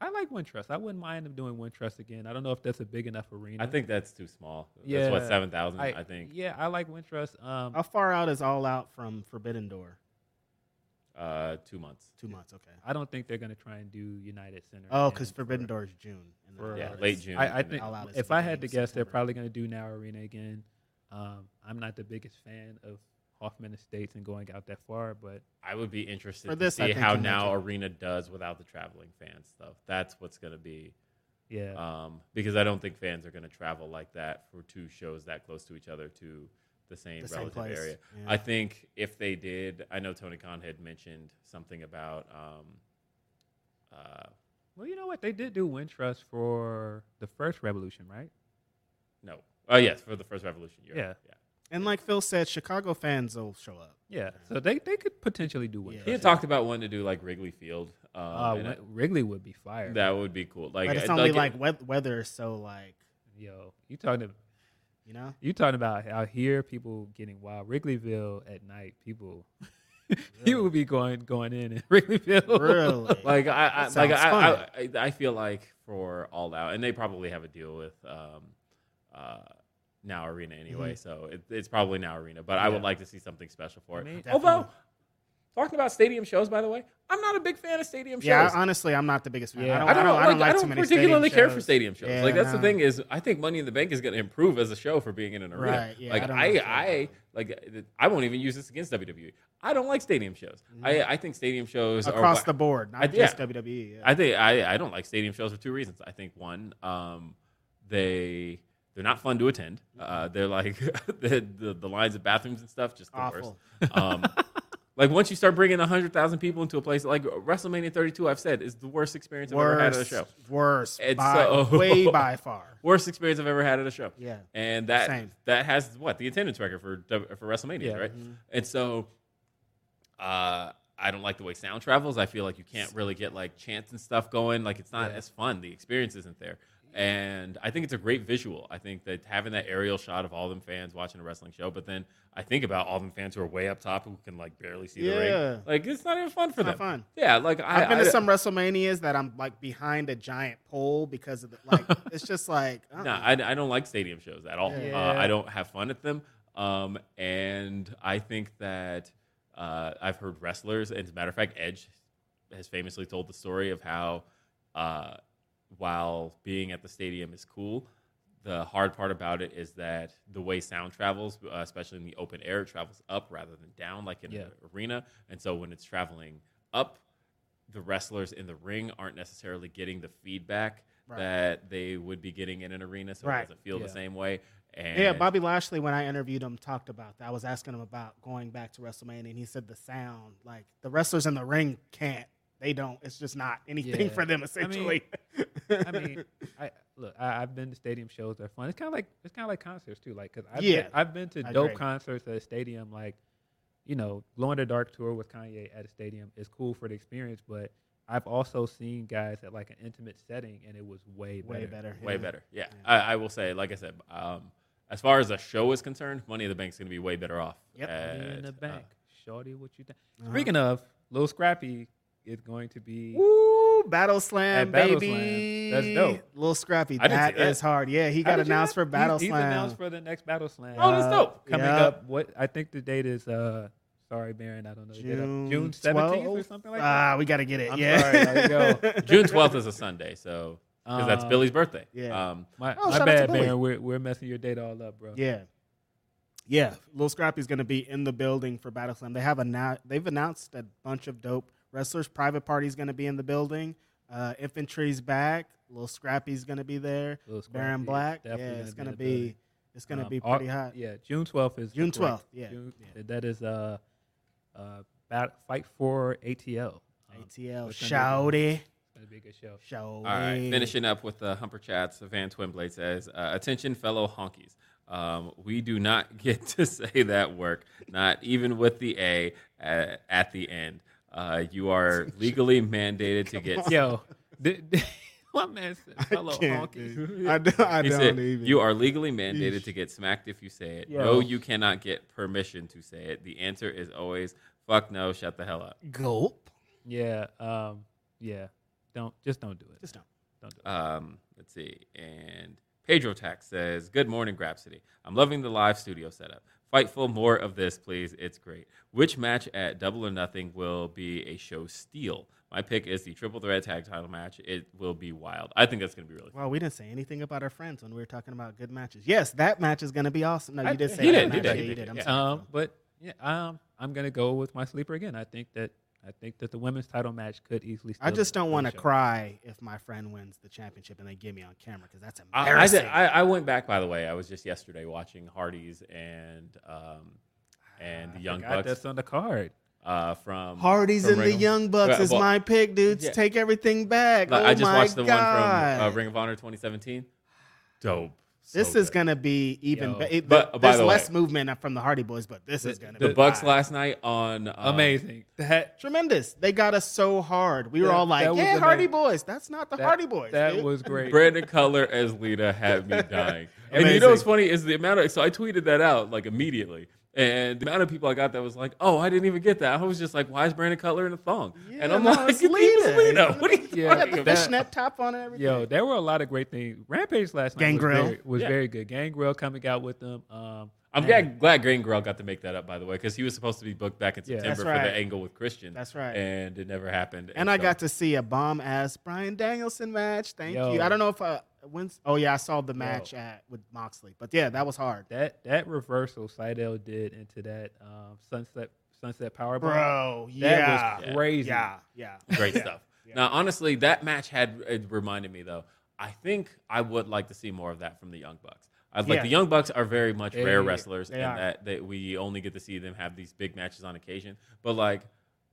[SPEAKER 4] I like Wintrust. I wouldn't mind them doing Wintrust again. I don't know if that's a big enough arena.
[SPEAKER 3] I think that's too small. That's what
[SPEAKER 4] Yeah.
[SPEAKER 3] seven thousand. I, think.
[SPEAKER 4] Yeah, I like Wintrust. Um,
[SPEAKER 1] How far out is All Out from Forbidden Door?
[SPEAKER 3] Uh, two months.
[SPEAKER 1] Two months. Okay.
[SPEAKER 4] I don't think they're gonna try and do United Center.
[SPEAKER 1] Oh,
[SPEAKER 4] and-
[SPEAKER 1] because Forbidden Door is June. And then
[SPEAKER 4] for-
[SPEAKER 1] All
[SPEAKER 3] Yeah,
[SPEAKER 1] Out
[SPEAKER 3] late
[SPEAKER 1] is-
[SPEAKER 3] June.
[SPEAKER 4] I, I think
[SPEAKER 1] All Out is
[SPEAKER 4] if I
[SPEAKER 1] beginning
[SPEAKER 4] had to
[SPEAKER 1] of
[SPEAKER 4] guess, they're
[SPEAKER 1] September.
[SPEAKER 4] probably gonna do Now Arena again. Um, I'm not the biggest fan of Hoffman Estates and going out that far, but
[SPEAKER 3] I would be interested
[SPEAKER 1] For
[SPEAKER 3] to
[SPEAKER 1] this, I
[SPEAKER 3] see
[SPEAKER 1] think
[SPEAKER 3] how
[SPEAKER 1] you make
[SPEAKER 3] now
[SPEAKER 1] it.
[SPEAKER 3] arena does without the traveling fans stuff. That's what's gonna be.
[SPEAKER 4] yeah.
[SPEAKER 3] Uh. Um, because I don't think fans are gonna travel like that for two shows that close to each other to the same
[SPEAKER 1] The same
[SPEAKER 3] relative
[SPEAKER 1] place,
[SPEAKER 3] area.
[SPEAKER 1] yeah.
[SPEAKER 3] I think if they did, I know Tony Khan had mentioned something about. Um, uh,
[SPEAKER 4] Well, you know what? They did do Wind Trust for the first revolution, right?
[SPEAKER 3] no, oh yes, for the first revolution. You're right,
[SPEAKER 4] Yeah.
[SPEAKER 3] yeah.
[SPEAKER 1] And like Phil said, Chicago fans will show up.
[SPEAKER 4] Yeah. So they, they could potentially do Wind
[SPEAKER 1] Yeah.
[SPEAKER 3] He had
[SPEAKER 4] Trust.
[SPEAKER 3] talked about wanting to do like Wrigley Field. Um,
[SPEAKER 4] Uh,
[SPEAKER 3] and I-
[SPEAKER 4] Win- Wrigley would be fired.
[SPEAKER 3] that would be cool. Like
[SPEAKER 1] But it's
[SPEAKER 3] I-
[SPEAKER 1] only
[SPEAKER 3] like,
[SPEAKER 1] like, wea- weather, so like
[SPEAKER 4] Yo, you talking to,
[SPEAKER 1] you know,
[SPEAKER 4] you talking about out here people getting wild. Wrigleyville at night, people people would be going going in in Wrigleyville.
[SPEAKER 1] really.
[SPEAKER 3] like I, I
[SPEAKER 1] That
[SPEAKER 3] like
[SPEAKER 1] sounds
[SPEAKER 3] I, I, I I feel like for all out, and they probably have a deal with um, uh, now arena anyway,
[SPEAKER 1] Mm-hmm.
[SPEAKER 3] so it, it's probably now arena. But I would
[SPEAKER 4] Yeah.
[SPEAKER 3] like to see something special for it.
[SPEAKER 4] mean,
[SPEAKER 3] Although
[SPEAKER 1] definitely.
[SPEAKER 3] talking about stadium shows, by the way, I'm not a big fan of stadium
[SPEAKER 1] yeah,
[SPEAKER 3] shows.
[SPEAKER 1] honestly, I'm not the biggest fan.
[SPEAKER 4] Yeah.
[SPEAKER 1] I don't,
[SPEAKER 3] I don't,
[SPEAKER 1] I don't
[SPEAKER 3] like,
[SPEAKER 1] like, too many stadium
[SPEAKER 3] particularly care for
[SPEAKER 1] shows.
[SPEAKER 3] stadium shows.
[SPEAKER 1] Yeah,
[SPEAKER 3] like that's
[SPEAKER 1] no.
[SPEAKER 3] the thing is, I think Money in the Bank is going to improve as a show for being in an arena.
[SPEAKER 1] Right, yeah, I
[SPEAKER 3] like
[SPEAKER 1] don't
[SPEAKER 3] I,
[SPEAKER 1] like
[SPEAKER 3] I,
[SPEAKER 1] that.
[SPEAKER 3] like I won't even use this against WWE. I don't like stadium shows. I, I think stadium shows are
[SPEAKER 1] Mm-hmm. across
[SPEAKER 3] wha-
[SPEAKER 1] the board, not
[SPEAKER 3] I- yeah.
[SPEAKER 1] just WWE. yeah.
[SPEAKER 3] I think I, I don't like stadium shows for two reasons. I think one, um, they they're not fun to attend.
[SPEAKER 1] Mm-hmm.
[SPEAKER 3] Uh, they're like the, the the lines of bathrooms and stuff just the
[SPEAKER 1] Awful.
[SPEAKER 3] worst. Um, like once you start bringing hundred thousand people into a place like WrestleMania 32, I've said is the worst experience I've ever had at a
[SPEAKER 1] Worse,
[SPEAKER 3] show.
[SPEAKER 1] worse,
[SPEAKER 3] It's
[SPEAKER 1] by,
[SPEAKER 3] so-
[SPEAKER 1] way by far.
[SPEAKER 3] Worst experience I've ever had at a show.
[SPEAKER 1] Yeah.
[SPEAKER 3] and that
[SPEAKER 1] Same.
[SPEAKER 3] that has what the attendance record for W- for WrestleMania,
[SPEAKER 4] Yeah.
[SPEAKER 3] right?
[SPEAKER 1] Mm-hmm.
[SPEAKER 3] And so uh, I don't like the way sound travels. I feel like you can't really get like chants and stuff going. Like it's not as fun. The experience isn't there. And I think it's a great visual. I think that having that aerial shot of all them fans watching a wrestling show, but then I think about all them fans who are way up top who can like barely see the
[SPEAKER 1] Yeah.
[SPEAKER 3] ring. Like it's not even fun for
[SPEAKER 1] Not
[SPEAKER 3] them.
[SPEAKER 1] fun.
[SPEAKER 3] Yeah, like I,
[SPEAKER 1] I've been
[SPEAKER 3] I-
[SPEAKER 1] to some WrestleManias that I'm like behind a giant pole because of the like. it's just like uh-uh.
[SPEAKER 3] No, I, I don't like stadium shows at all. Uh,
[SPEAKER 4] Yeah.
[SPEAKER 3] I don't have fun at them. Um, and I think that uh, I've heard wrestlers, and as a matter of fact, Edge has famously told the story of how uh, while being at the stadium is cool, the hard part about it is that the way sound travels, uh, especially in the open air, it travels up rather than down, like in
[SPEAKER 4] Yeah.
[SPEAKER 3] an arena. And so when it's traveling up, the wrestlers in the ring aren't necessarily getting the feedback
[SPEAKER 1] Right.
[SPEAKER 3] that they would be getting in an arena, so
[SPEAKER 1] Right.
[SPEAKER 3] it doesn't feel
[SPEAKER 4] Yeah.
[SPEAKER 3] the same way. And
[SPEAKER 1] Yeah, Bobby Lashley, when I interviewed him, talked about that. I was asking him about going back to WrestleMania, and he said the sound, like the wrestlers in the ring can't. They don't. It's just not anything
[SPEAKER 4] Yeah.
[SPEAKER 1] for them,
[SPEAKER 4] I mean,
[SPEAKER 1] essentially.
[SPEAKER 4] I mean, I look. I, I've been to stadium shows. They're fun. It's kind of like it's kind of like concerts too. Like, cause I've
[SPEAKER 1] Yeah,
[SPEAKER 4] been, I've been to
[SPEAKER 1] I
[SPEAKER 4] dope
[SPEAKER 1] agree.
[SPEAKER 4] concerts at a stadium. Like, you know, Glow in the Dark tour with Kanye at a stadium is cool for the experience, but I've also seen guys at like an intimate setting, and it was way better.
[SPEAKER 1] way better.
[SPEAKER 3] way
[SPEAKER 1] yeah.
[SPEAKER 3] better. Yeah, I, I will say, like I said, um, as far as the show is concerned, Money in the Bank's going to be way better off.
[SPEAKER 1] Yep.
[SPEAKER 3] at,
[SPEAKER 4] Money in
[SPEAKER 3] uh,
[SPEAKER 4] the bank, shorty. What you think?
[SPEAKER 1] Uh-huh.
[SPEAKER 4] Speaking of, Lil Scrappy is going to be.
[SPEAKER 1] Woo! Battle Slam,
[SPEAKER 4] At Battle
[SPEAKER 1] baby.
[SPEAKER 4] Slam. That's dope.
[SPEAKER 1] Little Scrappy.
[SPEAKER 3] I didn't see
[SPEAKER 1] That
[SPEAKER 3] that.
[SPEAKER 1] is hard. Yeah, he
[SPEAKER 4] How
[SPEAKER 1] got
[SPEAKER 4] did you
[SPEAKER 1] announced
[SPEAKER 4] not-
[SPEAKER 1] for Battle
[SPEAKER 4] he's,
[SPEAKER 1] Slam.
[SPEAKER 4] He's announced for the next Battle Slam.
[SPEAKER 3] Oh, that's
[SPEAKER 1] Uh,
[SPEAKER 3] dope.
[SPEAKER 4] coming
[SPEAKER 1] Yep.
[SPEAKER 4] up. What I think the date is uh sorry Baron, I don't know the date.
[SPEAKER 1] June,
[SPEAKER 4] uh, June seventeenth or
[SPEAKER 1] 12th?
[SPEAKER 4] something like
[SPEAKER 1] Ah,
[SPEAKER 4] that.
[SPEAKER 1] we got to get it.
[SPEAKER 4] I'm
[SPEAKER 1] yeah.
[SPEAKER 4] sorry, there you go.
[SPEAKER 3] June twelfth is a Sunday, so because that's
[SPEAKER 4] Um,
[SPEAKER 3] Billy's birthday.
[SPEAKER 1] yeah.
[SPEAKER 3] Um,
[SPEAKER 4] My,
[SPEAKER 1] Oh,
[SPEAKER 4] my
[SPEAKER 1] shout out to
[SPEAKER 4] bad,
[SPEAKER 1] Billy.
[SPEAKER 4] Baron. We're we're messing your date all up, bro.
[SPEAKER 1] Yeah. Yeah, Lil Scrappy's going to be in the building for Battle Slam. They have annou- they've announced a bunch of dope wrestlers. Private Party's going to be in the building. Uh, Infantry's back. Lil Scrappy's going to be there.
[SPEAKER 4] Lil Scrappy
[SPEAKER 1] Baron
[SPEAKER 4] is
[SPEAKER 1] Black. Yeah,
[SPEAKER 4] definitely gonna
[SPEAKER 1] it's
[SPEAKER 4] be
[SPEAKER 1] going to
[SPEAKER 4] in the building.
[SPEAKER 1] be it's going to
[SPEAKER 4] Um,
[SPEAKER 1] be
[SPEAKER 4] Au-
[SPEAKER 1] pretty hot.
[SPEAKER 4] Yeah, June twelfth is the
[SPEAKER 1] June
[SPEAKER 4] correct-
[SPEAKER 1] 12th, yeah,
[SPEAKER 4] June-
[SPEAKER 1] yeah.
[SPEAKER 4] That is uh uh bat, fight for ATL. Um,
[SPEAKER 1] ATL
[SPEAKER 4] it's gonna
[SPEAKER 1] shouty
[SPEAKER 4] It's gonna be a good show.
[SPEAKER 1] shouty.
[SPEAKER 3] All right, finishing up with the Humper Chats, Van Twinblade says, uh, Attention, fellow honkies. Um, we do not get to say that work, not even with the A at, at the end. Uh, you are legally mandated to get.
[SPEAKER 4] Yo, did, did, my man said, fellow
[SPEAKER 1] Can't,
[SPEAKER 4] honkies.
[SPEAKER 1] dude. I, do, I
[SPEAKER 3] He
[SPEAKER 1] don't
[SPEAKER 3] said,
[SPEAKER 1] even.
[SPEAKER 3] You are legally mandated to get smacked if you say it.
[SPEAKER 4] Yo.
[SPEAKER 3] No, you cannot get permission to say it. The answer is always, fuck no, shut the hell up.
[SPEAKER 1] gulp.
[SPEAKER 4] Yeah, um, yeah. Don't just don't do it.
[SPEAKER 1] Just don't.
[SPEAKER 4] Don't do it.
[SPEAKER 3] Um, let's see. And Pedro Tax says, Good morning, Grapsity. I'm loving the live studio setup. Fightful, more of this, please. It's great. Which match at Double or Nothing will be a show steal? My pick is the triple threat tag title match. It will be wild. I think that's going to be really fun.
[SPEAKER 1] Well, we didn't say anything about our friends when we were talking about good matches. Yes, that match is going to be awesome. No, you
[SPEAKER 4] I-
[SPEAKER 1] did say
[SPEAKER 3] he
[SPEAKER 1] that
[SPEAKER 3] did, he
[SPEAKER 1] match.
[SPEAKER 3] did,
[SPEAKER 1] Yeah,
[SPEAKER 3] he
[SPEAKER 1] you
[SPEAKER 3] did,
[SPEAKER 1] did. I'm
[SPEAKER 3] yeah.
[SPEAKER 1] sorry.
[SPEAKER 4] Um, but yeah, um, I'm gonna go with my sleeper again. I think that I think that the women's title match could easily.
[SPEAKER 1] I
[SPEAKER 4] steal
[SPEAKER 1] just
[SPEAKER 4] the-
[SPEAKER 1] don't
[SPEAKER 4] the
[SPEAKER 1] want to
[SPEAKER 4] Um, show.
[SPEAKER 1] cry if my friend wins the championship and they give me on camera because that's
[SPEAKER 3] I, I,
[SPEAKER 1] embarrassing.
[SPEAKER 3] did- I, I went back, by the way. I was just yesterday watching Hardy's and um, and the Young
[SPEAKER 4] Forgot
[SPEAKER 3] Bucks
[SPEAKER 4] That's on the card.
[SPEAKER 3] uh, from
[SPEAKER 1] Hardy's
[SPEAKER 3] from
[SPEAKER 1] and
[SPEAKER 3] Ring
[SPEAKER 1] the
[SPEAKER 3] of-
[SPEAKER 1] Young Bucks
[SPEAKER 3] Well,
[SPEAKER 1] is
[SPEAKER 3] well,
[SPEAKER 1] my pick, dudes.
[SPEAKER 3] yeah.
[SPEAKER 1] Take everything back.
[SPEAKER 3] like,
[SPEAKER 1] oh
[SPEAKER 3] I just
[SPEAKER 1] my
[SPEAKER 3] watched the
[SPEAKER 1] God.
[SPEAKER 3] one from uh, Ring of Honor 2017. Dope. So
[SPEAKER 1] this is
[SPEAKER 3] good.
[SPEAKER 1] gonna be even.
[SPEAKER 4] Yo.
[SPEAKER 1] But, it,
[SPEAKER 3] But,
[SPEAKER 1] but
[SPEAKER 3] by
[SPEAKER 1] there's
[SPEAKER 3] the way-
[SPEAKER 1] less movement up from the Hardy Boys, but this is gonna
[SPEAKER 3] the
[SPEAKER 1] be
[SPEAKER 3] Bucks
[SPEAKER 1] wild.
[SPEAKER 3] last night on uh,
[SPEAKER 4] Amazing. That
[SPEAKER 1] tremendous. They got us so hard. We were
[SPEAKER 4] That-
[SPEAKER 1] all like,
[SPEAKER 4] that was
[SPEAKER 1] "Yeah,
[SPEAKER 4] amazing.
[SPEAKER 1] Hardy Boys." That's not the
[SPEAKER 4] that-
[SPEAKER 1] Hardy Boys.
[SPEAKER 4] That
[SPEAKER 1] dude.
[SPEAKER 4] was great.
[SPEAKER 3] Brandon Cutler as Lita had me dying. and you
[SPEAKER 1] Amazing.
[SPEAKER 3] know what's funny is the amount of so I tweeted that out like immediately. And the amount of people I got that was like, "Oh, I didn't even get that." I was just like, "Why is Brandon Cutler in a thong?"
[SPEAKER 1] Yeah,
[SPEAKER 3] and I'm
[SPEAKER 1] no,
[SPEAKER 3] like,
[SPEAKER 1] it's
[SPEAKER 3] "It's Lita.
[SPEAKER 1] Lita.
[SPEAKER 3] What are you
[SPEAKER 1] I
[SPEAKER 4] Yeah,
[SPEAKER 1] got
[SPEAKER 3] talking
[SPEAKER 1] the
[SPEAKER 3] about?"
[SPEAKER 4] that-
[SPEAKER 1] fishnet top on and everything.
[SPEAKER 4] Yo, there were a lot of great things. Rampage last night
[SPEAKER 1] Gangrel.
[SPEAKER 4] was, very, was
[SPEAKER 3] Yeah.
[SPEAKER 4] very good. Gangrel coming out with them. Um,
[SPEAKER 3] I'm
[SPEAKER 4] man,
[SPEAKER 3] glad, glad Green Girl got to make that up, by the way, because he was supposed to be booked back in
[SPEAKER 4] Yeah.
[SPEAKER 3] September
[SPEAKER 1] That's
[SPEAKER 3] for
[SPEAKER 1] right.
[SPEAKER 3] the angle with Christian.
[SPEAKER 1] That's right.
[SPEAKER 3] And it never happened.
[SPEAKER 1] and I
[SPEAKER 3] so-
[SPEAKER 1] got to see a bomb ass Brian Danielson match. Thank
[SPEAKER 4] Yo.
[SPEAKER 1] you. I don't know if uh, when's. Oh yeah, I saw the match at with Moxley, but yeah, that was hard,
[SPEAKER 4] that that reversal Seidel did into that um, sunset sunset power
[SPEAKER 1] bro.
[SPEAKER 4] That
[SPEAKER 1] Yeah,
[SPEAKER 4] was crazy.
[SPEAKER 1] yeah, yeah.
[SPEAKER 3] great stuff. Now, honestly, that match had it reminded me though. I think I would like to see more of that from the Young Bucks. I like
[SPEAKER 1] Yeah.
[SPEAKER 3] the Young Bucks are very much
[SPEAKER 4] They-
[SPEAKER 3] rare wrestlers,
[SPEAKER 1] they
[SPEAKER 3] and
[SPEAKER 1] are.
[SPEAKER 3] that that we only get to see them have these big matches on occasion. But like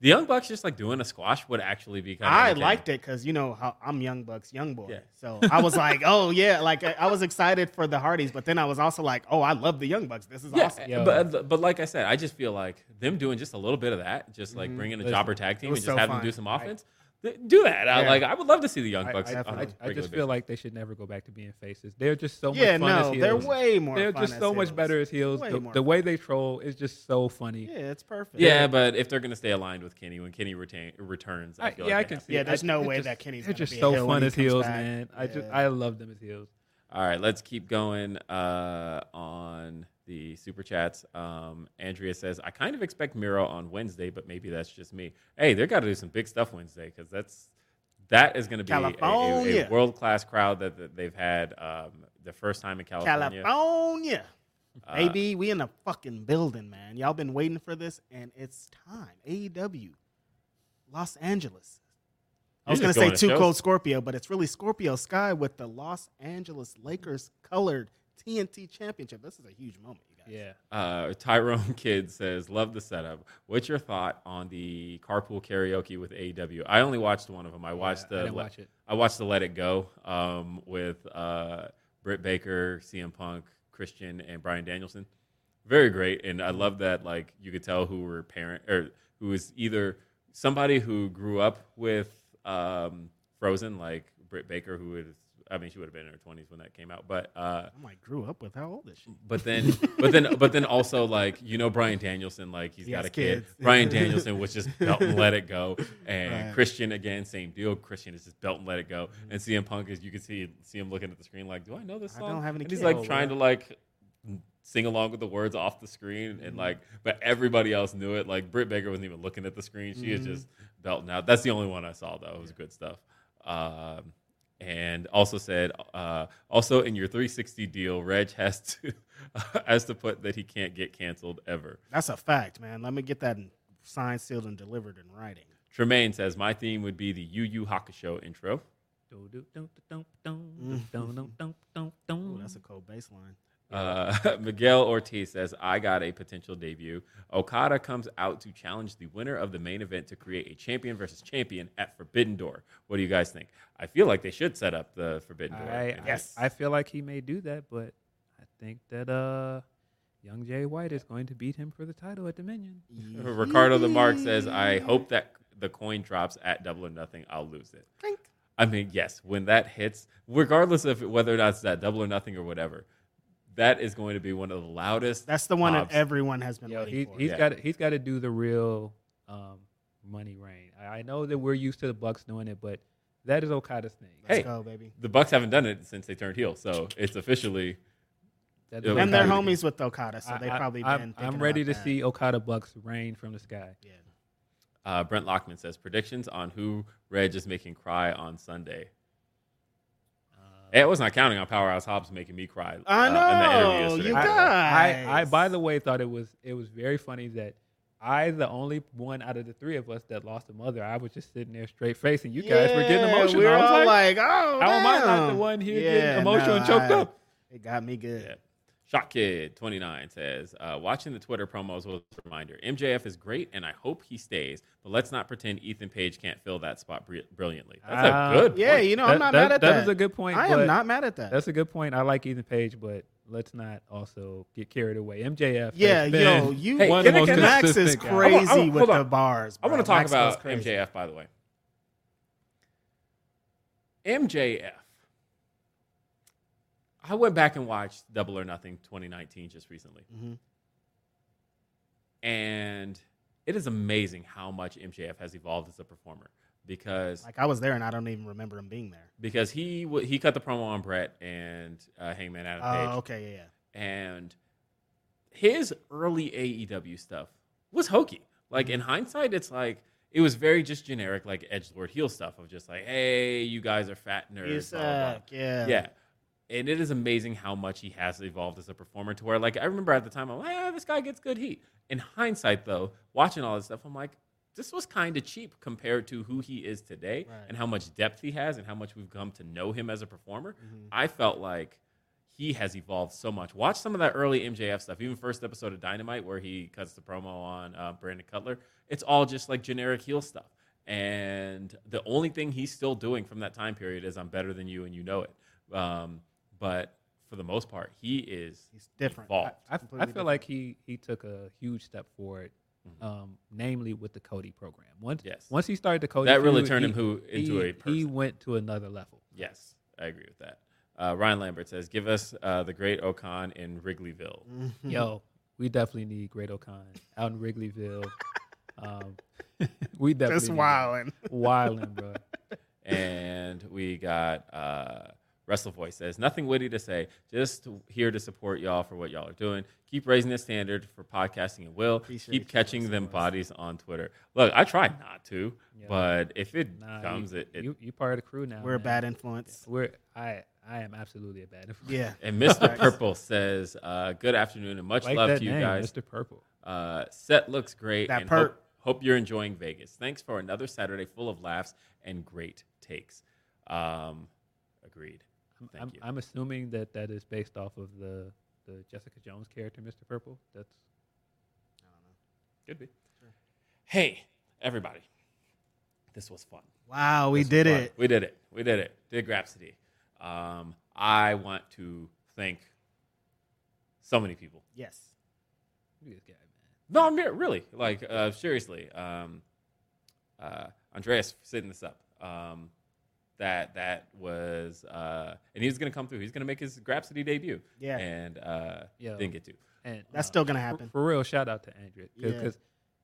[SPEAKER 3] the Young Bucks, just like doing a squash would actually be kind of.
[SPEAKER 1] I liked it because you know how I'm Young Bucks, Young Boy.
[SPEAKER 3] Yeah.
[SPEAKER 1] So I was like, oh yeah, like I I was excited for the Hardys, but then I was also like, oh, I love the Young Bucks. This is
[SPEAKER 3] Yeah,
[SPEAKER 1] awesome.
[SPEAKER 4] Yo.
[SPEAKER 3] but uh, but like I said, I just feel like them doing just a little bit of that, just
[SPEAKER 4] Mm-hmm.
[SPEAKER 3] like bringing a
[SPEAKER 4] Listen,
[SPEAKER 3] jobber tag team and
[SPEAKER 1] was
[SPEAKER 3] just
[SPEAKER 1] so
[SPEAKER 3] have them
[SPEAKER 1] fun.
[SPEAKER 3] do some offense. Th- do that. I,
[SPEAKER 1] Yeah.
[SPEAKER 3] like I would love to see the Young
[SPEAKER 4] I,
[SPEAKER 3] Bucks.
[SPEAKER 4] I-
[SPEAKER 3] on a
[SPEAKER 4] I- I
[SPEAKER 3] regular
[SPEAKER 4] just
[SPEAKER 3] basis.
[SPEAKER 4] feel like they should never go back to being faces. They're just so
[SPEAKER 1] yeah,
[SPEAKER 4] much fun
[SPEAKER 1] no,
[SPEAKER 4] as
[SPEAKER 1] they're
[SPEAKER 4] heels.
[SPEAKER 1] way more.
[SPEAKER 4] They're
[SPEAKER 1] fun
[SPEAKER 4] just
[SPEAKER 1] as
[SPEAKER 4] so much
[SPEAKER 1] heels.
[SPEAKER 4] better as heels.
[SPEAKER 1] Way
[SPEAKER 4] The,
[SPEAKER 1] more
[SPEAKER 4] the
[SPEAKER 1] fun.
[SPEAKER 4] way they troll is just so funny.
[SPEAKER 1] Yeah, it's perfect.
[SPEAKER 3] Yeah, but if they're gonna stay aligned with Kenny when Kenny retain, returns, I
[SPEAKER 4] I,
[SPEAKER 3] feel
[SPEAKER 4] yeah, I
[SPEAKER 3] like it
[SPEAKER 4] can
[SPEAKER 3] happens.
[SPEAKER 4] see.
[SPEAKER 1] Yeah,
[SPEAKER 4] it.
[SPEAKER 1] there's
[SPEAKER 4] I-
[SPEAKER 1] no
[SPEAKER 4] it
[SPEAKER 1] way
[SPEAKER 4] just-
[SPEAKER 1] that Kenny's
[SPEAKER 4] They're
[SPEAKER 1] gonna
[SPEAKER 4] just
[SPEAKER 1] be a
[SPEAKER 4] so
[SPEAKER 1] heel when
[SPEAKER 4] fun
[SPEAKER 1] he
[SPEAKER 4] as
[SPEAKER 1] comes
[SPEAKER 4] heels,
[SPEAKER 1] back.
[SPEAKER 4] man. I just
[SPEAKER 1] Yeah.
[SPEAKER 4] I love them as heels.
[SPEAKER 3] All right, let's keep going uh, on the super chats. Um, Andrea says, "I kind of expect Miro on Wednesday, but maybe that's just me." Hey, they're got to do some big stuff Wednesday because that's that is going to be a- a,
[SPEAKER 1] California.
[SPEAKER 3] world class crowd that, that they've had um, the first time in California.
[SPEAKER 1] California.
[SPEAKER 3] Uh,
[SPEAKER 1] Baby, we in the fucking building, man. Y'all been waiting for this, and it's time. AEW, Los Angeles. I
[SPEAKER 3] You're
[SPEAKER 1] was gonna
[SPEAKER 3] just
[SPEAKER 1] say
[SPEAKER 3] going to
[SPEAKER 1] Too
[SPEAKER 3] shows.
[SPEAKER 1] Cold Scorpio, but it's really Scorpio Sky with the Los Angeles Lakers colored TNT Championship. This is a huge moment, you guys.
[SPEAKER 4] Yeah.
[SPEAKER 3] Uh, Tyrone Kidd says, "Love the setup. What's your thought on the carpool karaoke with AEW? I only watched one of them. I watched
[SPEAKER 4] I
[SPEAKER 3] the
[SPEAKER 4] didn't watch it.
[SPEAKER 3] I watched the Let It Go um, with uh, Britt Baker, CM Punk, Christian, and Brian Danielson. Very great, and I love that. Like you could tell who were parent or who was either somebody who grew up with um, Frozen, like Britt Baker, who is I mean she would have been in her twenties when that came out, but. Uh,
[SPEAKER 1] I'm like, grew up with how old is she?
[SPEAKER 3] but then, but then, but then also like you know Brian Danielson, like he's
[SPEAKER 1] He
[SPEAKER 3] got
[SPEAKER 1] has
[SPEAKER 3] a kid.
[SPEAKER 1] kids.
[SPEAKER 3] Brian Danielson was just belt and let it go, and
[SPEAKER 1] Right. Mm-hmm.
[SPEAKER 3] Christian again, same deal. Christian is just belt and let it go, and CM Punk is you can see see him looking at the screen like, do I know this
[SPEAKER 1] I
[SPEAKER 3] song?
[SPEAKER 1] don't have any
[SPEAKER 3] and he's
[SPEAKER 1] kids.
[SPEAKER 3] like
[SPEAKER 1] Oh,
[SPEAKER 3] trying
[SPEAKER 1] wow.
[SPEAKER 3] to like sing along with the words off the screen, and like, but everybody else knew it. Like Britt Baker wasn't even looking at the screen; she
[SPEAKER 4] Mm-hmm.
[SPEAKER 3] is just belting out. That's the only one I saw though. It was good stuff. Um, and also said uh, also in your 360 deal reg has to has to put that he can't get canceled ever
[SPEAKER 1] That's a fact, man. Let me get that signed, sealed, and delivered in writing.
[SPEAKER 3] tremaine says my theme would be the yu yu hakusho intro
[SPEAKER 1] Ooh,
[SPEAKER 4] That's
[SPEAKER 1] that's a cold baseline.
[SPEAKER 3] uh, miguel ortiz says i got a potential debut okada comes out to challenge the winner of the main event to create a champion versus champion at forbidden door what do you guys think i feel like they should set up the forbidden door
[SPEAKER 4] I,
[SPEAKER 3] And-
[SPEAKER 1] Yes.
[SPEAKER 4] I, I feel like he may do that, but I think that uh, young Jay White is going to beat him for the title at Dominion.
[SPEAKER 3] Mm-hmm. Ricardo the Mark
[SPEAKER 1] Mm-hmm.
[SPEAKER 3] says, I hope that the coin drops at double or nothing. I'll lose it. I mean, yes, when that hits, regardless of whether or not it's that double or nothing or whatever, that is going to be one of the loudest.
[SPEAKER 1] That's the one that
[SPEAKER 3] Hobbs.
[SPEAKER 1] everyone has been
[SPEAKER 4] Yo,
[SPEAKER 1] waiting
[SPEAKER 4] he,
[SPEAKER 1] for.
[SPEAKER 4] he's
[SPEAKER 3] Yeah.
[SPEAKER 4] got he's got to do the real um, money reign. I, I know that we're used to the Bucks doing it, but that is Okada's thing.
[SPEAKER 1] Let's
[SPEAKER 3] hey.
[SPEAKER 1] go, baby.
[SPEAKER 3] the Bucks haven't done it since they turned heel, so it's officially
[SPEAKER 4] That
[SPEAKER 3] Yeah,
[SPEAKER 4] is
[SPEAKER 1] And they're
[SPEAKER 3] Okada.
[SPEAKER 1] homies with Okada, so
[SPEAKER 4] I-
[SPEAKER 1] they
[SPEAKER 4] I-
[SPEAKER 1] probably
[SPEAKER 4] I'm-
[SPEAKER 1] been.
[SPEAKER 4] I'm
[SPEAKER 1] thinking
[SPEAKER 4] ready to
[SPEAKER 1] about that.
[SPEAKER 4] see Okada Bucks rain from the sky.
[SPEAKER 1] Yeah.
[SPEAKER 3] uh, Brent Lockman says predictions on who Reg is making cry on Sunday. Hey, I was not counting on Powerhouse Hobbs making me cry.
[SPEAKER 1] I
[SPEAKER 3] uh, in that interview
[SPEAKER 1] know,
[SPEAKER 3] yesterday.
[SPEAKER 1] you
[SPEAKER 3] by the way.
[SPEAKER 1] guys.
[SPEAKER 4] I, I by the way thought it was it was very funny that I, the only one out of the three of us that lost a mother, I was just sitting there straight face, and you guys were getting emotional.
[SPEAKER 1] We were
[SPEAKER 4] I was
[SPEAKER 1] all like,
[SPEAKER 4] like,
[SPEAKER 1] oh,
[SPEAKER 4] how am I not the
[SPEAKER 1] damn."
[SPEAKER 4] one here getting emotional and choked
[SPEAKER 1] nah,
[SPEAKER 4] up?
[SPEAKER 1] It got me good.
[SPEAKER 3] Yeah. Shock Kid 29 says, uh, watching the Twitter promos was a reminder. MJF is great, and I hope he stays, but let's not pretend Ethan Page can't fill that spot bri- brilliantly. That's
[SPEAKER 4] Ah.
[SPEAKER 3] a good
[SPEAKER 1] Uh, Yeah,
[SPEAKER 3] point.
[SPEAKER 1] you know, I'm
[SPEAKER 4] That-
[SPEAKER 1] not
[SPEAKER 4] that-
[SPEAKER 1] mad at that.
[SPEAKER 4] that is a good point,
[SPEAKER 1] I
[SPEAKER 4] but-
[SPEAKER 1] am not mad at that.
[SPEAKER 4] That's a good point. I like Ethan Page, but let's not also get carried away. MJF. has
[SPEAKER 1] yeah,
[SPEAKER 4] been
[SPEAKER 1] yo, you
[SPEAKER 3] Hey,
[SPEAKER 4] one of the
[SPEAKER 3] Kenny
[SPEAKER 4] most
[SPEAKER 3] Ken-
[SPEAKER 1] Max is
[SPEAKER 4] consistent guys.
[SPEAKER 1] crazy
[SPEAKER 3] I want-
[SPEAKER 1] with
[SPEAKER 3] hold
[SPEAKER 1] the
[SPEAKER 3] on.
[SPEAKER 1] bars.
[SPEAKER 3] I
[SPEAKER 1] bro.
[SPEAKER 3] want to talk
[SPEAKER 1] Max was
[SPEAKER 3] about
[SPEAKER 1] crazy.
[SPEAKER 3] MJF, by the way. MJF. I went back and watched Double or Nothing 2019 just recently.
[SPEAKER 1] Mhm.
[SPEAKER 3] And it is amazing how much MJF has evolved as a performer because
[SPEAKER 1] Like I was there and I don't even remember him being there.
[SPEAKER 3] because he w- he cut the promo on Brett and uh, Hangman Adam
[SPEAKER 1] Oh,
[SPEAKER 3] Page.
[SPEAKER 1] okay, yeah, yeah.
[SPEAKER 3] and his early AEW stuff was hokey.
[SPEAKER 1] Mm-hmm.
[SPEAKER 3] Like in hindsight, it's like it was very just generic, like edge lord heel stuff of just like, hey, you guys are fat nerds.
[SPEAKER 1] You
[SPEAKER 3] blah, blah,
[SPEAKER 1] suck.
[SPEAKER 3] blah.
[SPEAKER 1] uh, Yeah.
[SPEAKER 3] Yeah. And it is amazing how much he has evolved as a performer to where, like, I remember at the time, I'm like, ah, this guy gets good heat. In hindsight, though, watching all this stuff, I'm like, this was kind of cheap compared to who he is today
[SPEAKER 1] Right.
[SPEAKER 3] and how much depth he has and how much we've come to know him as a performer.
[SPEAKER 1] Mhm.
[SPEAKER 3] I felt like he has evolved so much. Watch some of that early MJF stuff, even first episode of Dynamite where he cuts the promo on uh, Brandon Cutler. It's all just like generic heel stuff. And the only thing he's still doing from that time period is I'm better than you and you know it. Um, but for the most part, he is
[SPEAKER 1] He's different.
[SPEAKER 3] evolved.
[SPEAKER 4] I, I
[SPEAKER 1] Completely
[SPEAKER 4] feel like he he took a huge step forward,
[SPEAKER 3] Mm-hmm.
[SPEAKER 4] um, namely with the Cody program. Once
[SPEAKER 3] Yes.
[SPEAKER 4] once he started the Cody,
[SPEAKER 3] That really
[SPEAKER 4] feud,
[SPEAKER 3] turned
[SPEAKER 4] he-
[SPEAKER 3] him who into
[SPEAKER 4] he-
[SPEAKER 3] a person.
[SPEAKER 4] He went to another level.
[SPEAKER 3] Yes, I agree with that. Uh, Ryan Lambert says, "Give us uh, the Great Okan in Wrigleyville."
[SPEAKER 1] Mm-hmm.
[SPEAKER 4] Yo, we definitely need Great O'Con out in Wrigleyville. um, we definitely
[SPEAKER 1] Just
[SPEAKER 4] need
[SPEAKER 1] wilding.
[SPEAKER 4] that. wilding, bro.
[SPEAKER 3] and we got uh, Wrestle Voice says nothing witty to say, just here to support y'all for what y'all are doing. Keep raising the standard for podcasting and will
[SPEAKER 1] Appreciate you,
[SPEAKER 3] keep catching them bodies on Twitter. Look, I try not to, but if it
[SPEAKER 4] Nah,
[SPEAKER 3] comes,
[SPEAKER 4] you,
[SPEAKER 3] it, it
[SPEAKER 4] you you part of the crew now.
[SPEAKER 1] We're a
[SPEAKER 4] man.
[SPEAKER 1] bad influence.
[SPEAKER 4] We're I I am absolutely a bad influence.
[SPEAKER 1] Yeah.
[SPEAKER 3] and Mr. Purple says, uh, "Good afternoon and much
[SPEAKER 4] like
[SPEAKER 3] love
[SPEAKER 4] that
[SPEAKER 3] to you
[SPEAKER 4] name,
[SPEAKER 3] guys.
[SPEAKER 4] Mr. Purple.
[SPEAKER 3] Uh, set looks great.
[SPEAKER 1] That
[SPEAKER 3] and
[SPEAKER 1] perk.
[SPEAKER 3] Hope, hope you're enjoying Vegas. Thanks for another Saturday full of laughs and great takes. Um, agreed. Thank
[SPEAKER 4] I'm,
[SPEAKER 3] you.
[SPEAKER 4] I'm assuming that that is based off of the the Jessica Jones character, Mr. Purple. That's
[SPEAKER 3] Could be. Hey, everybody. This was fun.
[SPEAKER 1] Wow, we
[SPEAKER 3] This was
[SPEAKER 1] did
[SPEAKER 3] fun.
[SPEAKER 1] it.
[SPEAKER 3] We did it. We did it. Did Grapsody. Um, I want to thank so many people.
[SPEAKER 1] Yes.
[SPEAKER 4] look at this guy, man.
[SPEAKER 3] No, I'm re- really like uh, seriously. Um, uh, Andreas for setting this up. Um, that that was uh, and he's gonna come through. He's gonna make his Grapsody debut.
[SPEAKER 1] Yeah.
[SPEAKER 3] and uh,
[SPEAKER 4] Yo.
[SPEAKER 3] didn't get to.
[SPEAKER 4] And
[SPEAKER 1] That's
[SPEAKER 4] uh,
[SPEAKER 1] still gonna
[SPEAKER 4] for-
[SPEAKER 1] happen.
[SPEAKER 4] For, real, shout out to Andrew
[SPEAKER 1] Yeah.
[SPEAKER 4] because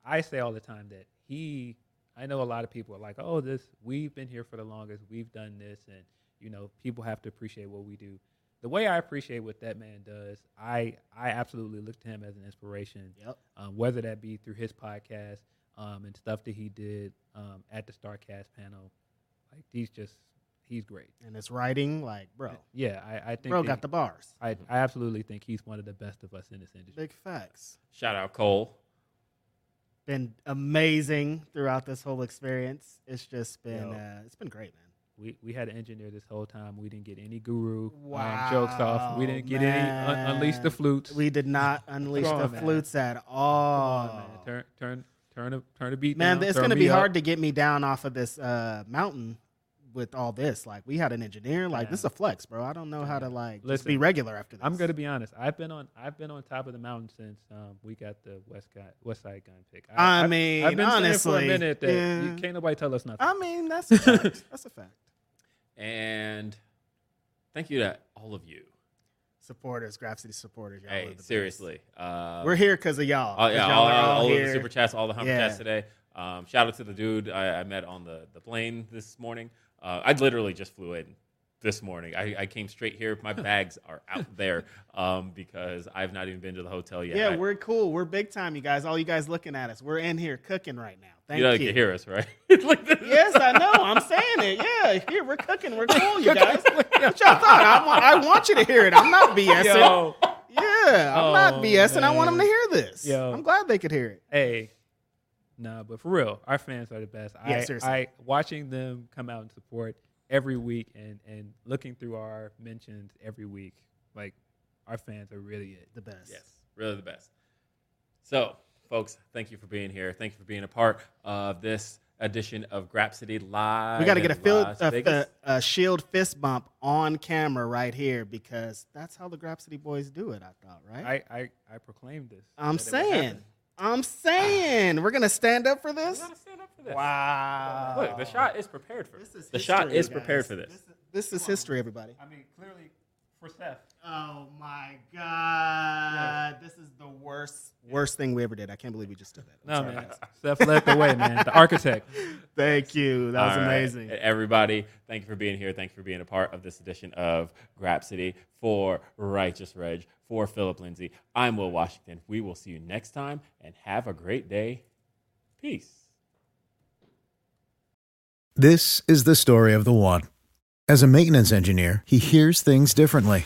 [SPEAKER 4] I say all the time that he. I know a lot of people are like, "Oh, this we've been here for the longest. We've done this, and you know, people have to appreciate what we do." The way I appreciate what that man does, I I absolutely look to him as an inspiration.
[SPEAKER 1] Yep.
[SPEAKER 4] um, whether that be through his podcast um, and stuff that he did um, at the Starcast panel. Like he's just he's great.
[SPEAKER 1] And it's writing, like, bro.
[SPEAKER 4] Yeah, I, I think
[SPEAKER 1] Bro
[SPEAKER 4] that
[SPEAKER 1] got the bars.
[SPEAKER 4] I, I absolutely think he's one of the best of us in this industry.
[SPEAKER 1] Big facts.
[SPEAKER 3] Shout out Cole.
[SPEAKER 1] Been amazing throughout this whole experience. It's just been
[SPEAKER 4] Yo.
[SPEAKER 1] uh, it's been great, man.
[SPEAKER 4] We we had an engineer this whole time. We didn't get any guru um, jokes off. We
[SPEAKER 1] Wow,
[SPEAKER 4] didn't get any un- unleash the
[SPEAKER 1] man.
[SPEAKER 4] flutes.
[SPEAKER 1] We did not unleash
[SPEAKER 4] on,
[SPEAKER 1] the
[SPEAKER 4] man.
[SPEAKER 1] flutes at
[SPEAKER 4] Come
[SPEAKER 1] all.
[SPEAKER 4] on, man. turn turn turn a, turn the beat.
[SPEAKER 1] Man,
[SPEAKER 4] down,
[SPEAKER 1] it's
[SPEAKER 4] turn
[SPEAKER 1] going to
[SPEAKER 4] me
[SPEAKER 1] be
[SPEAKER 4] up.
[SPEAKER 1] hard to get me down off of this uh, mountain with all this. Like, we had an engineer. Like, this is a flex, bro. I don't know how to like just be
[SPEAKER 4] Listen,
[SPEAKER 1] regular after this.
[SPEAKER 4] I'm gonna be honest. I've been on I've been on top of the mountain since um, we got the West Guy West Side Gun pick.
[SPEAKER 1] I
[SPEAKER 4] I've-
[SPEAKER 1] mean,
[SPEAKER 4] I've been saying for a
[SPEAKER 1] honestly,
[SPEAKER 4] minute that
[SPEAKER 1] yeah.
[SPEAKER 4] you, can't nobody tell us nothing.
[SPEAKER 1] I mean, that's a fact. that's a fact.
[SPEAKER 3] And thank you to all of you.
[SPEAKER 1] Supporters, Graph City supporters. Y'all are the
[SPEAKER 3] hey,
[SPEAKER 1] best.
[SPEAKER 3] seriously. Uh,
[SPEAKER 1] we're here because of y'all.
[SPEAKER 3] Oh
[SPEAKER 1] 'cause
[SPEAKER 3] yeah,
[SPEAKER 1] y'all
[SPEAKER 3] all,
[SPEAKER 1] are
[SPEAKER 3] all,
[SPEAKER 1] all
[SPEAKER 3] all of the
[SPEAKER 1] here.
[SPEAKER 3] super chats, all the humper
[SPEAKER 1] Yeah.
[SPEAKER 3] chats today. Um, shout out to the dude I, I met on the, the plane this morning. Uh, I literally just flew in this morning. I, I came straight here. My bags are out there um, because I've not even been to the hotel yet.
[SPEAKER 1] Yeah,
[SPEAKER 3] I-
[SPEAKER 1] we're cool. We're big time, you guys. All you guys looking at us. We're in here cooking right now. Thank
[SPEAKER 3] you
[SPEAKER 1] you.
[SPEAKER 3] know, you can hear us, right? Like this.
[SPEAKER 1] Yes, I know. I'm saying it. Yeah, here we're cooking. We're cool, you guys. What y'all thought? I want, I want you to hear it. I'm not BSing.
[SPEAKER 4] Yo,
[SPEAKER 1] Yeah, I'm not
[SPEAKER 4] Oh,
[SPEAKER 1] BSing. I want them to
[SPEAKER 4] man.
[SPEAKER 1] hear this.
[SPEAKER 4] Yo.
[SPEAKER 1] I'm glad they could hear it.
[SPEAKER 4] hey, Nah, but for real, our fans are the best.
[SPEAKER 1] Yeah,
[SPEAKER 4] I,
[SPEAKER 1] seriously.
[SPEAKER 4] I watching them come out and support every week, and and looking through our mentions every week, like our fans are really it.
[SPEAKER 1] The best.
[SPEAKER 3] Yes, really the best. So, folks, thank you for being here. Thank you for being a part of this edition of Grapsity Live.
[SPEAKER 1] We got to
[SPEAKER 3] in
[SPEAKER 1] get a, field,
[SPEAKER 3] Las
[SPEAKER 1] a,
[SPEAKER 3] Vegas.
[SPEAKER 1] a, a shield fist bump on camera right here because that's how the Grapsity Boys do it. I thought, right?
[SPEAKER 4] I I, I proclaimed this.
[SPEAKER 1] I'm
[SPEAKER 4] that it would happen.
[SPEAKER 1] saying, I'm saying, we're gonna stand up for this.
[SPEAKER 3] We gotta stand up for this.
[SPEAKER 1] Wow!
[SPEAKER 3] Look, the shot is prepared for
[SPEAKER 1] This is
[SPEAKER 3] the shot
[SPEAKER 1] history,
[SPEAKER 3] is prepared
[SPEAKER 1] guys.
[SPEAKER 3] for this.
[SPEAKER 1] This is history, everybody.
[SPEAKER 4] I mean, clearly for Seth.
[SPEAKER 1] Oh my god! This is the worst, worst thing we ever did. I can't believe we just did that. I'm
[SPEAKER 4] No
[SPEAKER 1] sorry,
[SPEAKER 4] man,
[SPEAKER 1] guys.
[SPEAKER 4] Seth led the way, man. The architect.
[SPEAKER 1] Thank you. That was
[SPEAKER 3] All right. E,
[SPEAKER 1] amazing.
[SPEAKER 3] Everybody, thank you for being here. Thank you for being a part of this edition of Grapsity for Righteous Reg, for Philip Lindsay. I'm Will Washington. We will see you next time and have a great day. Peace.
[SPEAKER 5] This is the story of the one. As a maintenance engineer, he hears things differently.